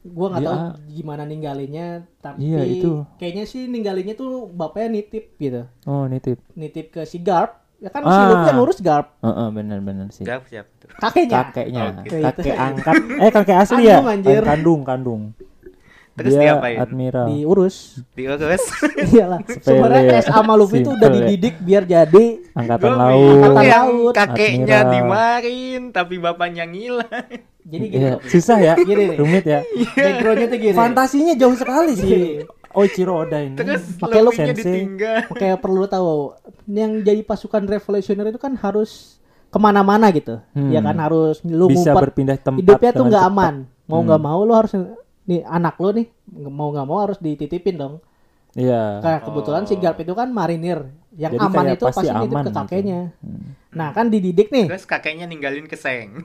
Speaker 2: Gua nggak
Speaker 1: Dia-
Speaker 2: tahu gimana ninggalinnya, tapi
Speaker 1: Iya, itu.
Speaker 2: kayaknya sih ninggalinnya tuh bapaknya nitip gitu.
Speaker 1: Oh, nitip.
Speaker 2: Nitip ke si Garp. Ya kan si
Speaker 1: Ah.
Speaker 2: Luffy yang ngurus Garp,
Speaker 1: Heeh, benar-benar sih.
Speaker 3: Gak siapa tuh.
Speaker 2: kakeknya.
Speaker 1: Kakeknya,
Speaker 2: Oke.
Speaker 1: kakek angkat. Eh, kakek asli ya?
Speaker 2: Kandung, anjir.
Speaker 1: Kandung, kandung.
Speaker 3: Terus
Speaker 1: dia
Speaker 3: diapain? oh,
Speaker 1: admiral.
Speaker 2: Diurus.
Speaker 3: Diurus.
Speaker 2: Iyalah. Iya Sebenarnya S sama Luffy tuh
Speaker 1: Simpel
Speaker 2: udah
Speaker 1: ya.
Speaker 2: dididik biar jadi
Speaker 1: Angkatan
Speaker 3: Gua
Speaker 1: laut. Iya,
Speaker 3: bingung
Speaker 2: Angkatan
Speaker 3: yang
Speaker 2: laut.
Speaker 3: kakeknya
Speaker 1: Admiral.
Speaker 3: dimarin tapi bapaknya ngilang.
Speaker 2: jadi gini.
Speaker 1: Iya,
Speaker 2: Rob.
Speaker 1: susah ya,
Speaker 2: Gini nih.
Speaker 1: rumit ya.
Speaker 2: Backgroundnya tuh gini.
Speaker 1: Fantasinya jauh sekali sih. Oichiro Oda Oh, ini.
Speaker 3: Terus
Speaker 2: Pakai lu
Speaker 3: Luffy-nya
Speaker 1: sensei.
Speaker 3: ditinggal.
Speaker 2: Kayak perlu tahu yang jadi pasukan revolusioner itu kan harus kemana-mana gitu,
Speaker 1: Hmm.
Speaker 2: ya kan harus lu
Speaker 1: Bisa
Speaker 2: ngumpet.
Speaker 1: berpindah tempat
Speaker 2: hidupnya tuh
Speaker 1: dengan
Speaker 2: nggak
Speaker 1: cepat.
Speaker 2: aman. Mau
Speaker 1: Hmm.
Speaker 2: nggak mau lu harus nih anak lu nih mau nggak mau harus dititipin dong.
Speaker 1: Iya.
Speaker 2: Karena kebetulan si Garp itu kan marinir, yang
Speaker 1: Jadi
Speaker 2: aman
Speaker 1: kayak
Speaker 2: itu pasti, nitip
Speaker 1: aman
Speaker 2: ke
Speaker 1: gitu.
Speaker 2: kakeknya.
Speaker 1: Hmm.
Speaker 2: Nah kan dididik nih,
Speaker 3: Terus kakeknya ninggalin ke Seng.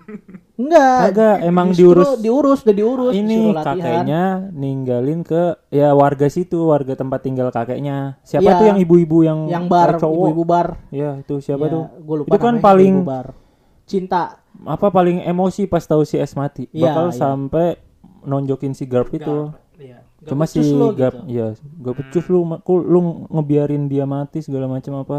Speaker 2: enggak.
Speaker 1: Kagak, emang
Speaker 2: Justru
Speaker 1: diurus.
Speaker 2: diurus, udah diurus.
Speaker 1: Ini
Speaker 2: disuruh latihan.
Speaker 1: kakeknya ninggalin ke ya warga situ, warga tempat tinggal kakeknya. Siapa
Speaker 2: Iya.
Speaker 1: tuh yang ibu-ibu yang
Speaker 2: yang bar,
Speaker 1: cowok?
Speaker 2: ibu-ibu bar.
Speaker 1: Ya, itu siapa
Speaker 2: Ya,
Speaker 1: tuh?
Speaker 2: Gua lupa
Speaker 1: Itu kan
Speaker 2: namanya,
Speaker 1: paling
Speaker 2: ibu-ibu bar. cinta
Speaker 1: apa paling emosi pas tahu si S mati.
Speaker 2: Iya,
Speaker 1: Bakal
Speaker 2: iya.
Speaker 1: sampai nonjokin si Garp itu.
Speaker 2: Iya.
Speaker 1: Cuma si
Speaker 2: becus lo gitu. Hmm.
Speaker 1: Gap, ya, gak becus lu, ma- ku- lu ngebiarin dia mati segala macam apa.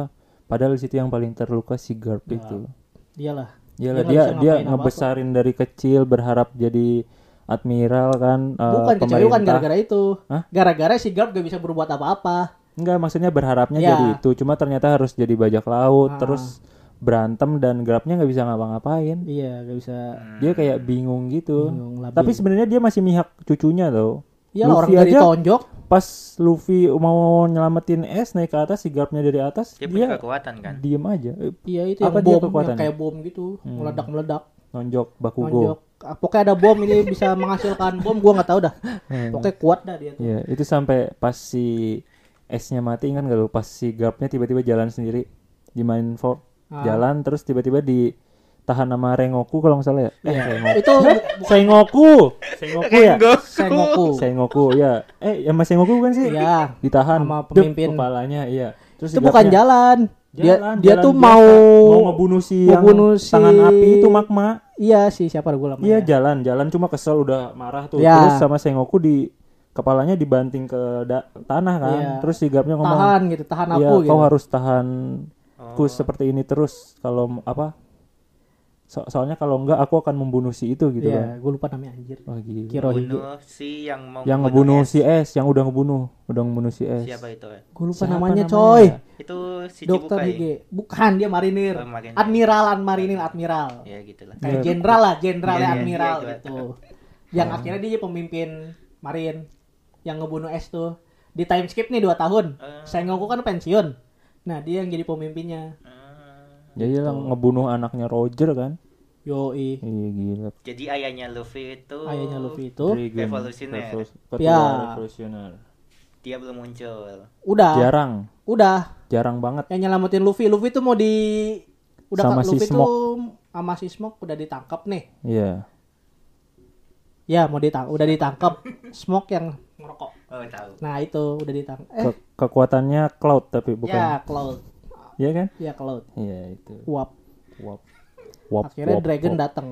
Speaker 1: Padahal di situ yang paling terluka si Garp itu.
Speaker 2: Iyalah.
Speaker 1: Iyalah
Speaker 2: Iya. nggak
Speaker 1: dia
Speaker 2: bisa
Speaker 1: dia
Speaker 2: ngapain apa-apa.
Speaker 1: ngebesarin dari kecil berharap jadi admiral kan eh,
Speaker 2: Bukan kecuali bukan
Speaker 1: pemerintah.
Speaker 2: gara-gara itu.
Speaker 1: Hah?
Speaker 2: Gara-gara si Garp gak bisa berbuat apa-apa.
Speaker 1: Enggak, maksudnya berharapnya
Speaker 2: Ya.
Speaker 1: jadi itu. Cuma ternyata harus jadi bajak laut,
Speaker 2: Ah.
Speaker 1: terus berantem dan Garpnya nggak bisa ngapa-ngapain.
Speaker 2: Iya, gak bisa.
Speaker 1: Dia kayak bingung gitu.
Speaker 2: Bingung, labil.
Speaker 1: Tapi sebenarnya dia masih mihak cucunya loh.
Speaker 2: Iyalah orang
Speaker 1: Luffy
Speaker 2: dari
Speaker 1: aja
Speaker 2: tonjok.
Speaker 1: pas Luffy mau nyelamatin S naik ke atas, si Garpnya dari atas,
Speaker 3: Dia
Speaker 1: dia
Speaker 3: punya kekuatan kan.
Speaker 1: diem aja Eh,
Speaker 2: Iya itu
Speaker 1: Apa
Speaker 2: yang
Speaker 1: dia
Speaker 2: bom,
Speaker 1: kekuatannya?
Speaker 2: yang kayak bom gitu, meledak-meledak,
Speaker 1: nonjok
Speaker 2: tonjok.
Speaker 1: bakugo
Speaker 2: Ah, Pokoknya ada bom ini bisa menghasilkan bom, gua nggak tahu dah. Pokoknya kuat dah dia tuh.
Speaker 1: Iya, itu sampai pas si S-nya mati kan gak lu pas si Garpnya tiba-tiba jalan sendiri di main for
Speaker 2: Ah.
Speaker 1: jalan terus tiba-tiba ditahan sama Rengoku kalau nggak salah ya
Speaker 2: Iya.
Speaker 1: eh Rengoku
Speaker 2: Itu
Speaker 1: Sengoku Sengoku ya
Speaker 2: Sengoku.
Speaker 1: Sengoku ya eh sama Sengoku kan sih
Speaker 2: Iya.
Speaker 1: ditahan
Speaker 2: Sama
Speaker 1: Dup,
Speaker 2: pemimpin.
Speaker 1: kepalanya iya terus
Speaker 2: Itu bukan jalan. Dia dia tuh mau
Speaker 1: mau ngebunuh si yang
Speaker 2: ngebunuh si-
Speaker 1: tangan api itu magma
Speaker 2: Iya sih, siapa gue lama.
Speaker 1: Iya jalan, jalan cuma kesel udah marah tuh.
Speaker 2: Ya.
Speaker 1: Terus sama Sengoku di kepalanya dibanting ke da- tanah kan.
Speaker 2: Iya.
Speaker 1: Terus si Garpnya ngomong,
Speaker 2: Tahan gitu, tahan
Speaker 1: "Iya,
Speaker 2: aku gitu.
Speaker 1: kau harus tahan
Speaker 3: Oh.
Speaker 1: ku seperti ini terus kalau m- apa? So- soalnya kalau enggak aku akan membunuh si itu gitu kan."
Speaker 2: Iya, gue lupa namanya anjir.
Speaker 1: Wah, gila.
Speaker 2: Kirohige.
Speaker 3: Bunuh si yang mau
Speaker 1: Yang ngebunuh si S, yang udah ngebunuh, udah ngebunuh si S.
Speaker 3: siapa itu ya?
Speaker 2: Gue lupa
Speaker 1: Siapa
Speaker 2: namanya,
Speaker 1: namanya?
Speaker 2: coy.
Speaker 3: Itu si
Speaker 2: Dokter
Speaker 3: Cibukai.
Speaker 2: Hige. Bukan dia marinir.
Speaker 3: Oh, marinir.
Speaker 2: Admiralan marinir admiral.
Speaker 3: Ya gitulah.
Speaker 1: Iya.
Speaker 2: Kayak jenderal lah, jenderal
Speaker 3: Iya, iya,
Speaker 2: admiral
Speaker 3: iya,
Speaker 2: gitu. Yang akhirnya dia jadi pemimpin marin yang ngebunuh S tuh. Di time skip nih 2 tahun.
Speaker 3: Eh.
Speaker 2: Sengoku kan pensiun. Nah, dia yang jadi pemimpinnya.
Speaker 1: Ya iyalah
Speaker 2: Gitu.
Speaker 1: ngebunuh anaknya Roger kan.
Speaker 2: Yoi.
Speaker 1: Iya gila.
Speaker 3: Jadi ayahnya Luffy itu
Speaker 2: Ayahnya Luffy itu
Speaker 1: Dragon,
Speaker 3: Revolusioner.
Speaker 1: revol- ketua
Speaker 2: Ya.
Speaker 1: revolusioner.
Speaker 3: dia belum muncul.
Speaker 2: udah,
Speaker 1: Jarang,
Speaker 2: udah
Speaker 1: jarang banget.
Speaker 2: yang nyelamatin Luffy. Luffy tuh mau di udah
Speaker 1: Sama
Speaker 2: kan
Speaker 1: si
Speaker 2: Luffy
Speaker 1: Smoke.
Speaker 2: tuh sama si Smoke udah ditangkap nih.
Speaker 1: Iya.
Speaker 2: Ya, mau ditang udah ditangkap. Smoke yang ngerokok.
Speaker 3: Oh, tahu.
Speaker 2: Nah, itu udah ditangkap. Eh,
Speaker 1: Ke- kekuatannya cloud tapi bukan.
Speaker 2: ya Cloud.
Speaker 1: Iya kan?
Speaker 2: Ya Cloud.
Speaker 1: Iya itu.
Speaker 2: Uap.
Speaker 1: Wap. Wap.
Speaker 2: Akhirnya
Speaker 1: wap,
Speaker 2: Dragon
Speaker 1: wap.
Speaker 2: datang.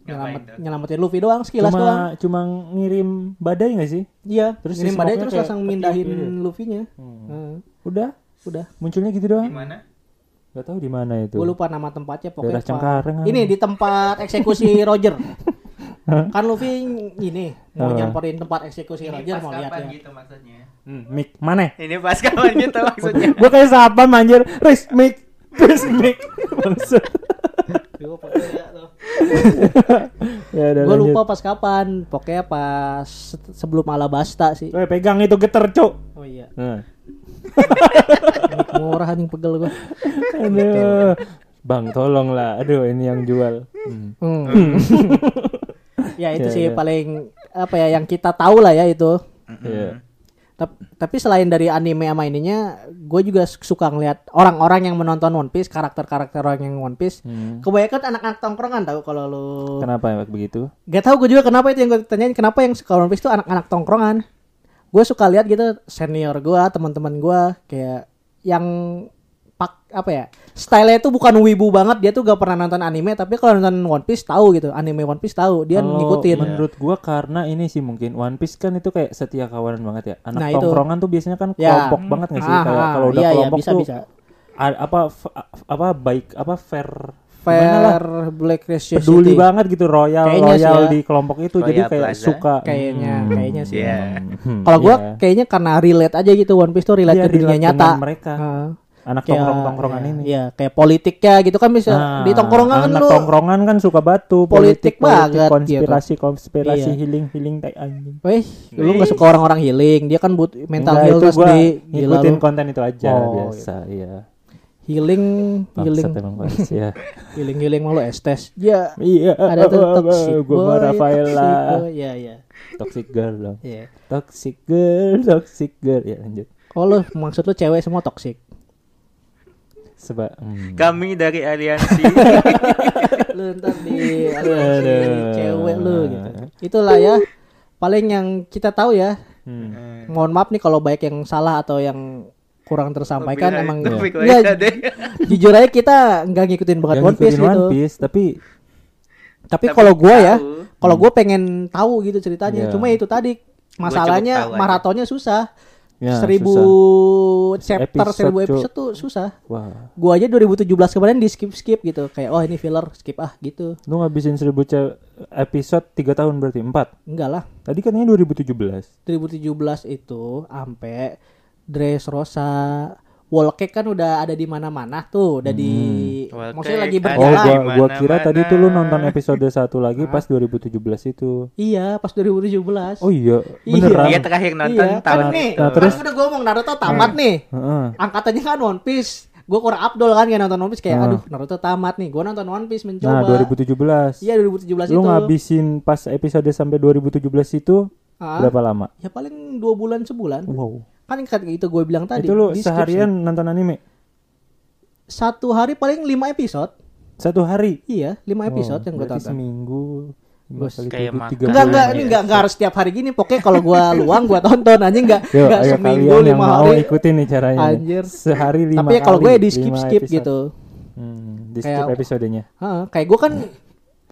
Speaker 2: Nyelamat,
Speaker 3: Ngapain tuh?
Speaker 2: nyelamatin Luffy doang sekilas
Speaker 1: cuma
Speaker 2: doang.
Speaker 1: cuma ngirim badai nggak sih?
Speaker 2: Iya,
Speaker 1: terus
Speaker 2: terus
Speaker 1: si
Speaker 2: ngirim badai
Speaker 1: Smoke-nya
Speaker 2: terus
Speaker 1: kayak
Speaker 2: langsung
Speaker 1: ketiup
Speaker 2: mindahin
Speaker 1: gitu.
Speaker 2: Luffy-nya.
Speaker 1: Hmm.
Speaker 2: Heeh,
Speaker 1: Udah,
Speaker 2: udah.
Speaker 1: munculnya gitu doang.
Speaker 3: Di mana?
Speaker 1: Gak tahu di mana itu.
Speaker 2: Gue lupa nama tempatnya pokoknya.
Speaker 1: Daerah Cengkareng.
Speaker 2: Pak. Ini di tempat eksekusi Roger. kan Luffy ini mau
Speaker 1: Apa?
Speaker 2: nyamperin tempat eksekusi Roger mau lihat ya.
Speaker 3: gitu maksudnya?
Speaker 1: Hmm, Mik mana?
Speaker 3: Ini pas kapan gitu maksudnya?
Speaker 1: Gue kayak siapa anjir. Riz Mik. Riz Mik. Bangsat.
Speaker 2: Gua pokoknya lihat tuh.
Speaker 1: ya udah
Speaker 2: Gua
Speaker 1: lanjut.
Speaker 2: lupa pas kapan. Pokoknya pas se- sebelum Alabasta sih.
Speaker 1: Eh, pegang itu geter, Cuk.
Speaker 2: Oh iya.
Speaker 1: Nah.
Speaker 2: Murah anjing pegel gua.
Speaker 1: Aduh. Bang, tolonglah. Aduh, ini yang jual.
Speaker 2: Hmm. ya itu
Speaker 1: Ya,
Speaker 2: sih
Speaker 1: ya.
Speaker 2: paling apa ya yang kita tahu lah ya itu.
Speaker 1: Iya.
Speaker 2: Tap- Tapi selain dari anime sama ininya, gue juga su- suka ngeliat orang-orang yang menonton One Piece, karakter-karakter orang yang One Piece.
Speaker 1: Hmm.
Speaker 2: Kebanyakan anak-anak tongkrongan tahu kalau lu
Speaker 1: Kenapa emang begitu?
Speaker 2: Gak tau gue juga kenapa itu yang gue tanyain kenapa yang suka One Piece itu anak-anak tongkrongan. Gue suka lihat gitu senior gue, teman-teman gue kayak yang pak apa ya style itu bukan wibu banget dia tuh gak pernah nonton anime tapi kalau nonton One Piece tahu gitu anime One Piece tahu dia
Speaker 1: Kalau
Speaker 2: ngikutin
Speaker 1: Menurut gua karena ini sih mungkin One Piece kan itu kayak setia kawanan banget ya. Anak
Speaker 2: Nah, itu.
Speaker 1: tongkrongan tuh biasanya kan
Speaker 2: Ya.
Speaker 1: kelompok banget nggak sih?
Speaker 2: Ah,
Speaker 1: Kayak
Speaker 2: ah,
Speaker 1: kalau udah
Speaker 2: iya, iya,
Speaker 1: kelompok
Speaker 2: bisa,
Speaker 1: tuh
Speaker 2: bisa.
Speaker 1: a- apa f- a- apa baik apa fair gimana lah,
Speaker 2: fair black ratio
Speaker 1: peduli
Speaker 2: City.
Speaker 1: banget gitu royal
Speaker 2: Kayaknya sih
Speaker 1: royal
Speaker 2: ya.
Speaker 1: di kelompok itu jadi
Speaker 3: Royal
Speaker 1: kayak
Speaker 3: Plaza.
Speaker 1: suka
Speaker 2: kayaknya
Speaker 1: Hmm.
Speaker 2: kayaknya sih
Speaker 3: Iya.
Speaker 1: Hmm,
Speaker 2: kalau gua
Speaker 1: iya.
Speaker 2: kayaknya karena relate aja gitu One Piece tuh relate
Speaker 1: Iya,
Speaker 2: ke dunia
Speaker 1: relate
Speaker 2: nyata
Speaker 1: dengan mereka.
Speaker 2: Heeh.
Speaker 1: anak
Speaker 2: Kayak-
Speaker 1: tongkrong tongkrongan
Speaker 2: iya,
Speaker 1: ini
Speaker 2: iya kayak politiknya gitu kan bisa
Speaker 1: Nah,
Speaker 2: di tongkrongan kan
Speaker 1: anak
Speaker 2: lu
Speaker 1: tongkrongan kan suka batu
Speaker 2: politik banget gitu.
Speaker 1: konspirasi konspirasi
Speaker 2: Iya.
Speaker 1: healing healing tai anjing
Speaker 2: Wih, lu nggak suka orang-orang healing, dia kan butuh mental
Speaker 1: Enggak,
Speaker 2: heal
Speaker 1: itu
Speaker 2: terus
Speaker 1: gua
Speaker 2: di gila
Speaker 1: ngikutin
Speaker 2: lu.
Speaker 1: konten itu aja
Speaker 2: Oh,
Speaker 1: biasa iya
Speaker 2: Healing, healing,
Speaker 1: Bangsat emang guys ya
Speaker 2: healing, healing malu estes. Ya,
Speaker 1: iya
Speaker 2: ada tuh toxic
Speaker 1: gue
Speaker 2: boy,
Speaker 1: sama Rafaela
Speaker 2: toxic boy. Iya, iya.
Speaker 1: toxic girl dong
Speaker 2: Iya.
Speaker 1: toxic girl toxic girl ya lanjut
Speaker 2: Oh, lu maksud lu cewek semua toxic.
Speaker 1: sebab hmm.
Speaker 3: Kami dari aliansi.
Speaker 2: lu ntar di
Speaker 1: Aduh.
Speaker 2: cewek lu gitu. Itulah ya paling yang kita tahu ya.
Speaker 1: Hmm.
Speaker 2: Mohon maaf nih kalau baik yang salah atau yang kurang tersampaikan
Speaker 3: Lebih-
Speaker 2: emang
Speaker 1: ya.
Speaker 3: lebih
Speaker 2: Iya,
Speaker 3: kelihatan deh.
Speaker 2: jujur aja kita nggak ngikutin banget
Speaker 1: Yang
Speaker 2: One Piece
Speaker 1: ngikutin
Speaker 2: gitu.
Speaker 1: One Piece tapi
Speaker 2: Tapi
Speaker 3: Tapi
Speaker 2: kalau gua ya,
Speaker 3: tahu.
Speaker 2: kalau gua pengen tahu gitu ceritanya.
Speaker 1: Iya.
Speaker 2: Cuma itu tadi masalahnya
Speaker 3: tahu aja.
Speaker 2: maratonnya susah.
Speaker 1: Ya,
Speaker 2: seribu chapter,
Speaker 1: Episode,
Speaker 2: seribu
Speaker 1: Cuk.
Speaker 2: episode tuh susah.
Speaker 1: wah
Speaker 2: Gua aja 2017 kemarin di skip skip gitu. Kayak oh ini filler, skip ah gitu.
Speaker 1: lu ngabisin seribu ce- episode 3 tahun berarti 4
Speaker 2: Enggak lah.
Speaker 1: tadi katanya 2017
Speaker 2: 2017 itu ampe dress rosa wall cake kan udah ada di mana-mana tuh udah di
Speaker 3: Wall
Speaker 2: maksudnya lagi
Speaker 3: cake ada.
Speaker 1: Oh,
Speaker 2: berjalan
Speaker 1: gua, gua
Speaker 3: Dimana-mana.
Speaker 1: kira tadi tuh lu nonton episode satu lagi pas 2017 itu.
Speaker 2: iya pas 2017
Speaker 1: Oh iya,
Speaker 2: Iya.
Speaker 1: beneran.
Speaker 3: Dia terakhir nonton
Speaker 2: iya,
Speaker 3: tahun
Speaker 2: kan nih
Speaker 3: itu.
Speaker 1: Nah,
Speaker 2: terus
Speaker 1: terus? Hmm.
Speaker 2: udah gua ngomong Naruto tamat nih
Speaker 1: Heeh.
Speaker 2: angkatannya kan One Piece gua kurang Abdul kan kayak nonton One Piece kayak
Speaker 1: Ah.
Speaker 2: aduh Naruto tamat nih gua nonton One Piece mencoba
Speaker 1: Nah, 2017.
Speaker 2: iya 2017
Speaker 1: lu
Speaker 2: itu
Speaker 1: ngabisin pas episode sampai 2017 itu
Speaker 2: Ah.
Speaker 1: berapa lama?
Speaker 2: ya paling dua bulan sebulan
Speaker 1: Wow.
Speaker 2: kan kayak itu gue bilang tadi
Speaker 1: itu lu
Speaker 2: di skip
Speaker 1: seharian nonton anime?
Speaker 2: satu hari paling lima episode
Speaker 1: Satu hari.
Speaker 2: iya lima episode
Speaker 1: Wow, Oh,
Speaker 2: yang gue
Speaker 1: berarti
Speaker 2: tonton
Speaker 1: Seminggu. lima
Speaker 2: Bos,
Speaker 1: kali
Speaker 3: kayak
Speaker 1: tujuh,
Speaker 3: makan.
Speaker 1: tiga
Speaker 2: Enggak
Speaker 1: bulan.
Speaker 2: enggak ini enggak enggak harus setiap hari gini pokoknya kalau gua luang gua tonton anjing enggak
Speaker 1: Yo,
Speaker 2: enggak
Speaker 1: ayo
Speaker 2: seminggu
Speaker 1: kalian yang
Speaker 2: lima
Speaker 1: mau
Speaker 2: hari.
Speaker 1: ikutin nih caranya. nih.
Speaker 2: Anjir.
Speaker 1: Sehari lima
Speaker 2: Tapi ya kalau gue
Speaker 1: kali,
Speaker 2: di
Speaker 1: lima
Speaker 2: skip-skip
Speaker 1: episode.
Speaker 2: gitu.
Speaker 1: Hmm, di skip
Speaker 2: Kayak-
Speaker 1: episodenya.
Speaker 2: Heeh, kayak gua kan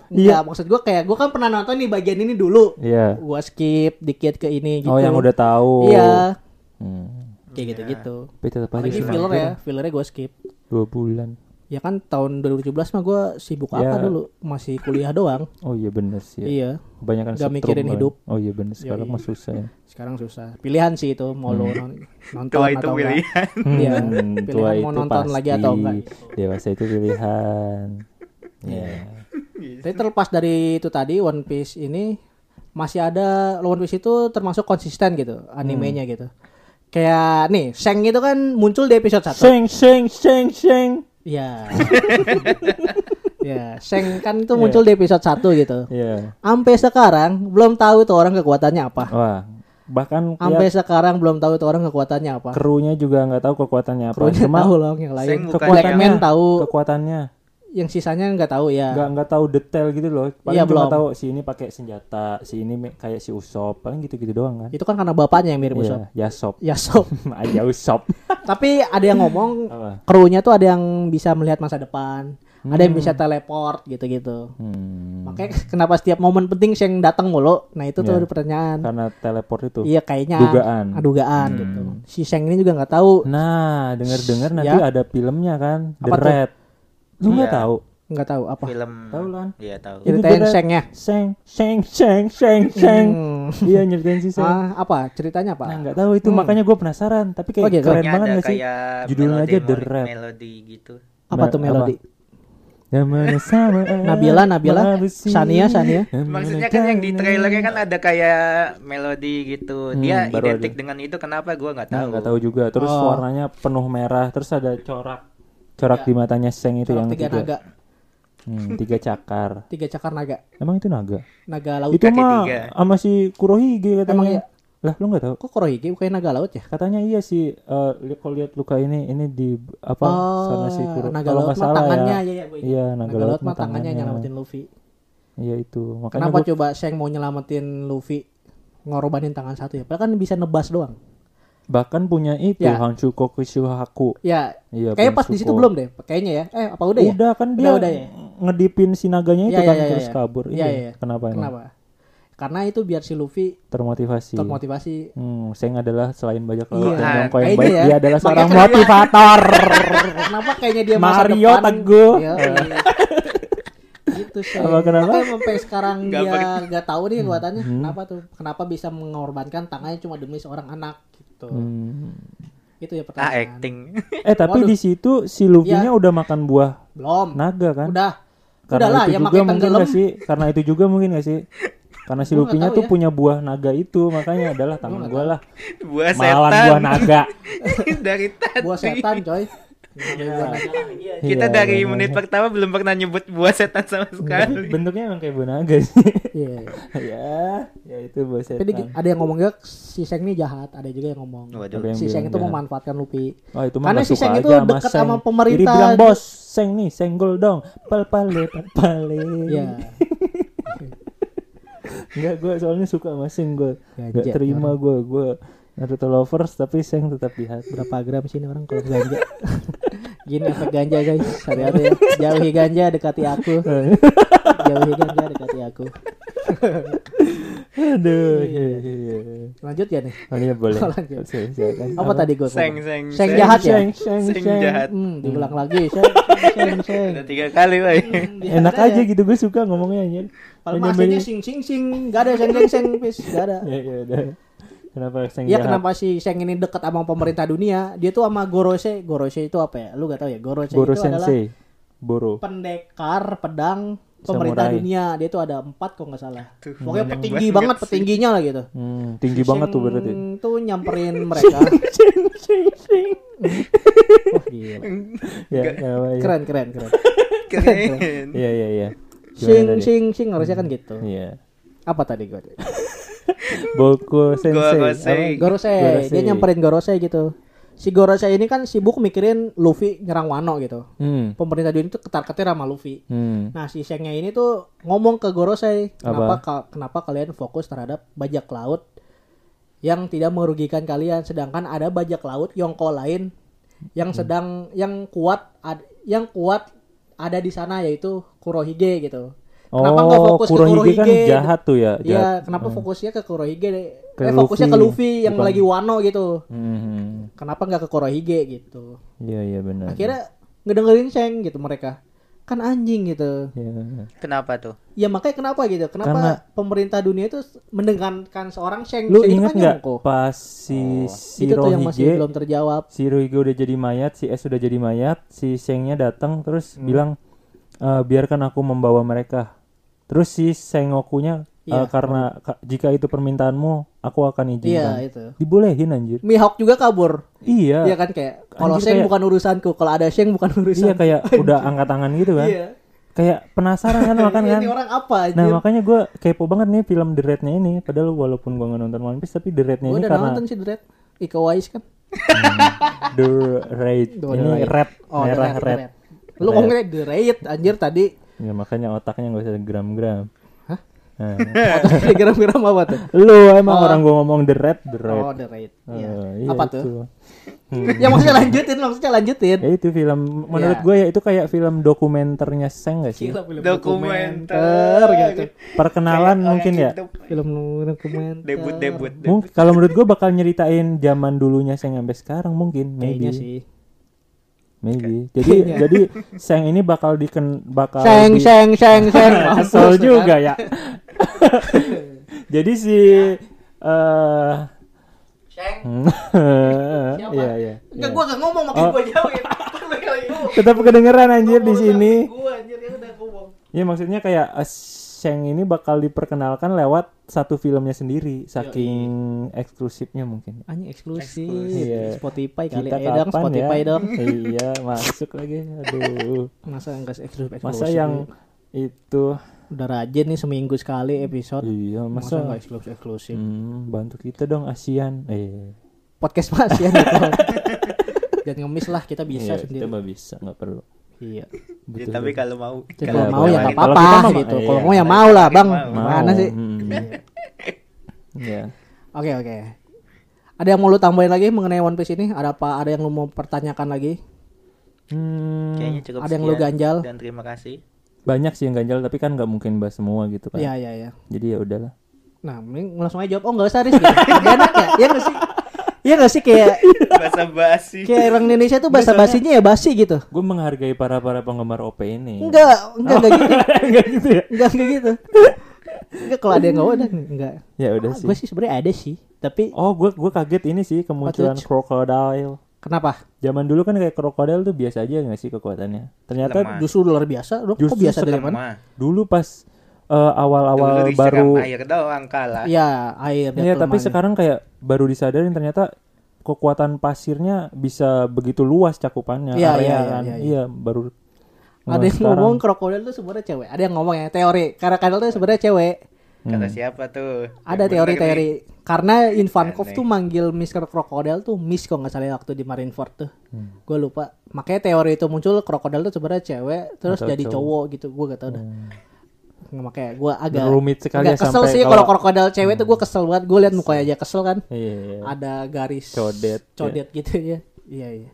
Speaker 2: Iya, maksud gua kayak gua kan pernah nonton nih bagian ini dulu.
Speaker 1: Iya.
Speaker 2: Gua skip dikit ke ini gitu.
Speaker 1: Oh, yang udah tahu.
Speaker 2: Iya,
Speaker 1: Hmm.
Speaker 2: kayak gitu-gitu.
Speaker 3: Iya.
Speaker 1: Tapi tetap aja
Speaker 2: Lagi
Speaker 1: sih,
Speaker 2: filler
Speaker 1: anjir.
Speaker 2: ya, fillernya gua skip.
Speaker 1: Dua bulan.
Speaker 2: Ya kan tahun 2017 mah gua sibuk
Speaker 1: Ya.
Speaker 2: apa dulu? Masih kuliah doang.
Speaker 1: Oh iya bener sih. ya.
Speaker 2: Iya.
Speaker 1: Kebanyakan
Speaker 2: Nggak
Speaker 1: setrum
Speaker 2: mikirin
Speaker 1: kan.
Speaker 2: hidup.
Speaker 1: Oh iya bener sekarang
Speaker 2: Yoi.
Speaker 1: mah susah ya.
Speaker 2: Sekarang susah. Pilihan sih itu mau lu non- nonton
Speaker 3: Tua itu
Speaker 2: atau enggak.
Speaker 3: pilihan.
Speaker 2: Iya.
Speaker 1: Hmm,
Speaker 2: Pilihan mau nonton lagi atau enggak.
Speaker 1: Dewasa itu pilihan. Iya.
Speaker 2: Tapi terlepas dari itu tadi One Piece ini masih ada One Piece itu termasuk konsisten gitu animenya
Speaker 3: Hmm.
Speaker 2: gitu. Kayak nih Shang itu kan muncul di episode 1.
Speaker 1: Seng seng seng seng.
Speaker 2: Iya. Ya, Shang kan
Speaker 3: Iya.
Speaker 2: itu muncul di episode 1 gitu.
Speaker 1: Iya.
Speaker 2: Sampai sekarang belum tahu tuh orang kekuatannya apa.
Speaker 1: Wah, bahkan
Speaker 3: Iya.
Speaker 2: Sampai
Speaker 1: ya,
Speaker 2: sekarang belum tahu tuh orang kekuatannya apa.
Speaker 1: krunya juga nggak tahu kekuatannya apa.
Speaker 2: Krunya
Speaker 1: Cuma
Speaker 2: tahu loh yang
Speaker 3: Shang
Speaker 2: lain.
Speaker 3: bukan
Speaker 2: Black
Speaker 3: yang- ya.
Speaker 2: Man tahu,
Speaker 1: kekuatannya
Speaker 2: yang sisanya nggak tahu ya.
Speaker 1: nggak nggak tahu detail gitu loh. Paling
Speaker 2: Iya,
Speaker 1: cuma
Speaker 2: belum.
Speaker 1: tahu si ini pakai senjata, si ini me- kayak si Usop, paling gitu-gitu doang kan.
Speaker 2: Itu kan karena bapaknya yang mirip Usopp.
Speaker 1: Iya, Yasop.
Speaker 2: Ya Sob.
Speaker 1: Aja Usop.
Speaker 2: Tapi ada yang ngomong
Speaker 1: Apa?
Speaker 2: krunya tuh ada yang bisa melihat masa depan, ada yang bisa teleport gitu-gitu.
Speaker 1: Hmm.
Speaker 2: Makanya kenapa setiap momen penting Shang datang mulu? Nah, itu tuh
Speaker 1: Iya.
Speaker 2: ada pertanyaan.
Speaker 1: Karena teleport itu.
Speaker 2: Iya, kayaknya
Speaker 1: Dugaan. Hmm.
Speaker 2: Ah, dugaan gitu. Si Shang ini juga nggak tahu,
Speaker 1: Nah, dengar-dengar nanti
Speaker 2: Ya.
Speaker 1: ada filmnya kan, The
Speaker 2: Apa tuh?
Speaker 1: Red. Lu nggak
Speaker 3: Iya.
Speaker 1: tahu?
Speaker 2: nggak tahu apa.
Speaker 3: Film.
Speaker 1: Tahu, Lan.
Speaker 3: Iya tahu.
Speaker 1: Itu
Speaker 2: Ceritain
Speaker 1: The Red.
Speaker 2: Shang-nya.
Speaker 1: Seng, seng, seng, seng, seng.
Speaker 2: Hmm.
Speaker 1: Iya nyeritain si Seng.
Speaker 2: Ah, apa? Ceritanya apa?
Speaker 1: Nah, nggak tahu itu makanya gue penasaran. Tapi kayak
Speaker 2: Oh, gitu.
Speaker 1: keren
Speaker 3: Pokoknya
Speaker 1: banget
Speaker 3: ada
Speaker 1: nggak sih?
Speaker 3: kayak
Speaker 1: Judulnya aja The
Speaker 3: melodi-
Speaker 1: Red.
Speaker 3: Melodi gitu.
Speaker 2: apa
Speaker 1: Nah,
Speaker 2: tuh melodi?
Speaker 1: Namanya sama.
Speaker 2: Nabila, Nabila,
Speaker 1: manusia.
Speaker 2: Sania, Sania.
Speaker 1: Namanya
Speaker 3: Maksudnya kan yang di
Speaker 1: tanah.
Speaker 3: trailernya kan ada kayak melodi gitu. Dia
Speaker 1: Hmm, baru
Speaker 3: identik dengan itu kenapa gua nggak
Speaker 1: Nah,
Speaker 3: tahu.
Speaker 1: nggak tahu juga. Terus
Speaker 2: Oh.
Speaker 1: warnanya penuh merah. Terus ada corak, corak di matanya Seng itu
Speaker 2: Iya. Corak
Speaker 1: yang
Speaker 2: tiga
Speaker 1: tiga.
Speaker 2: naga.
Speaker 1: Hmm, tiga cakar.
Speaker 2: tiga cakar naga
Speaker 1: Emang itu naga?
Speaker 2: naga laut
Speaker 1: itu
Speaker 3: kaki
Speaker 1: mah
Speaker 3: tiga.
Speaker 1: sama si Kurohige katanya.
Speaker 2: Emang iya?
Speaker 1: Lah, lu nggak tahu?
Speaker 2: kok Kurohige bukan naga laut ya
Speaker 1: Katanya iya sih eh, li- kalau lihat luka ini ini di apa sana si Kuro.
Speaker 2: Oh, naga
Speaker 1: Kalau
Speaker 2: laut
Speaker 1: nggak
Speaker 2: mah
Speaker 1: salah ya.
Speaker 2: tangannya ya, ya, gua ingat.
Speaker 1: Iya,
Speaker 2: naga,
Speaker 1: naga,
Speaker 2: laut mah tangannya nyelamatin Luffy
Speaker 1: Iya itu. Makanya
Speaker 2: kenapa
Speaker 1: gua-
Speaker 2: coba Shang mau nyelamatin Luffy ngorbanin tangan satu ya padahal kan bisa nebas doang
Speaker 1: bahkan punya itu
Speaker 2: Ya.
Speaker 1: Hanshu Kokushuhaku.
Speaker 2: ya
Speaker 1: Iya.
Speaker 2: kayaknya
Speaker 1: Bang
Speaker 2: pas di situ
Speaker 1: Suko.
Speaker 2: belum deh kayaknya ya eh apa udah,
Speaker 1: Udah,
Speaker 2: ya
Speaker 1: kan dia
Speaker 2: udah ya?
Speaker 1: ngedipin si naganya itu
Speaker 2: Iya,
Speaker 1: kan
Speaker 2: iya, iya,
Speaker 1: terus
Speaker 2: iya.
Speaker 1: kabur.
Speaker 2: Iya,
Speaker 1: Iya.
Speaker 2: iya, iya.
Speaker 1: Kenapa Iya. emang?
Speaker 2: kenapa karena itu biar si Luffy
Speaker 1: Termotivasi.
Speaker 2: termotivasi
Speaker 1: Hmm, Seng adalah selain bajak laut
Speaker 2: Iya.
Speaker 1: dan jongkok yang
Speaker 2: Kayaknya
Speaker 1: baik,
Speaker 2: ya.
Speaker 1: dia adalah seorang
Speaker 2: Makanya
Speaker 1: motivator.
Speaker 2: kenapa kayaknya dia masa
Speaker 1: Mario
Speaker 2: depan
Speaker 1: Teguh.
Speaker 2: Iya. gitu sih
Speaker 1: Apa, kenapa? Hmm.
Speaker 2: Makanya sampai sekarang
Speaker 3: Nggak
Speaker 2: dia
Speaker 3: ber-
Speaker 2: nggak tahu nih kelihatannya kenapa tuh kenapa bisa mengorbankan tangannya cuma demi seorang anak gitu
Speaker 1: Hmm.
Speaker 2: itu ya
Speaker 3: Ah,
Speaker 2: pertanyaan
Speaker 3: acting.
Speaker 1: Eh tapi
Speaker 2: Waduh.
Speaker 1: di situ si Luffy-nya udah makan buah
Speaker 2: belum
Speaker 1: naga kan?
Speaker 2: udah
Speaker 1: Karena
Speaker 2: udahlah
Speaker 1: itu
Speaker 2: yang
Speaker 1: juga
Speaker 2: makin
Speaker 1: mungkin
Speaker 2: tenggelam
Speaker 1: gak sih? Karena itu juga mungkin gak sih? Karena si
Speaker 2: Gua
Speaker 1: Luffy-nya
Speaker 2: nggak tahu
Speaker 1: tuh
Speaker 2: ya.
Speaker 1: punya buah naga itu makanya adalah tangan
Speaker 2: nggak
Speaker 1: gua lah
Speaker 3: Buah
Speaker 1: malan
Speaker 3: setan.
Speaker 1: buah naga.
Speaker 3: dari tadi.
Speaker 2: buah setan coy
Speaker 3: Iya.
Speaker 1: Iya,
Speaker 3: Kita dari
Speaker 1: iya, iya.
Speaker 3: menit pertama belum pernah nyebut buah setan sama
Speaker 1: Tapi
Speaker 3: sekali.
Speaker 1: bentuknya emang kayak buah naga sih.
Speaker 2: Iya.
Speaker 1: ya, ya itu buah setan.
Speaker 2: Tapi di- ada yang ngomong gak si Seng ini jahat, ada juga yang ngomong
Speaker 1: Ada
Speaker 3: Waduh.
Speaker 1: yang
Speaker 2: si
Speaker 1: bilang
Speaker 2: Seng itu
Speaker 1: jahat.
Speaker 2: memanfaatkan Luffy.
Speaker 1: Oh, itu mah
Speaker 2: Karena
Speaker 1: nggak
Speaker 2: si
Speaker 1: suka
Speaker 2: Seng itu
Speaker 1: aja
Speaker 2: deket sama
Speaker 1: Seng.
Speaker 2: pemerintah.
Speaker 1: Jadi bilang bos, Seng nih, senggol dong. Pal pale, pal pale.
Speaker 2: Iya.
Speaker 1: Enggak, gue soalnya suka sama Seng gue. Enggak
Speaker 2: Gajah,
Speaker 1: terima gue, gue Naruto lovers tapi Seng tetap di hati.
Speaker 2: berapa gram sih ini orang kalau ganja gini efek ganja guys hati-hati ya. jauhi ganja dekati aku jauhi ganja dekati aku
Speaker 1: Aduh. iya, iya, iya.
Speaker 2: lanjut ya nih
Speaker 1: Oh iya boleh.
Speaker 2: Lanjut.
Speaker 1: Oke, silakan.
Speaker 2: apa tadi gue
Speaker 3: Seng, seng,
Speaker 2: seng
Speaker 3: seng.
Speaker 2: jahat ya
Speaker 1: Seng, seng,
Speaker 3: Seng
Speaker 1: seng.
Speaker 3: jahat.
Speaker 2: hmm, diulang lagi seng seng seng
Speaker 3: Udah tiga kali, Boy.
Speaker 1: Enak aja gitu gue suka ngomongnya anjir.
Speaker 2: ya? kalau
Speaker 1: Ini
Speaker 2: masanya
Speaker 1: namanya-
Speaker 2: sing sing sing gak ada seng seng seng pis gak ada
Speaker 1: Ya ya udah. Kenapa seng
Speaker 2: Ya
Speaker 1: jahat?
Speaker 2: kenapa si Seng ini deket sama pemerintah dunia? Dia tuh sama Gorose. Gorose itu apa ya? Lu gak tahu ya? Gorose,
Speaker 1: Boro
Speaker 2: itu adalah
Speaker 1: sensei. Boro.
Speaker 2: pendekar pedang pemerintah
Speaker 1: Samurai.
Speaker 2: dunia. Dia tuh ada empat kok nggak salah.
Speaker 3: Tuh,
Speaker 2: Pokoknya
Speaker 3: banyak
Speaker 2: petinggi
Speaker 3: banget
Speaker 2: banget,
Speaker 3: sih.
Speaker 2: petingginya lah gitu.
Speaker 1: Hmm, tinggi banget tuh berarti. Iya.
Speaker 2: Sheng tuh nyamperin mereka. Oh, gila.
Speaker 1: Ya, kenapa, ya.
Speaker 2: Keren keren keren.
Speaker 3: Keren.
Speaker 1: Iya, iya, iya.
Speaker 2: Sing
Speaker 1: Gimana tadi?
Speaker 2: sing sing harusnya kan gitu.
Speaker 1: Iya.
Speaker 2: Apa tadi gue?
Speaker 1: Boko sensei.
Speaker 3: Goro sensei.
Speaker 1: Apa?
Speaker 2: Gorosei. Dia
Speaker 1: Gorosei.
Speaker 2: nyamperin Gorosei gitu. Si Gorosei ini kan sibuk mikirin Luffy nyerang Wano gitu.
Speaker 1: Hmm.
Speaker 2: Pemerintah dunia itu ketar-ketir sama Luffy.
Speaker 1: Hmm.
Speaker 2: Nah si Shengnya ini tuh ngomong ke Gorosei, kenapa
Speaker 1: Apa?
Speaker 2: ka- kenapa kalian fokus terhadap bajak laut yang tidak merugikan kalian, sedangkan ada bajak laut yongko lain yang
Speaker 1: Hmm.
Speaker 2: sedang yang kuat ad- yang kuat ada di sana yaitu Kurohige gitu. Kenapa nggak
Speaker 1: Oh,
Speaker 2: fokus
Speaker 1: Kurohige
Speaker 2: ke
Speaker 1: kan
Speaker 2: Kurohige?
Speaker 1: jahat tuh ya, jahat.
Speaker 2: Iya, kenapa fokusnya ke Kurohige? deh?
Speaker 1: Ke
Speaker 2: eh, fokusnya ke
Speaker 1: Luffy,
Speaker 2: Luffy yang
Speaker 1: bukan.
Speaker 2: lagi Wano gitu.
Speaker 1: Hmm.
Speaker 2: Kenapa nggak ke Kurohige gitu?
Speaker 1: Iya, iya benar.
Speaker 2: Akhirnya ngedengerin Sheng gitu mereka. Kan anjing gitu.
Speaker 1: Iya.
Speaker 3: Kenapa tuh?
Speaker 2: Ya makanya kenapa gitu? Kenapa
Speaker 1: Karena-
Speaker 2: pemerintah dunia itu mendengarkan seorang Sheng?
Speaker 1: Lu
Speaker 2: Sheng itu
Speaker 1: ingat
Speaker 2: kan
Speaker 1: nggak
Speaker 2: Yonko.
Speaker 1: pas si
Speaker 2: Oh. Itu tuh yang masih
Speaker 1: Shirohige
Speaker 2: belum terjawab.
Speaker 1: si Ruige udah jadi mayat, si S udah jadi mayat, si Sengnya datang terus
Speaker 2: Hmm.
Speaker 1: bilang "Eh, biarkan aku membawa mereka. Terus si Sengokunya "Eh,
Speaker 2: Iya.
Speaker 1: karena ka- jika itu permintaanmu, aku akan
Speaker 2: Iya
Speaker 1: izinkan.
Speaker 2: itu.
Speaker 1: Dibolehin anjir.
Speaker 2: Mihawk juga kabur. Iya
Speaker 1: Iya.
Speaker 2: kan kayak kalau
Speaker 1: Anjir,
Speaker 2: Sheng
Speaker 1: kayak-
Speaker 2: bukan urusanku, kalau ada Sheng bukan
Speaker 1: Iya
Speaker 2: urusan.
Speaker 1: kayak udah angkat tangan gitu kan.
Speaker 2: Iya.
Speaker 1: Kayak penasaran kan makan kan.
Speaker 2: Ini orang apa
Speaker 1: Nah
Speaker 2: anjir?
Speaker 1: makanya gue kepo banget nih film The Red-nya ini. Padahal walaupun gue nggak nonton One Piece tapi The Red-nya
Speaker 2: Gua
Speaker 1: ini
Speaker 2: udah
Speaker 1: karena
Speaker 2: nonton sih Dread. Ika Wais kan.
Speaker 1: The Red
Speaker 2: The
Speaker 1: ini
Speaker 2: Raid.
Speaker 1: red
Speaker 2: Oh, The
Speaker 1: merah
Speaker 2: Raid, The
Speaker 1: red.
Speaker 2: Raid. Lu ngomongnya The Raid anjir tadi.
Speaker 1: Ya makanya otaknya nggak usah gram-gram.
Speaker 2: Hah?
Speaker 1: Nah.
Speaker 2: Otaknya geram-geram apa tuh?
Speaker 1: Lu emang orang gua ngomong the red, the red.
Speaker 2: Oh, The Raid. Iya.
Speaker 1: Eh,
Speaker 2: apa
Speaker 1: itu.
Speaker 2: tuh?
Speaker 1: Eh.
Speaker 2: Ya maksudnya lanjutin, maksudnya lanjutin.
Speaker 1: Ya itu film menurut
Speaker 2: Iya.
Speaker 1: gue ya itu kayak film dokumenternya Seng gak sih?
Speaker 2: Gila, film
Speaker 3: Dokumenter.
Speaker 2: gitu.
Speaker 1: Perkenalan
Speaker 3: Kayak
Speaker 1: mungkin ya.
Speaker 3: orang hidup.
Speaker 2: Film dokumenter.
Speaker 3: Debut, debut, debut.
Speaker 1: Mungkin kalau menurut gue bakal nyeritain zaman dulunya Seng sampai sekarang mungkin maybe.
Speaker 2: Kayaknya sih.
Speaker 1: Maybe. Jadi jadi Seng ini bakal diken bakal
Speaker 2: Seng,
Speaker 1: di-
Speaker 2: seng, seng, seng. Mampus,
Speaker 1: Kesel
Speaker 2: kan?
Speaker 1: juga ya. Jadi si
Speaker 2: Ya.
Speaker 1: eh hmm. Iya, iya.
Speaker 2: Enggak, gua gak ngomong makin
Speaker 1: Oh.
Speaker 2: gua jauhin. Lu yang ngomong.
Speaker 1: Tetap kedengeran anjir di sini.
Speaker 2: Gua anjir ya udah ngomong.
Speaker 1: Ya maksudnya kayak eh, Shang ini bakal diperkenalkan lewat satu filmnya sendiri, saking eksklusifnya mungkin.
Speaker 2: Anjing eksklusif.
Speaker 4: Eksklusif.
Speaker 1: Iya.
Speaker 2: Spotify kali.
Speaker 1: Kita
Speaker 2: Eh,
Speaker 1: kapan
Speaker 2: dong,
Speaker 1: ya?
Speaker 2: Spotify dong.
Speaker 1: iya, masuk lagi. Aduh.
Speaker 2: Masa enggak eksklusif?
Speaker 1: Masa
Speaker 2: eksklusif?
Speaker 1: yang itu
Speaker 2: udah rajin nih seminggu sekali episode.
Speaker 1: iya masa,
Speaker 2: Masa enggak eksklusif? eksklusif?
Speaker 1: Hmm, bantu kita dong ASEAN. Eh.
Speaker 2: Podcast Mas ya gitu. Jangan ngemis lah, kita
Speaker 1: Iya,
Speaker 2: bisa sendiri.
Speaker 1: Kita mah bisa, nggak perlu.
Speaker 2: Iya.
Speaker 1: Betul,
Speaker 4: Ya, tapi
Speaker 1: betul.
Speaker 4: kalau mau
Speaker 2: Jadi
Speaker 1: Kalau
Speaker 2: kalau mau ya
Speaker 1: kita-
Speaker 2: nggak
Speaker 1: kalau
Speaker 2: apa-apa
Speaker 1: kita mah-
Speaker 2: gitu.
Speaker 1: iya.
Speaker 2: Kalau mau ya mau lah, Bang.
Speaker 3: Mau.
Speaker 2: Mana sih?
Speaker 1: Hmm. Iya.
Speaker 2: Oke, oke. Ada yang mau lu tambahin lagi mengenai One Piece ini? Ada apa? Ada yang lu mau pertanyakan lagi?
Speaker 1: Hmm,
Speaker 4: kayaknya cukup
Speaker 2: Ada yang lu
Speaker 4: sekian.
Speaker 2: ganjal?
Speaker 4: dan terima kasih.
Speaker 1: banyak sih yang ganjal tapi kan nggak mungkin bahas semua gitu kan.
Speaker 2: Iya, iya, iya.
Speaker 1: Jadi ya udahlah.
Speaker 2: Nah, mending langsung aja jawab. Oh, enggak usah, Riz. Gitu. Gak enak ya? Iya enggak sih? Iya enggak sih kayak
Speaker 4: Bahasa basi.
Speaker 2: kayak orang Indonesia tuh bahasa basinya ya basi gitu.
Speaker 1: Gue menghargai para para penggemar OP ini.
Speaker 2: Enggak, enggak enggak gitu.
Speaker 1: Enggak gitu ya.
Speaker 2: Enggak enggak gitu. Enggak kalau ada yang enggak udah enggak.
Speaker 1: Ya udah sih.
Speaker 2: Gue sih sebenarnya ada sih, tapi
Speaker 1: Oh, gue gue kaget ini sih kemunculan
Speaker 2: Patut.
Speaker 1: krokodil.
Speaker 2: kenapa?
Speaker 1: Zaman dulu kan kayak krokodil tuh biasa aja nggak sih kekuatannya. Ternyata
Speaker 4: Lemah.
Speaker 2: Justru luar biasa. Lu kok
Speaker 1: Justru
Speaker 2: biasa dari mana?
Speaker 1: dulu pas eh, awal-awal baru
Speaker 4: air doang kalah.
Speaker 2: Iya, air dan
Speaker 1: Iya, tapi
Speaker 2: kelemahannya.
Speaker 1: sekarang kayak baru disadarin ternyata kekuatan pasirnya bisa begitu luas cakupannya
Speaker 2: Iya,
Speaker 1: area
Speaker 2: iya,
Speaker 1: kan.
Speaker 2: iya, iya.
Speaker 1: Iya, baru
Speaker 2: ada yang ngomong krokodil tuh sebenarnya cewek. Ada yang ngomong ya teori. Karena kadal tuh sebenarnya cewek.
Speaker 4: Kata
Speaker 1: Hmm.
Speaker 4: siapa tuh? Yang bener
Speaker 2: Ada teori-teori. Karena Ivankov
Speaker 4: Aneh.
Speaker 2: tuh manggil Mr. Krokodil tuh Miss kok nggak salah ya, waktu di Marineford tuh.
Speaker 1: Hmm.
Speaker 2: Gue lupa. Makanya teori itu muncul krokodil tuh sebenarnya cewek terus
Speaker 1: Atau
Speaker 2: jadi
Speaker 1: cowok.
Speaker 2: cowok. gitu. Gue gak tau dah. Makanya gue agak
Speaker 1: Rumit sekali
Speaker 2: agak
Speaker 1: ya
Speaker 2: kesel
Speaker 1: sampai
Speaker 2: sih
Speaker 1: kalau- Hmm.
Speaker 2: kalau krokodil cewek tuh gue kesel banget. Gue liat mukanya aja kesel kan.
Speaker 1: Iya, iya.
Speaker 2: Ada garis
Speaker 1: Codet, ya.
Speaker 2: codet gitu ya. Iya iya.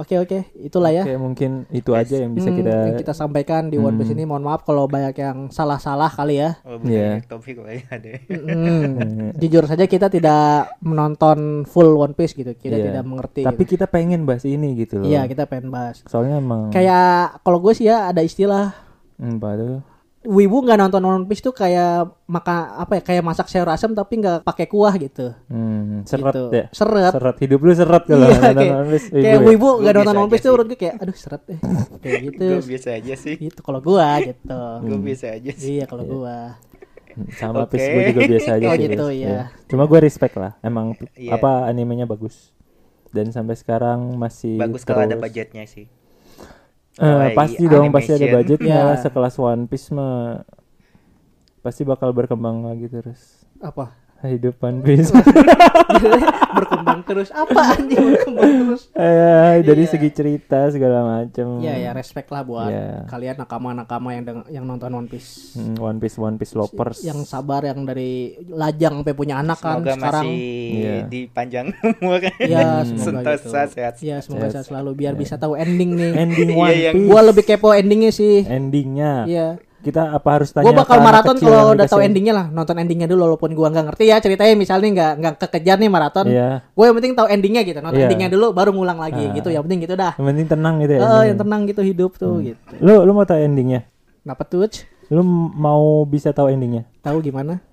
Speaker 2: Oke oke, itulah ya.
Speaker 1: Oke, mungkin itu aja yang bisa
Speaker 2: Hmm,
Speaker 1: kita Hmm.
Speaker 2: yang kita sampaikan di One Piece ini mohon maaf kalau banyak yang salah-salah kali ya
Speaker 4: kayak- Oh, bukan
Speaker 1: Iya.
Speaker 4: yang topik kayaknya ada.
Speaker 1: Hmm.
Speaker 2: Mm, jujur saja kita tidak menonton full One Piece gitu kita
Speaker 1: Iya.
Speaker 2: tidak mengerti
Speaker 1: Tapi
Speaker 2: gitu.
Speaker 1: kita pengen bahas ini gitu loh.
Speaker 2: iya kita pengen bahas
Speaker 1: Soalnya emang
Speaker 2: kayak kalau gue sih ya ada istilah
Speaker 1: hmm, padahal
Speaker 2: Wibu nggak nonton One Piece tuh kayak maka apa ya kayak masak sayur asam tapi nggak pakai kuah gitu.
Speaker 1: hmm, seret
Speaker 2: Gitu.
Speaker 1: ya.
Speaker 2: Seret.
Speaker 1: Seret hidup lu seret kalau
Speaker 2: iya,
Speaker 1: nonton
Speaker 2: kayak,
Speaker 1: One Piece. Ibu
Speaker 2: kayak
Speaker 1: ya.
Speaker 2: Wibu
Speaker 4: Gua
Speaker 2: nggak
Speaker 4: biasa
Speaker 2: nonton One Piece
Speaker 4: aja
Speaker 2: tuh
Speaker 4: sih.
Speaker 2: menurut gue kayak aduh seret eh. kayak gitu.
Speaker 4: Gue biasa aja sih.
Speaker 2: gitu kalau gua gitu.
Speaker 4: Gue biasa aja sih.
Speaker 2: iya kalau gua.
Speaker 1: sama
Speaker 4: Oke.
Speaker 1: Pis gue juga biasa aja
Speaker 2: Oh
Speaker 1: sih,
Speaker 2: gitu,
Speaker 1: Pis.
Speaker 2: iya.
Speaker 1: Iya. Cuma gue respect lah, emang
Speaker 4: Iya.
Speaker 1: apa animenya bagus. Dan sampai sekarang masih
Speaker 4: Bagus kalau ada
Speaker 1: Iya, terus.
Speaker 4: budgetnya sih.
Speaker 1: Eh,
Speaker 4: Kawaii
Speaker 1: pasti dong, pasti ada
Speaker 4: iya, animation.
Speaker 1: budgetnya
Speaker 2: Iya.
Speaker 1: lah sekelas One Piece mah pasti bakal berkembang lagi terus
Speaker 2: Apa?
Speaker 1: hidup One Piece.
Speaker 2: berkembang terus apa anjing berkembang terus
Speaker 1: Eh,
Speaker 4: Iya.
Speaker 1: dari segi cerita segala macem.
Speaker 2: ya ya respect lah buat
Speaker 1: Hmm. Iya.
Speaker 2: kalian nakama-nakama yang deng- yang nonton One Piece
Speaker 1: Hmm, One Piece, One Piece lovers.
Speaker 2: yang sabar yang dari lajang sampai punya anak kan
Speaker 4: Semoga
Speaker 2: sekarang
Speaker 4: masih
Speaker 1: Iya.
Speaker 4: dipanjang umur.
Speaker 2: ya semoga gitu
Speaker 4: Sentosa sehat.
Speaker 2: ya
Speaker 1: Sehat. Iya.
Speaker 2: semoga sehat selalu biar bisa tahu ending nih
Speaker 1: ending One
Speaker 4: Iya, yang-
Speaker 1: Piece.
Speaker 2: gua lebih kepo endingnya sih
Speaker 1: endingnya.
Speaker 2: Iya.
Speaker 1: Kita apa harus tanya
Speaker 2: Gua
Speaker 1: ke
Speaker 2: bakal
Speaker 1: anak
Speaker 2: maraton
Speaker 1: kecil yang
Speaker 2: kalau udah tahu
Speaker 1: dikasih-
Speaker 2: endingnya lah nonton endingnya dulu walaupun gua nggak ngerti ya ceritanya misalnya nggak nggak kekejar nih maraton
Speaker 1: Iya.
Speaker 2: gue yang penting tahu endingnya gitu nonton
Speaker 1: Iya. Ah.
Speaker 2: endingnya dulu baru ngulang lagi gitu yang penting gitu dah
Speaker 1: Yang penting tenang gitu ya.
Speaker 2: Eh,
Speaker 1: endingnya.
Speaker 2: yang tenang gitu hidup
Speaker 1: Hmm.
Speaker 2: tuh gitu
Speaker 1: Lu lu mau tahu endingnya?
Speaker 2: Kenapa tuh?
Speaker 1: Lu m- mau bisa tahu endingnya?
Speaker 2: Tahu gimana?